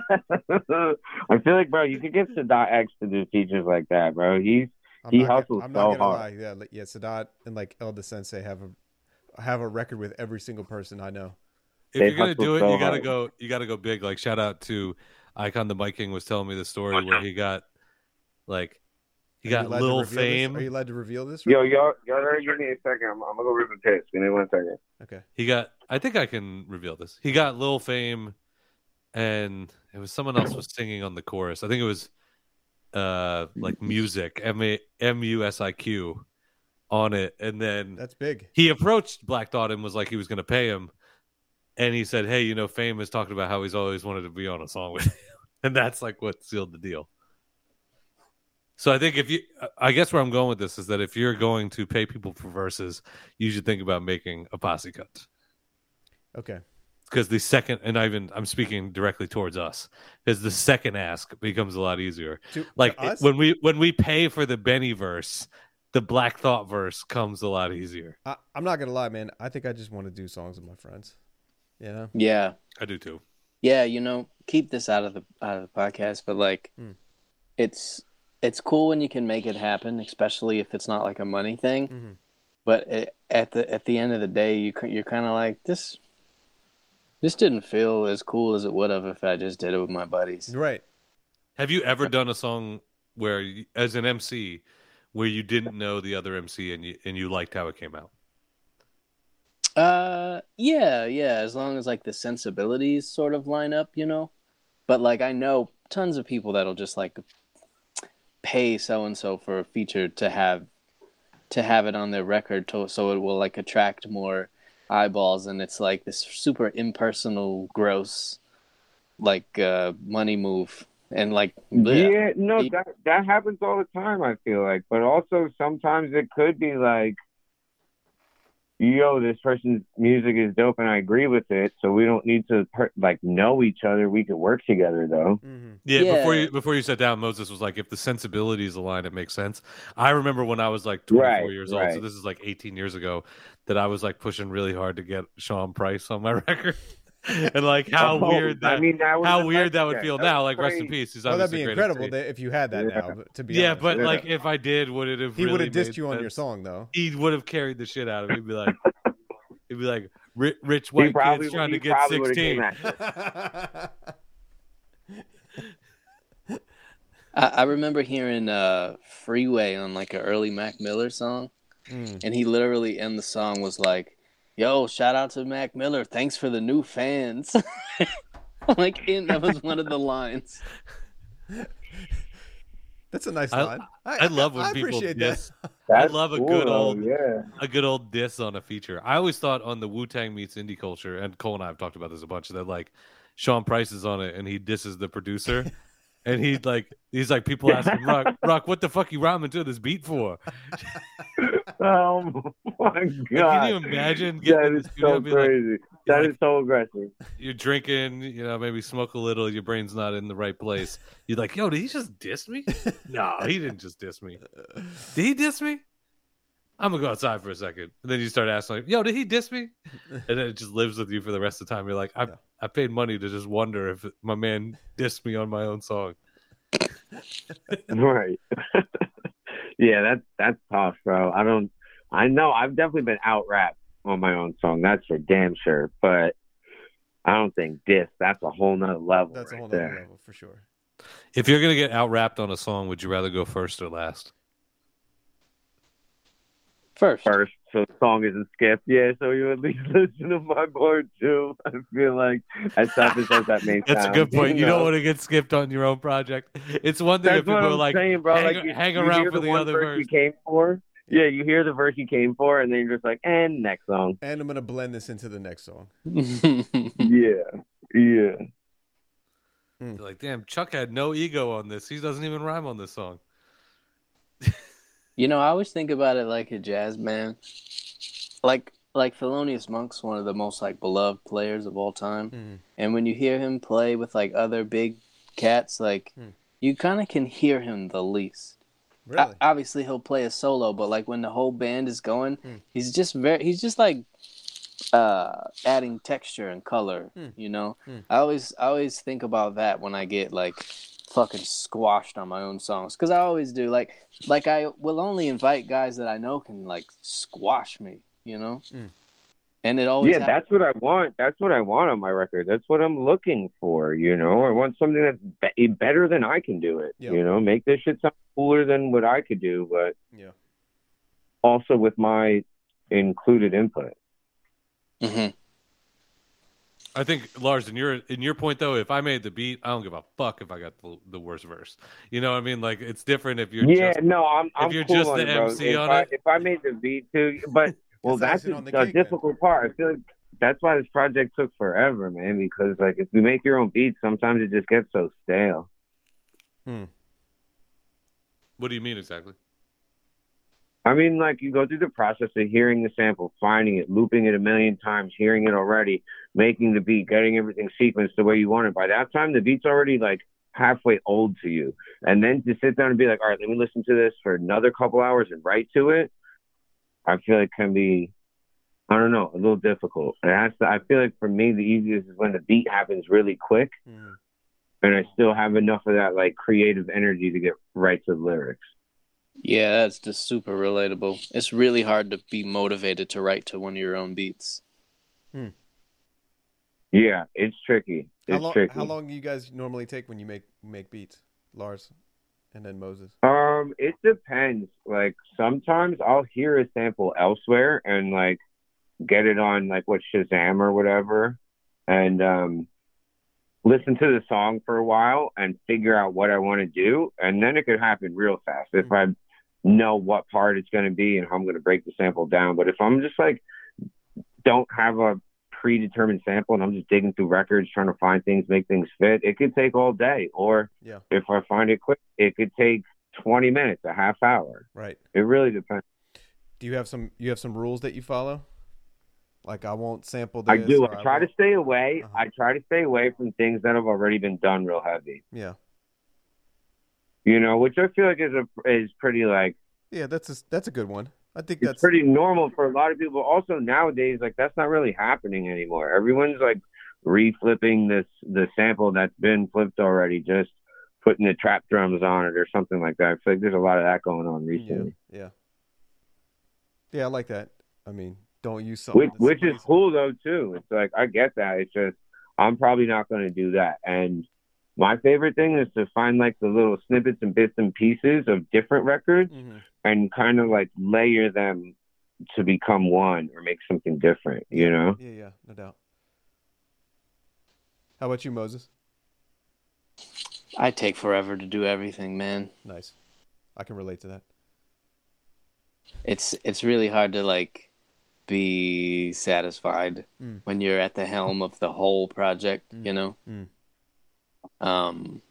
feel like, bro, you could get Sadat X to do features like that, bro. He's
I'm
he
not gonna-
hustles
I'm not
so
gonna
hard.
lie. Yeah, like, yeah. Sadat and like Elda Sensei have a have a record with every single person I know.
If
They
you're gonna
hustle
do it,
so
you gotta
hard.
go. You gotta go big. Like shout out to Icon the Viking was telling me the story
Oh,
where he got like he
Are
got
allowed to
little
reveal this? oh,
Fame.
Are you allowed to reveal this?
Yo,
right
y'all, y'all gotta give me a second. I'm, I'm gonna go rip a piss. Give me one second.
now? Okay.
He got. I think I can reveal this. He got Lil Fame, and it was someone else was singing on the chorus. I think it was, uh, like music M A M U S I Q, on it. And then
That's big.
he approached Black Thought and was like he was gonna pay him, and he said, "Hey, you know, Fame has talked about how he's always wanted to be on a song with you," and that's like what sealed the deal. So I think if you, I guess where I'm going with this is that if you're going to pay people for verses, you should think about making a posse cut
Okay.
because the second and I even I'm speaking directly towards us is the second ask becomes a lot easier.
To-
Like
to us?
when we when we pay for the Benny verse, the Black Thought verse comes a lot easier.
I, I'm not gonna lie, man. I think I just want to do songs with my friends. You know.
Yeah.
I do too.
yeah you know keep this out of the out of the podcast but like
Hmm.
it's it's cool when you can make it happen especially if it's not like a money thing
Mhm.
but it, at the at the end of the day you c- you're kind of like this this didn't feel as cool as it would have if I just did it with my buddies.
You're right.
Have you ever done a song where you- as an MC where you didn't know the other MC and you and you liked how it came out?
Uh, yeah, yeah. As long as like the sensibilities sort of line up, you know. But like I know tons of people that'll just like pay so and so for a feature to have to have it on their record, to, so it will like attract more eyeballs, and it's like this super impersonal, gross, like uh, money move, and like bleh.
Yeah, no, that that happens all the time. I feel like, but also sometimes it could be like, yo, this person's music is dope, and I agree with it. So we don't need to per- like know each other. We could work together though.
Mm-hmm.
Yeah, before
Yeah.
you before you sat down, Moses was like, if the sensibilities align, it makes sense. I remember when I was like 24
Right,
years old, so
right.
this is like 18 years ago, that I was like pushing really hard to get Sean Price on my record, and like how
Oh,
weird that
I mean, that was
how
a
weird that would
mindset.
feel
That
now.
was
Like rest in
crazy.
peace. He's
Oh, that'd
obviously
be
a great
incredible
MC.
that if you had that
Yeah.
now. but- To be
yeah,
honest.
but
Yeah.
like if I did, would it have?
he would
really
have dissed
made
you on your
sense?
song though.
He would have carried the shit out of it. He'd be like, he'd be like, "Ri- rich
He
white
probably
kids trying to
he
get
probably would've came
16.
at it.
I, I remember hearing uh, "Freeway" on like an early Mac Miller song,
Mm.
and he literally in the song was like, "Yo, shout out to Mac Miller, thanks for the new fans." like, in, that was one of the lines.
That's a nice
I-
line.
I love when
I
people
appreciate
diss.
That's
love a
cool,
good
though,
old-
yeah.
a good old diss on a feature. I always thought on the Wu Tang meets indie culture, and Cole and I have talked about this a bunch. That like Sean Price is on it, and he disses the producer, and he like he's like people asking Rock, Rock, what the fuck you rhyming to this beat for?
Oh my god!
you imagine getting
That
in the
is
studio
so
and being like-
crazy. That is
like-
so aggressive.
You're drinking, you know, maybe smoke a little. Your brain's not in the right place. You're like, yo, did he just diss me? no, he didn't just diss me. Did he diss me? I'm gonna go outside for a second. And then you start asking, like, yo, did he diss me? And then it just lives with you for the rest of the time. You're like, I
Yeah.
I paid money to just wonder if my man dissed me on my own song.
Right. yeah, that's that's tough, bro. I don't. I know I've definitely been out rapped on my own song. That's for damn sure. But I don't think this. That's a whole nother level.
That's a
right
whole
there.
other level for sure.
If you're gonna get out rapped on a song, would you rather go first or last?
First.
First, so the song isn't skipped. Yeah, so you at least listen to my board too. I feel like as selfish as that may
That's a
sound,
good point. You don't
know.
want to get skipped on your own project. It's one thing
That's
if people
what
are
I'm
like,
saying, bro.
hang,
like you,
hang
you
around
hear
for
the
the
one
other
verse
verse.
you came for. Yeah, you hear the verse you came for, and then you're just like, and next song.
And I'm gonna blend this into the next song.
yeah, yeah.
You're Like, damn, Chuck had no ego on this. He doesn't even rhyme on this song.
You know, I always think about it like a jazz band. Like like Thelonious Monk's one of the most like beloved players of all time.
Mm.
And when you hear him play with like other big cats, like
Mm.
you kind of can hear him the least.
Uh,
Really?
obviously he'll play a solo, but like when the whole band is going, he's just very he's just like uh adding texture and color,
Mm.
you know?
Mm.
I always I always think about that when I get like fucking squashed on my own songs cuz I always do like like I will only invite guys that I know can like squash me, you know? And it always
yeah, that's what I want. That's what I want on my record. That's what I'm looking for. You know, I want something that's be- better than I can do it.
Yeah.
You know, make this shit sound cooler than what I could do, but
Yeah.
also with my included input.
Mm-hmm.
I think Lars, in your in your point though, if I made the beat, I don't give a fuck if I got the, the worst verse. You know what I mean? Like it's different if you're
yeah,
just,
no, I'm.
if
I'm
you're
cool
just
on
the
it, bro.
MC
if
on
I,
it.
If I made the beat too, but well, that's
icing
a,
on the
a
cake, then.
difficult part. I feel like that's why this project took forever, man. Because like, if you make your own beats, sometimes it just gets so stale.
What do you mean exactly?
I mean, like you go through the process of hearing the sample, finding it, looping it a million times, hearing it already, making the beat, getting everything sequenced the way you want it. By that time, the beat's already like halfway old to you. And then to sit down and be like, all right, let me listen to this for another couple hours and write to it, I feel like can be, I don't know, a little difficult. And that's, the, I feel like for me, the easiest is when the beat happens really quick and I still have enough of that like creative energy to get right to the lyrics.
Yeah, that's just super relatable. It's really hard to be motivated to write to one of your own beats.
Yeah, it's tricky. It's
How long?
tricky.
How long do you guys normally take when you make make beats, Lars, and then Moses?
Um, it depends. Like sometimes I'll hear a sample elsewhere and like get it on like what Shazam or whatever, and um, listen to the song for a while and figure out what I want to do, and then it could happen real fast if I know what part it's going to be and how I'm going to break the sample down. But if I'm just like don't have a predetermined sample and I'm just digging through records trying to find things, make things fit, it could take all day or
Yeah.
if I find it quick, it could take 20 minutes, a half hour.
Right.
It really depends.
Do you have some? You have some rules that you follow? Like I won't sample this.
I do.
or
I try to
won't-
stay away.
Uh-huh.
I try to stay away from things that have already been done real heavy.
Yeah.
You know, which I feel like is a is pretty like
Yeah, that's a, that's a good one. I think
it's
that's
pretty normal for a lot of people. Also nowadays, like that's not really happening anymore. Everyone's like re-flipping this the sample that's been flipped already, just putting the trap drums on it or something like that. I feel like there's a lot of that going on recently.
yeah. Yeah, I like that. I mean, don't use something.
which,
that's
which is
amazing.
cool though too. It's like I get that. It's just I'm probably not going to do that. And my favorite thing is to find like the little snippets and bits and pieces of different records and kind of like layer them to become one or make something different. You know?
Yeah, yeah, no doubt. How about you, Moses?
I take forever to do everything, man.
Nice. I can relate to that.
It's it's really hard to like be satisfied
Mm.
when you're at the helm of the whole project, you know?
Mm.
Um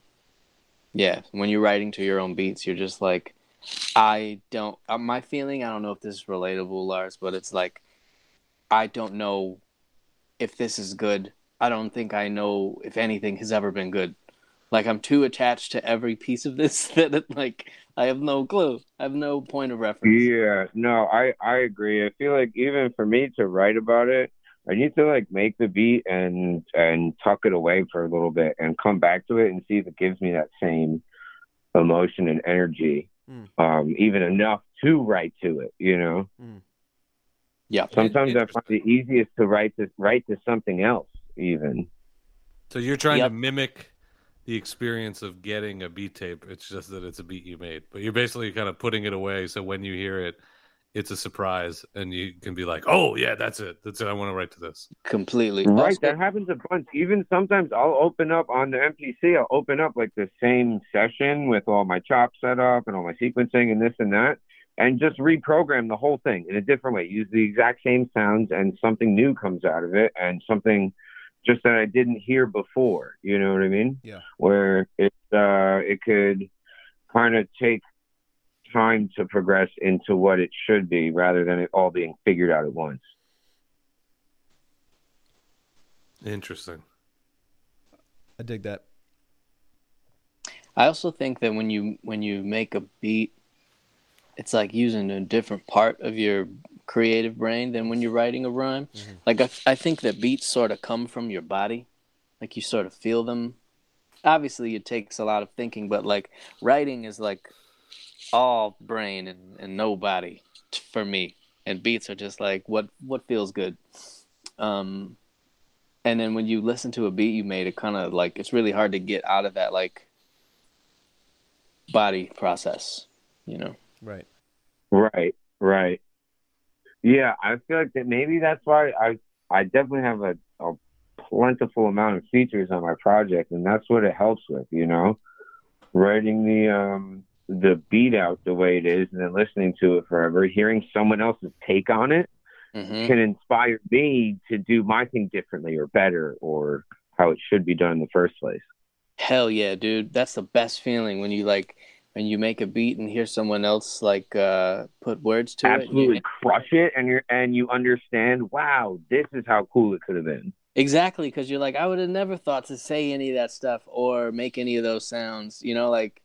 yeah, when you're writing to your own beats, you're just like I don't uh, my feeling, I don't know if this is relatable, Lars, but it's like I don't know if this is good. I don't think I know if anything has ever been good. Like I'm too attached to every piece of this that it, like I have no clue. I have no point of reference.
Yeah. No, I I agree. I feel like even for me to write about it. I need to like make the beat and and tuck it away for a little bit and come back to it and see if it gives me that same emotion and energy. um, even enough to write to it. You know,
Yeah.
sometimes I find it easiest to write to write to something else even.
So you're trying
Yep.
to mimic the experience of getting a beat tape. It's just that it's a beat you made, but you're basically kind of putting it away. So when you hear it, it's a surprise, and you can be like, "Oh yeah, that's it. That's it. I want to write to this."
Completely
Right, that happens a bunch. Even sometimes I'll open up on the MPC, I'll open up like the same session with all my chop set up and all my sequencing and this and that, and just reprogram the whole thing in a different way. Use the exact same sounds and something new comes out of it and something just that I didn't hear before. You know what I mean?
Yeah.
Where it uh, it could kind of take time to progress into what it should be rather than it all being figured out at once.
Interesting.
I dig that.
I also think that when you when you make a beat, it's like using a different part of your creative brain than when you're writing a rhyme. Like I, I think that beats sort of come from your body, like you sort of feel them. Obviously, it takes a lot of thinking, but like writing is like all brain and, and no body t- for me. And beats are just like what what feels good. Um, and then when you listen to a beat you made, it kind of like it's really hard to get out of that like body process, you know.
Right.
Right, right. Yeah, I feel like that maybe that's why I I definitely have a, a plentiful amount of features on my project and that's what it helps with, you know. Writing the um the beat out the way it is and then listening to it forever, hearing someone else's take on it can inspire me to do my thing differently or better or how it should be done in the first place.
Hell yeah, dude. That's the best feeling when you like when you make a beat and hear someone else like uh put words to
Absolutely
it.
crush it and you're and you understand, wow, this is how cool it could have been.
Exactly, cuz you're like I would have never thought to say any of that stuff or make any of those sounds, you know, like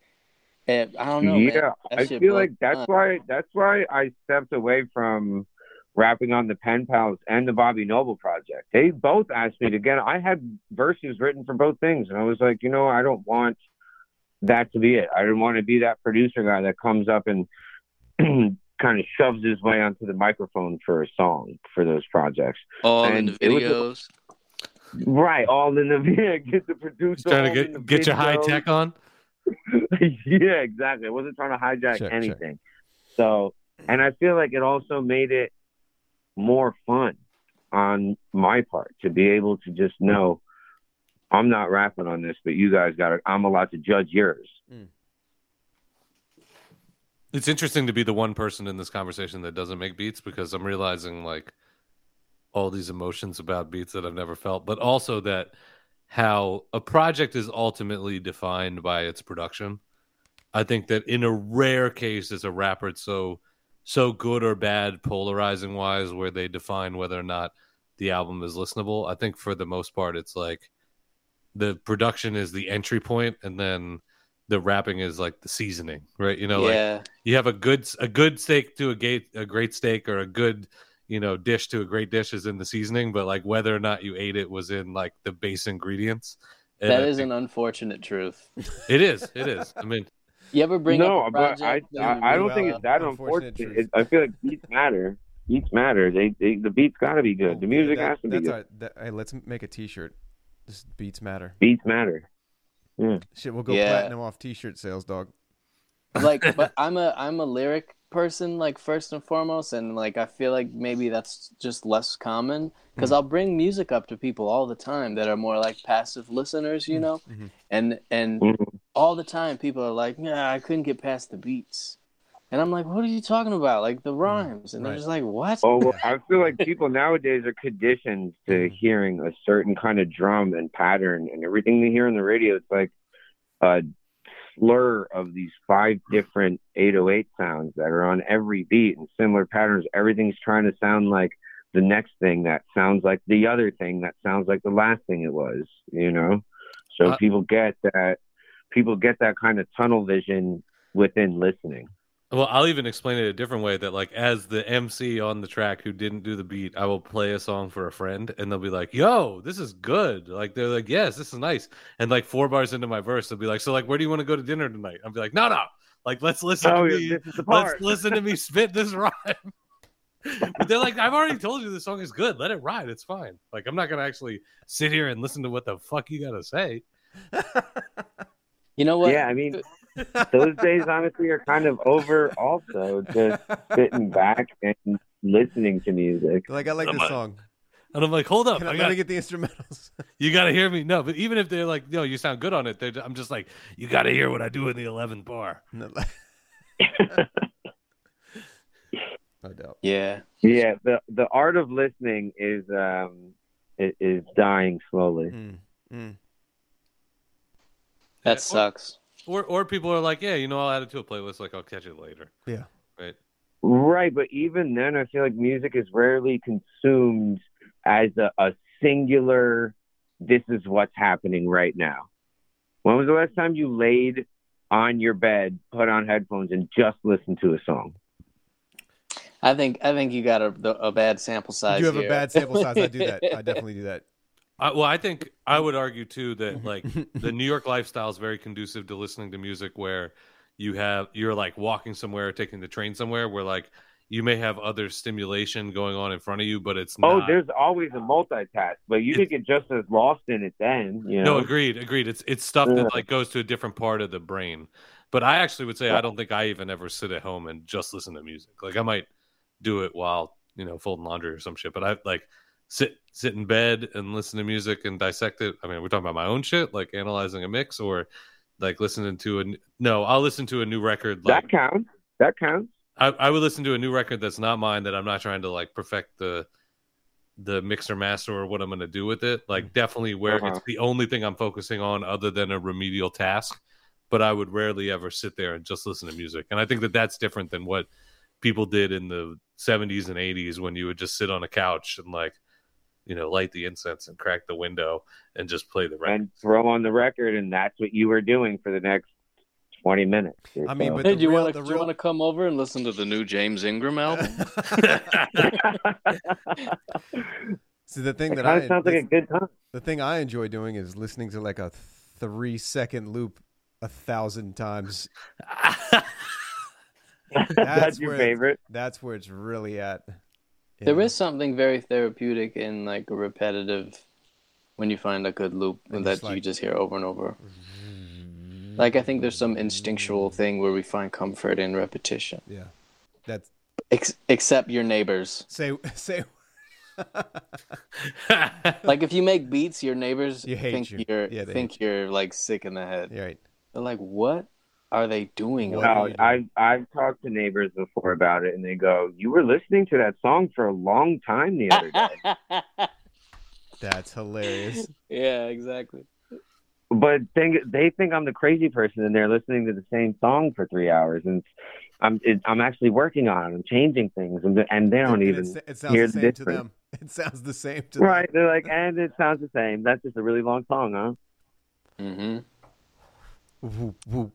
eh, I don't know. man.
yeah,
That
I
shit blows
feel like
my mind.
that's why that's why I stepped away from rapping on the Pen Pals and the Bobby Noble project. They both asked me to get. I had verses written for both things, and I was like, you know, I don't want that to be it. I didn't want to be that producer guy that comes up and kind of shoves his way onto the microphone for a song for those projects.
all in
And
the
it was-
videos.
Right, all in the video. Get the producer.
trying to
all
get-
in the
get your high
video.
tech on?
yeah, exactly. I wasn't trying to
Check,
hijack
check.
anything. So, and I feel like it also made it more fun on my part to be able to just know I'm not rapping on this, but you guys got it. I'm allowed to judge yours.
It's interesting to be the one person in this conversation that doesn't make beats because I'm realizing like all these emotions about beats that I've never felt, but also that how a project is ultimately defined by its production. I think that in a rare case is a rapper it's so so good or bad polarizing wise where they define whether or not the album is listenable. I think for the most part it's like the production is the entry point and then the rapping is like the seasoning, right? You know,
Yeah.
like you have a good a good steak to a gate a great steak or a good you know dish to a great dish is in the seasoning, but like whether or not you ate it was in like the base ingredients. And
That
I
is
think-
an unfortunate truth.
it is. It is. I mean,
You ever bring
no,
up a
but I,
project that you
I, I don't
really
think
love?
it's that unfortunate. It- I feel like beats matter. Beats matter. They, they the beats got to be good. The music
Oh, That-
has to be
that's
good.
our, that, hey, let's make a T-shirt. This beats matter.
Beats matter. Yeah.
Shit, we'll go
Yeah.
platinum off T-shirt sales, dog.
like but i'm a i'm a lyric person like first and foremost and like i feel like maybe that's just less common
Hmm.
because i'll bring music up to people all the time that are more like passive listeners
Hmm.
you know
Mm-hmm.
and and all the time people are like nah i couldn't get past the beats and i'm like what are you talking about like the rhymes and they're just like what
Hmm. Oh, well, I feel like people nowadays are conditioned to hearing a certain kind of drum and pattern and everything they hear on the radio. It's like a slur of these five different 808 sounds that are on every beat and similar patterns. Everything's trying to sound like the next thing that sounds like the other thing that sounds like the last thing it was, you know? So
Uh,
people get that. People get that kind of tunnel vision within listening.
Well, I'll even explain it a different way that like as the MC on the track who didn't do the beat, I will play a song for a friend and they'll be like, "Yo, this is good." Like they're like, "Yes, this is nice." And like 4 bars into my verse, they'll be like, "So like where do you want to go to dinner tonight?" I'll be like, "No, no. Like let's listen
Oh,
to
yeah,
me.
this is the
Let's
part."
listen to me spit this rhyme." But they're like, I've already told you this song is good. Let it ride. It's fine. Like, I'm not gonna actually sit here and listen to what the fuck you gotta say.
You know
what?
Yeah, I mean, those days honestly are kind of over. Also, just sitting back and listening to music.
Mm-hmm. Like I like
I'm
this
like-
song.
And I'm like, hold up,
Can I,
I got-
gotta get the instrumentals.
You gotta hear me. No, but even if they're like, no, you sound good on it. They're, I'm just like, you gotta hear what I do in the 11th bar.
No doubt.
Yeah.
Yeah, the the art of listening is um i- is dying slowly.
Mm.
That sucks.
Or or people are like, yeah, you know, I'll add it to a playlist. Like, I'll catch it later.
Yeah.
Right.
Right, but even then, I feel like music is rarely consumed as a, a singular. This is what's happening right now. When was the last time you laid on your bed, put on headphones, and just listened to a song?
I think I think you got a, the- a bad sample size.
You have a
here.
bad sample size. I do that. I definitely do that.
I, well, I think I would argue too that like the New York lifestyle is very conducive to listening to music where you have you're like walking somewhere or taking the train somewhere where like you may have other stimulation going on in front of you, but it's
Oh,
not.
there's always a multitask, but you could get just as lost in it then. You
No,
know?
agreed, agreed. It's it's stuff
Yeah.
that like goes to a different part of the brain. But I actually would say I don't think I even ever sit at home and just listen to music. Like I might do it while you know folding laundry or some shit. But I like sit sit in bed and listen to music and dissect it. I mean, we're talking about my own shit, like analyzing a mix or like listening to a n- no. I'll listen to a new record. Like,
that counts. That counts.
I, I would listen to a new record that's not mine that I'm not trying to like perfect the the mixer master or what I'm going to do with it. Like definitely where
Uh-huh.
it's the only thing I'm focusing on other than a remedial task. But I would rarely ever sit there and just listen to music. And I think that that's different than what people did in the 70s and 80s when you would just sit on a couch and like you know light the incense and crack the window and just play the record.
and throw on the record, and that's what you were doing for the next twenty minutes. or
I mean,
so.
but
Hey,
the
do you
real-
want to
the
you want to come over and listen to the new James Ingram album?
See, the thing
It
that
kinda
I
sounds like a good time.
The thing I enjoy doing is listening to like a three second loop a thousand times. that's,
That's your
where-
favorite?
That's where it's really at.
There is something very therapeutic in like a repetitive when you find a good loop that you just hear over and over.
Mm-hmm.
Like I think there's some instinctual thing where we find comfort in repetition.
Yeah. That's
Ex- except your neighbors.
Say say
like if you make beats, your neighbors
You hate
think
you.
are
Yeah, they
think you're like sick in the head.
Right.
They're like, what are they doing?
No, I've I've talked to neighbors before about it, and they go, "You were listening to that song for a long time the other day."
That's hilarious.
yeah, exactly.
but think, they think I'm the crazy person, and they're listening to the same song for three hours, and I'm it, I'm actually working on it. I'm changing things, and, and they
And
don't even
it, it sounds
hear
the
the
same to
difference.
them. It sounds the same to
Right?
them.
They're like, and it sounds the same. That's just a really long song, huh?
Mm-hmm.
Whoop, whoop, whoop,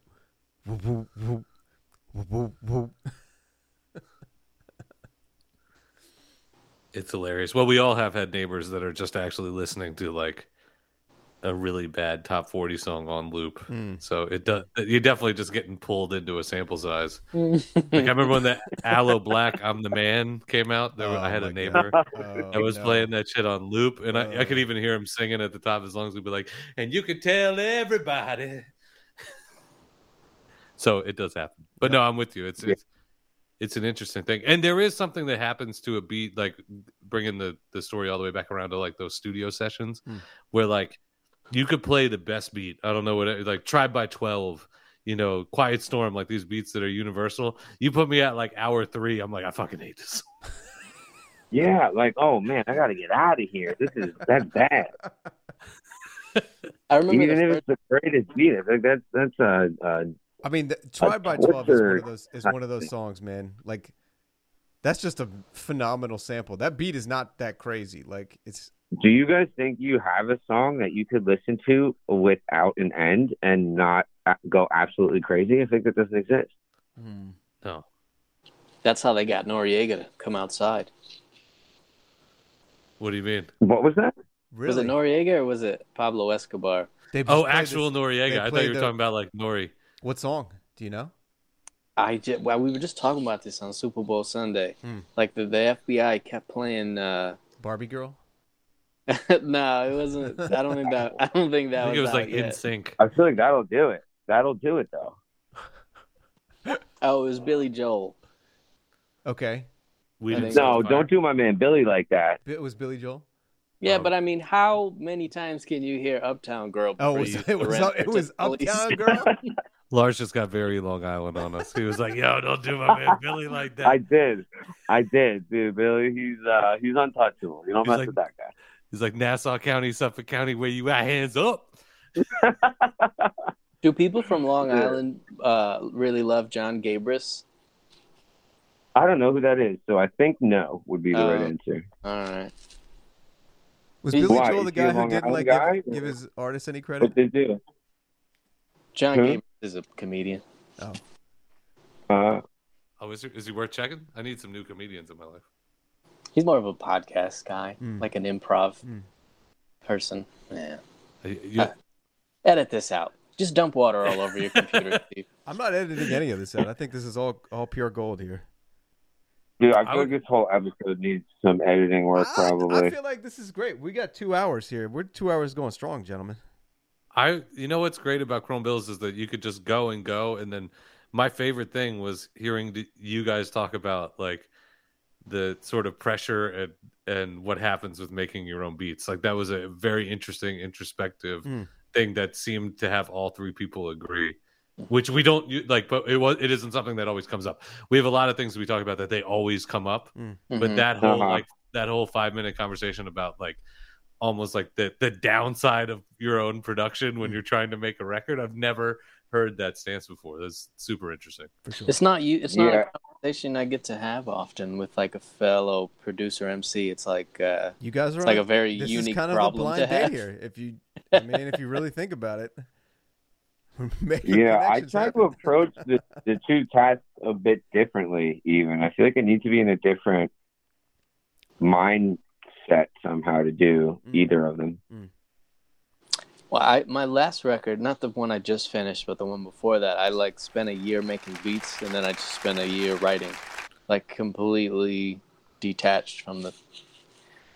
whoop, whoop, whoop, whoop, whoop.
It's hilarious. Well, we all have had neighbors that are just actually listening to like a really bad top 40 song on loop.
Mm.
So it does, you're definitely just getting pulled into a sample size. like I remember when that Aloe Black I'm the Man came out,
Oh
there, I had a neighbor that was playing that shit on loop. And I, I could even hear him singing at the top of his lungs. He'd be like, and you could tell everybody. So it does happen. But no, I'm with you. It's it's it's an interesting thing, and there is something that happens to a beat, like bringing the the story all the way back around to like those studio sessions,
Mm.
where like you could play the best beat. I don't know what it- like Tribe by Twelve, you know, Quiet Storm, like these beats that are universal. You put me at like hour three, I'm like, I fucking hate this.
Yeah, like, oh man, I gotta get out of here. This is that bad.
I remember
even
the
if it's the greatest beat, I think that's that's uh, uh
I mean, the, Tribe by Twelve is one
torture
of those is one of those songs, man. Like, that's just a phenomenal sample. That beat is not that crazy. Like, it's
do you guys think you have a song that you could listen to without an end and not a- go absolutely crazy? I think that doesn't exist.
Hmm.
No.
That's how they got Noriega to come outside.
What do you mean?
What was that?
Was it Noriega or was it Pablo Escobar?
They
oh, actual Noriega. I thought you were
played the-
talking about like Nori.
what song? Do you know?
I just, well, we were just talking about this on Super Bowl Sunday.
Hmm.
Like the, the FBI kept playing. Uh,
Barbie girl.
no, it wasn't. I don't think that. I don't think that was. out yet.
sync.
I feel like that'll do it. That'll do it though.
Oh, it was Billy Joel.
Okay.
We
no, don't do my man Billy like that.
It was Billy Joel. Oh.
Yeah, but I mean, how many times can you hear "Uptown Girl"?
Oh, it was-
before
it
you
was
surrender
up- it
to
was
the police?
Uptown Girl?
Lars just got very Long Island on us. He was like, "Yo, don't do my man Billy like that."
I did, I did, dude. Billy, he's uh, he's untouchable. You don't
He's
mess
like-
with that guy.
He's like Nassau County, Suffolk County, where you at? Hands up.
Do people from Long Island uh, really love John Gabris?
I don't know who that is, so I think no would be the right
Oh.
answer.
All right.
Was
He's-
Billy
Why?
Joel the
Is he a
guy who
Long
didn't
Island
like
guy?
give, give his artist any credit?
What they do?
John
Who?
Gabris is a comedian.
Oh.
Uh,
Oh, is he, is he worth checking? I need some new comedians in my life.
He's more of a podcast guy,
Hmm.
like an improv person. Yeah. Uh, edit this out. Just dump water all over your computer. Steve.
I'm not editing any of this out. I think this is all all pure gold here.
Dude, I feel like this whole episode needs some editing work,
I
probably.
feel like this is great. We got two hours here. We're two hours going strong, gentlemen.
I you know what's great about Chrome Bills is that you could just go and go and then my favorite thing was hearing th- you guys talk about like the sort of pressure and and what happens with making your own beats. Like that was a very interesting introspective
Mm.
thing that seemed to have all three people agree. Which we don't u- like, but it was it isn't something that always comes up. We have a lot of things we talk about that they always come up,
Mm.
Mm-hmm.
but
Mhm.
that whole
Uh-huh.
like that whole five minute conversation about like almost like the the downside of your own production when you're trying to make a record. I've never heard that stance before. That's super interesting.
It's not you. It's not
Yeah.
a conversation I get to have often with like a fellow producer MC. It's like uh,
You guys are
it's
right.
like a very
this
unique
is kind
problem
of a blind
to
date
have.
here. If you, I mean, if you really think about it, We're making
yeah, I
connections
try
happen.
to approach the, the two tasks a bit differently. Even I feel like I need to be in a different mindset somehow to do
Mm.
either of them.
Well, I, my last record, not the one I just finished, but the one before that, I like spent a year making beats and then I just spent a year writing, like completely detached from the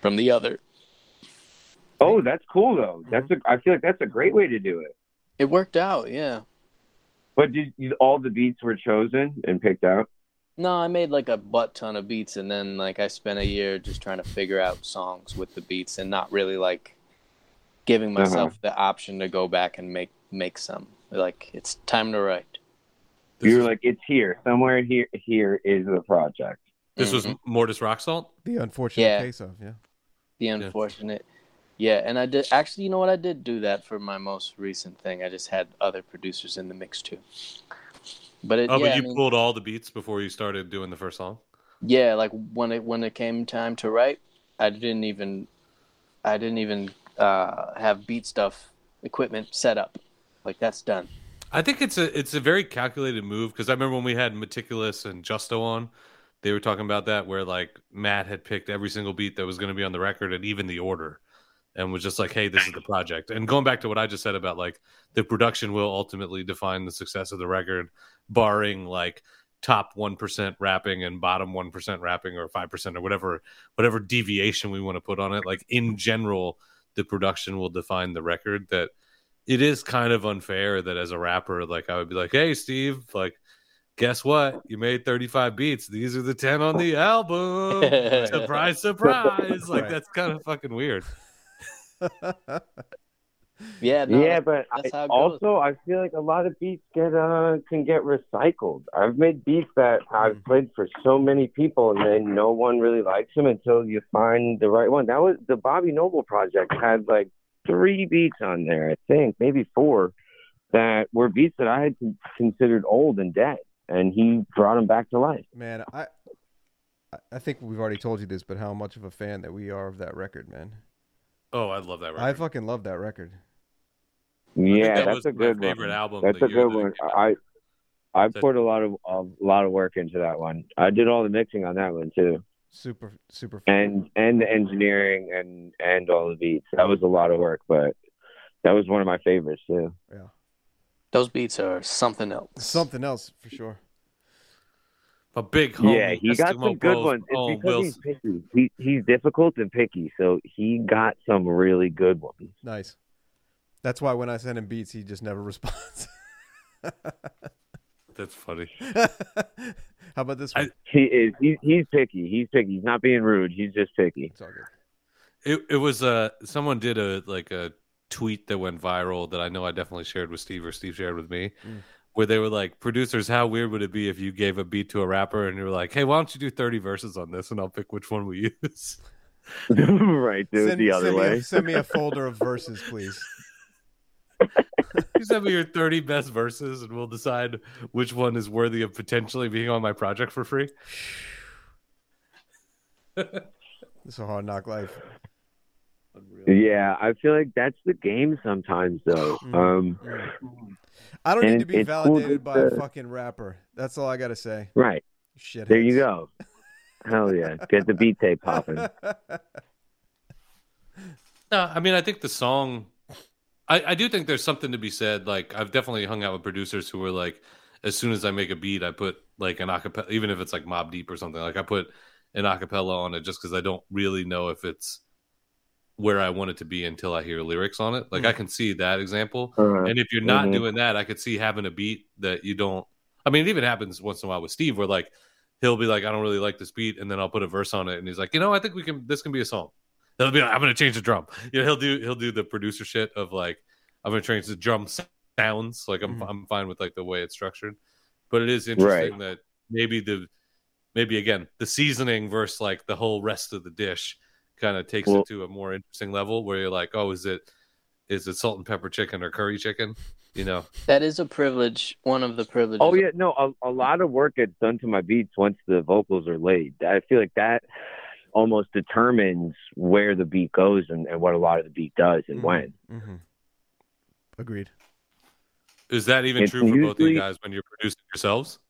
from the other.
Oh, that's cool though. That's a,
Mm-hmm.
I feel like that's a great way to do it.
It worked out, yeah.
But did you, all the beats were chosen and picked out?
No, I made like a butt ton of beats and then like I spent a year just trying to figure out songs with the beats and not really like giving
Uh-huh.
myself the option to go back and make make some. Like it's time to write.
you were like, it's here somewhere. Here, here is the project.
This was
Mm-hmm.
Mortis Rock Salt.
the unfortunate
Yeah.
case of yeah.
The unfortunate. Yeah. and I did actually. You know what? I did do that for my most recent thing. I just had other producers in the mix too. But it,
oh,
Uh, yeah,
but
I
you
mean-
pulled all the beats before you started doing the first song.
Yeah, like when it when it came time to write, I didn't even, I didn't even uh, have beat stuff equipment set up. Like that's done.
I think it's a it's a very calculated move because I remember when we had Meticulous and Justo on, they were talking about that where like Matt had picked every single beat that was going to be on the record and even the order, and was just like, "Hey, this is the project." And going back to what I just said about like the production will ultimately define the success of the record, barring like top 1% rapping and bottom 1% rapping or 5% or whatever whatever deviation we want to put on it like in general the production will define the record that it is kind of unfair that as a rapper like I would be like hey Steve like guess what you made 35 beats these are the 10 on the album surprise surprise like
Right.
that's kind of fucking weird
Yeah,
yeah, but
that's
I-
how it goes.
also I feel like a lot of beats get uh can get recycled. I've made beats that
Hmm.
I've played for so many people, and then no one really likes them until you find the right one. That was the Bobby Noble project had like three beats on there, I think, maybe four, that were beats that I had con- considered old and dead, and he brought them back to life.
Man, I I- I think we've already told you this, but how much of a fan that we are of that record, man.
oh I love that record.
I fucking love that record.
Yeah,
that
that's
was
a
my
good
favorite
one.
album
That's
the
a
year
good
that it
one. I I poured a lot of a lot of work into that one. I did all the mixing on that one too,
Super super fan.
and and the engineering and and all the beats. That was a lot of work, but that was one of my favorites too.
Those beats are something else.
Something else for sure.
A big homie.
yeah, he got
Eskimo oh,
some good
Bo's
ones.
own
It's because he's
Wilson.
picky. He, he's difficult and picky, so he got some really good ones.
Nice. That's why when I send him beats, he just never responds.
That's funny.
How about this one?
He is. He, he's picky. He's picky. He's not being rude. He's just picky.
It's all good.
It it was uh someone did a like a tweet that went viral that I know I definitely shared with Steve or Steve shared with me,
Mm.
where they were like, producers, how weird would it be if you gave a beat to a rapper and you were like, hey, why don't you do thirty verses on this and I'll pick which one we use.
right,
do it the other
send Me
way.
a, send me a folder of verses, please.
you send me your thirty best verses and we'll decide which one is worthy of potentially being on my project for free.
It's a hard knock life.
Yeah, I feel like that's the game sometimes, though.
Hmm.
Um,
I don't need
and
to be
it's cool
validated
that
by a
the-
fucking rapper. That's all I gotta say.
Right.
Shit.
There you go. Hell yeah. Get the beat tape popping.
No, I mean, I think the song. I, I do think there's something to be said. Like, I've definitely hung out with producers who were like, as soon as I make a beat, I put like an acapella, even if it's like Mob Deep or something. Like, I put an acapella on it just because I don't really know if it's where I want it to be until I hear lyrics on it. Like, I can see that example.
Uh,
and if you're not
mhm.
doing that, I could see having a beat that you don't. I mean, it even happens once in a while with Steve, where like he'll be like, "I don't really like this beat," and then I'll put a verse on it, and he's like, "You know, I think we can. This can be a song." He'll be like, "I'm gonna change the drum." You know, he'll do he'll do the producer shit of like, "I'm gonna change the drum s- sounds." Like I'm I'm fine with like the way it's structured, but it is interesting that maybe the maybe again the seasoning versus like the whole rest of the dish kind of takes
Well-
it to a more interesting level where you're like, "Oh, is it is it salt and pepper chicken or curry chicken?" You know.
That is a privilege. One of the privileges.
Oh yeah, no, a, a lot of work gets done to my beats once the vocals are laid. I feel like that almost determines where the beat goes and, and what a lot of the beat does and when.
Mm-hmm. Agreed.
Is that even
It's
true for both of
usually-
you guys when you're producing yourselves?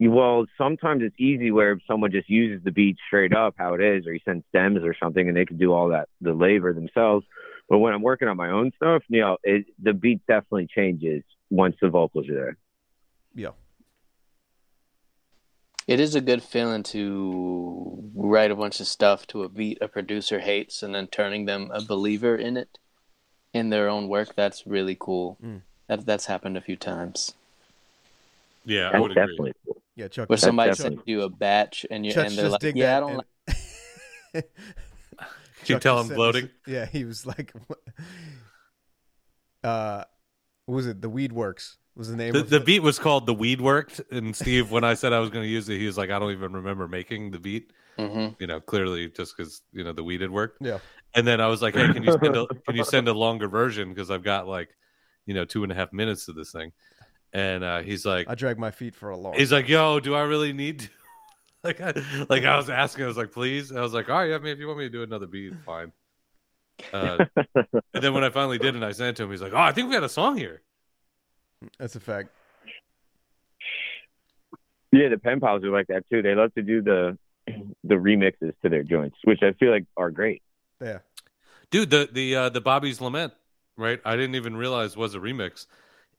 You- Well, sometimes it's easy where someone just uses the beat straight up how it is, or you send stems or something, and they can do all that the labor themselves. But when I'm working on my own stuff, you know, it, the beat definitely changes once the vocals are there.
Yeah.
It is a good feeling to write a bunch of stuff to a beat a producer hates and then turning them a believer in it in their own work. That's really cool.
Mm.
That that's happened a few times.
Yeah,
That's definitely cool.
Yeah, Chuck.
Where
Chuck-
somebody
Chuck-
sends you a batch and you
Chuck
and they're
just
like,
dig
"Yeah, I
that
don't
and-
like."
Can you
Chuck
tell
just
I'm
sent
gloating?
us- yeah, he was like, what- uh, what was it? The Weed Works was the name.
The,
of
the
it.
beat was called "The Weed Worked," and Steve, when I said I was going to use it, he was like, "I don't even remember making the beat."
Mhm.
You know, clearly just because you know the weed had worked.
Yeah.
And then I was like, "Hey, can you send a, can you send a longer version? Because I've got like, you know, two and a half minutes to this thing." And uh, he's like,
I dragged my feet for a long.
He's like, "Yo, do I really need to?" like, I, like I was asking, I was like, "Please," and I was like, "All right, yeah, I mean, if you want me to do another beat, fine." Uh, and then when I finally did, and I sent it to him, he's like, "Oh, I think we got a song here."
That's a fact.
Yeah, the pen pals are like that too. They love to do the the remixes to their joints, which I feel like are great.
Yeah.
dude the the uh, the bobby's lament right i didn't even realize was a remix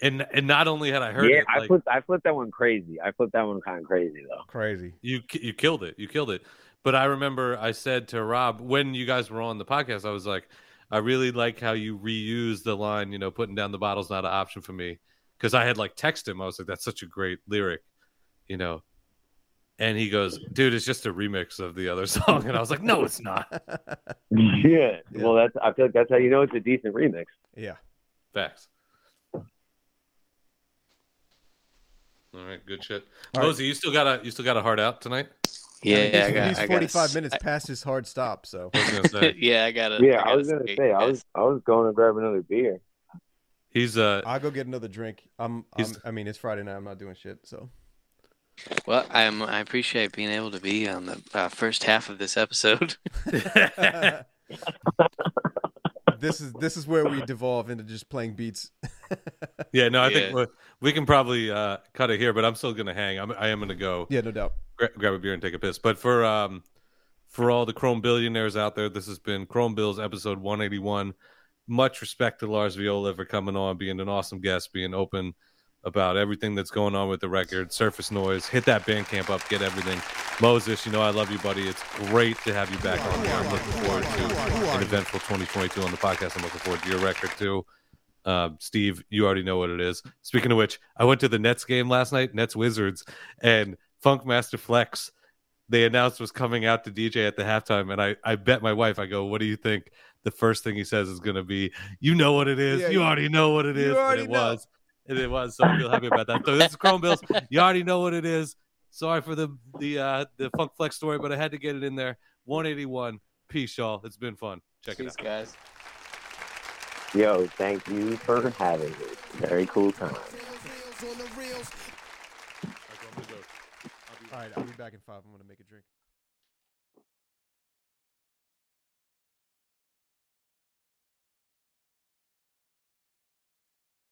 and and not only had i heard
yeah,
it
I
like
flipped I flipped that one crazy. I flipped that one kind of crazy though.
Crazy.
you ki- you killed it you killed it but i remember i said to rob when you guys were on the podcast i was like i really like how you reuse the line you know putting down the bottle's not an option for me because i had like text him i was like that's such a great lyric you know and he goes dude it's just a remix of the other song and i was like no it's not
yeah. Well, that's I feel like that's how you know it's a decent remix.
Yeah.
Facts. All right, good shit.
All right.
Mosey, you still got a you still got a heart out tonight.
Yeah, I
he's,
got-
he's
I got a
forty-five
s-
minutes past his hard stop. So
I was gonna say,
yeah, I gotta.
Yeah,
gotta
I was gonna
skate,
say I
guys.
was I was going to grab another beer.
he's uh
I'll go get another drink. I'm, I'm.
He's-
I mean, it's Friday night. I'm not doing shit. So
Well, I'm, I appreciate being able to be on the uh, first half of this episode.
this is this is where we devolve into just playing beats.
yeah no I think
Yeah.
we we can probably uh cut it here, but I'm still gonna hang. I'm I am gonna go
Yeah, no doubt.
gra- grab a beer and take a piss. But for um for all the Chrome billionaires out there, this has been Chrome Bills episode 181. Much respect to Lars Viola for coming on, being an awesome guest, being open about everything that's going on with the record, surface noise. Hit that Bandcamp up, get everything. Moses, you know I love you, buddy. It's great to have you back on here. I'm looking forward to an eventful 2022 on the podcast. I'm looking forward to your record too. Um, Steve, you already know what it is. Speaking of which, I went to the Nets game last night, Nets Wizards, and Funk Master Flex they announced was coming out to DJ at the halftime, and I, I bet my wife, I go, what do you think? The first thing he says is going to be, you know what it is,
Yeah,
you
yeah.
already know what it
You
is, and
already
it
know.
was, and it was. So I feel happy about that. So this is Chrome Bills. You already know what it is. Sorry for the the uh, the Funk Flex story, but I had to get it in there. 181. Peace, y'all. It's been fun. Check it out,
guys.
Yo, thank you for having me. Very cool time.
All right, I'll be back in five. I'm going to make a drink.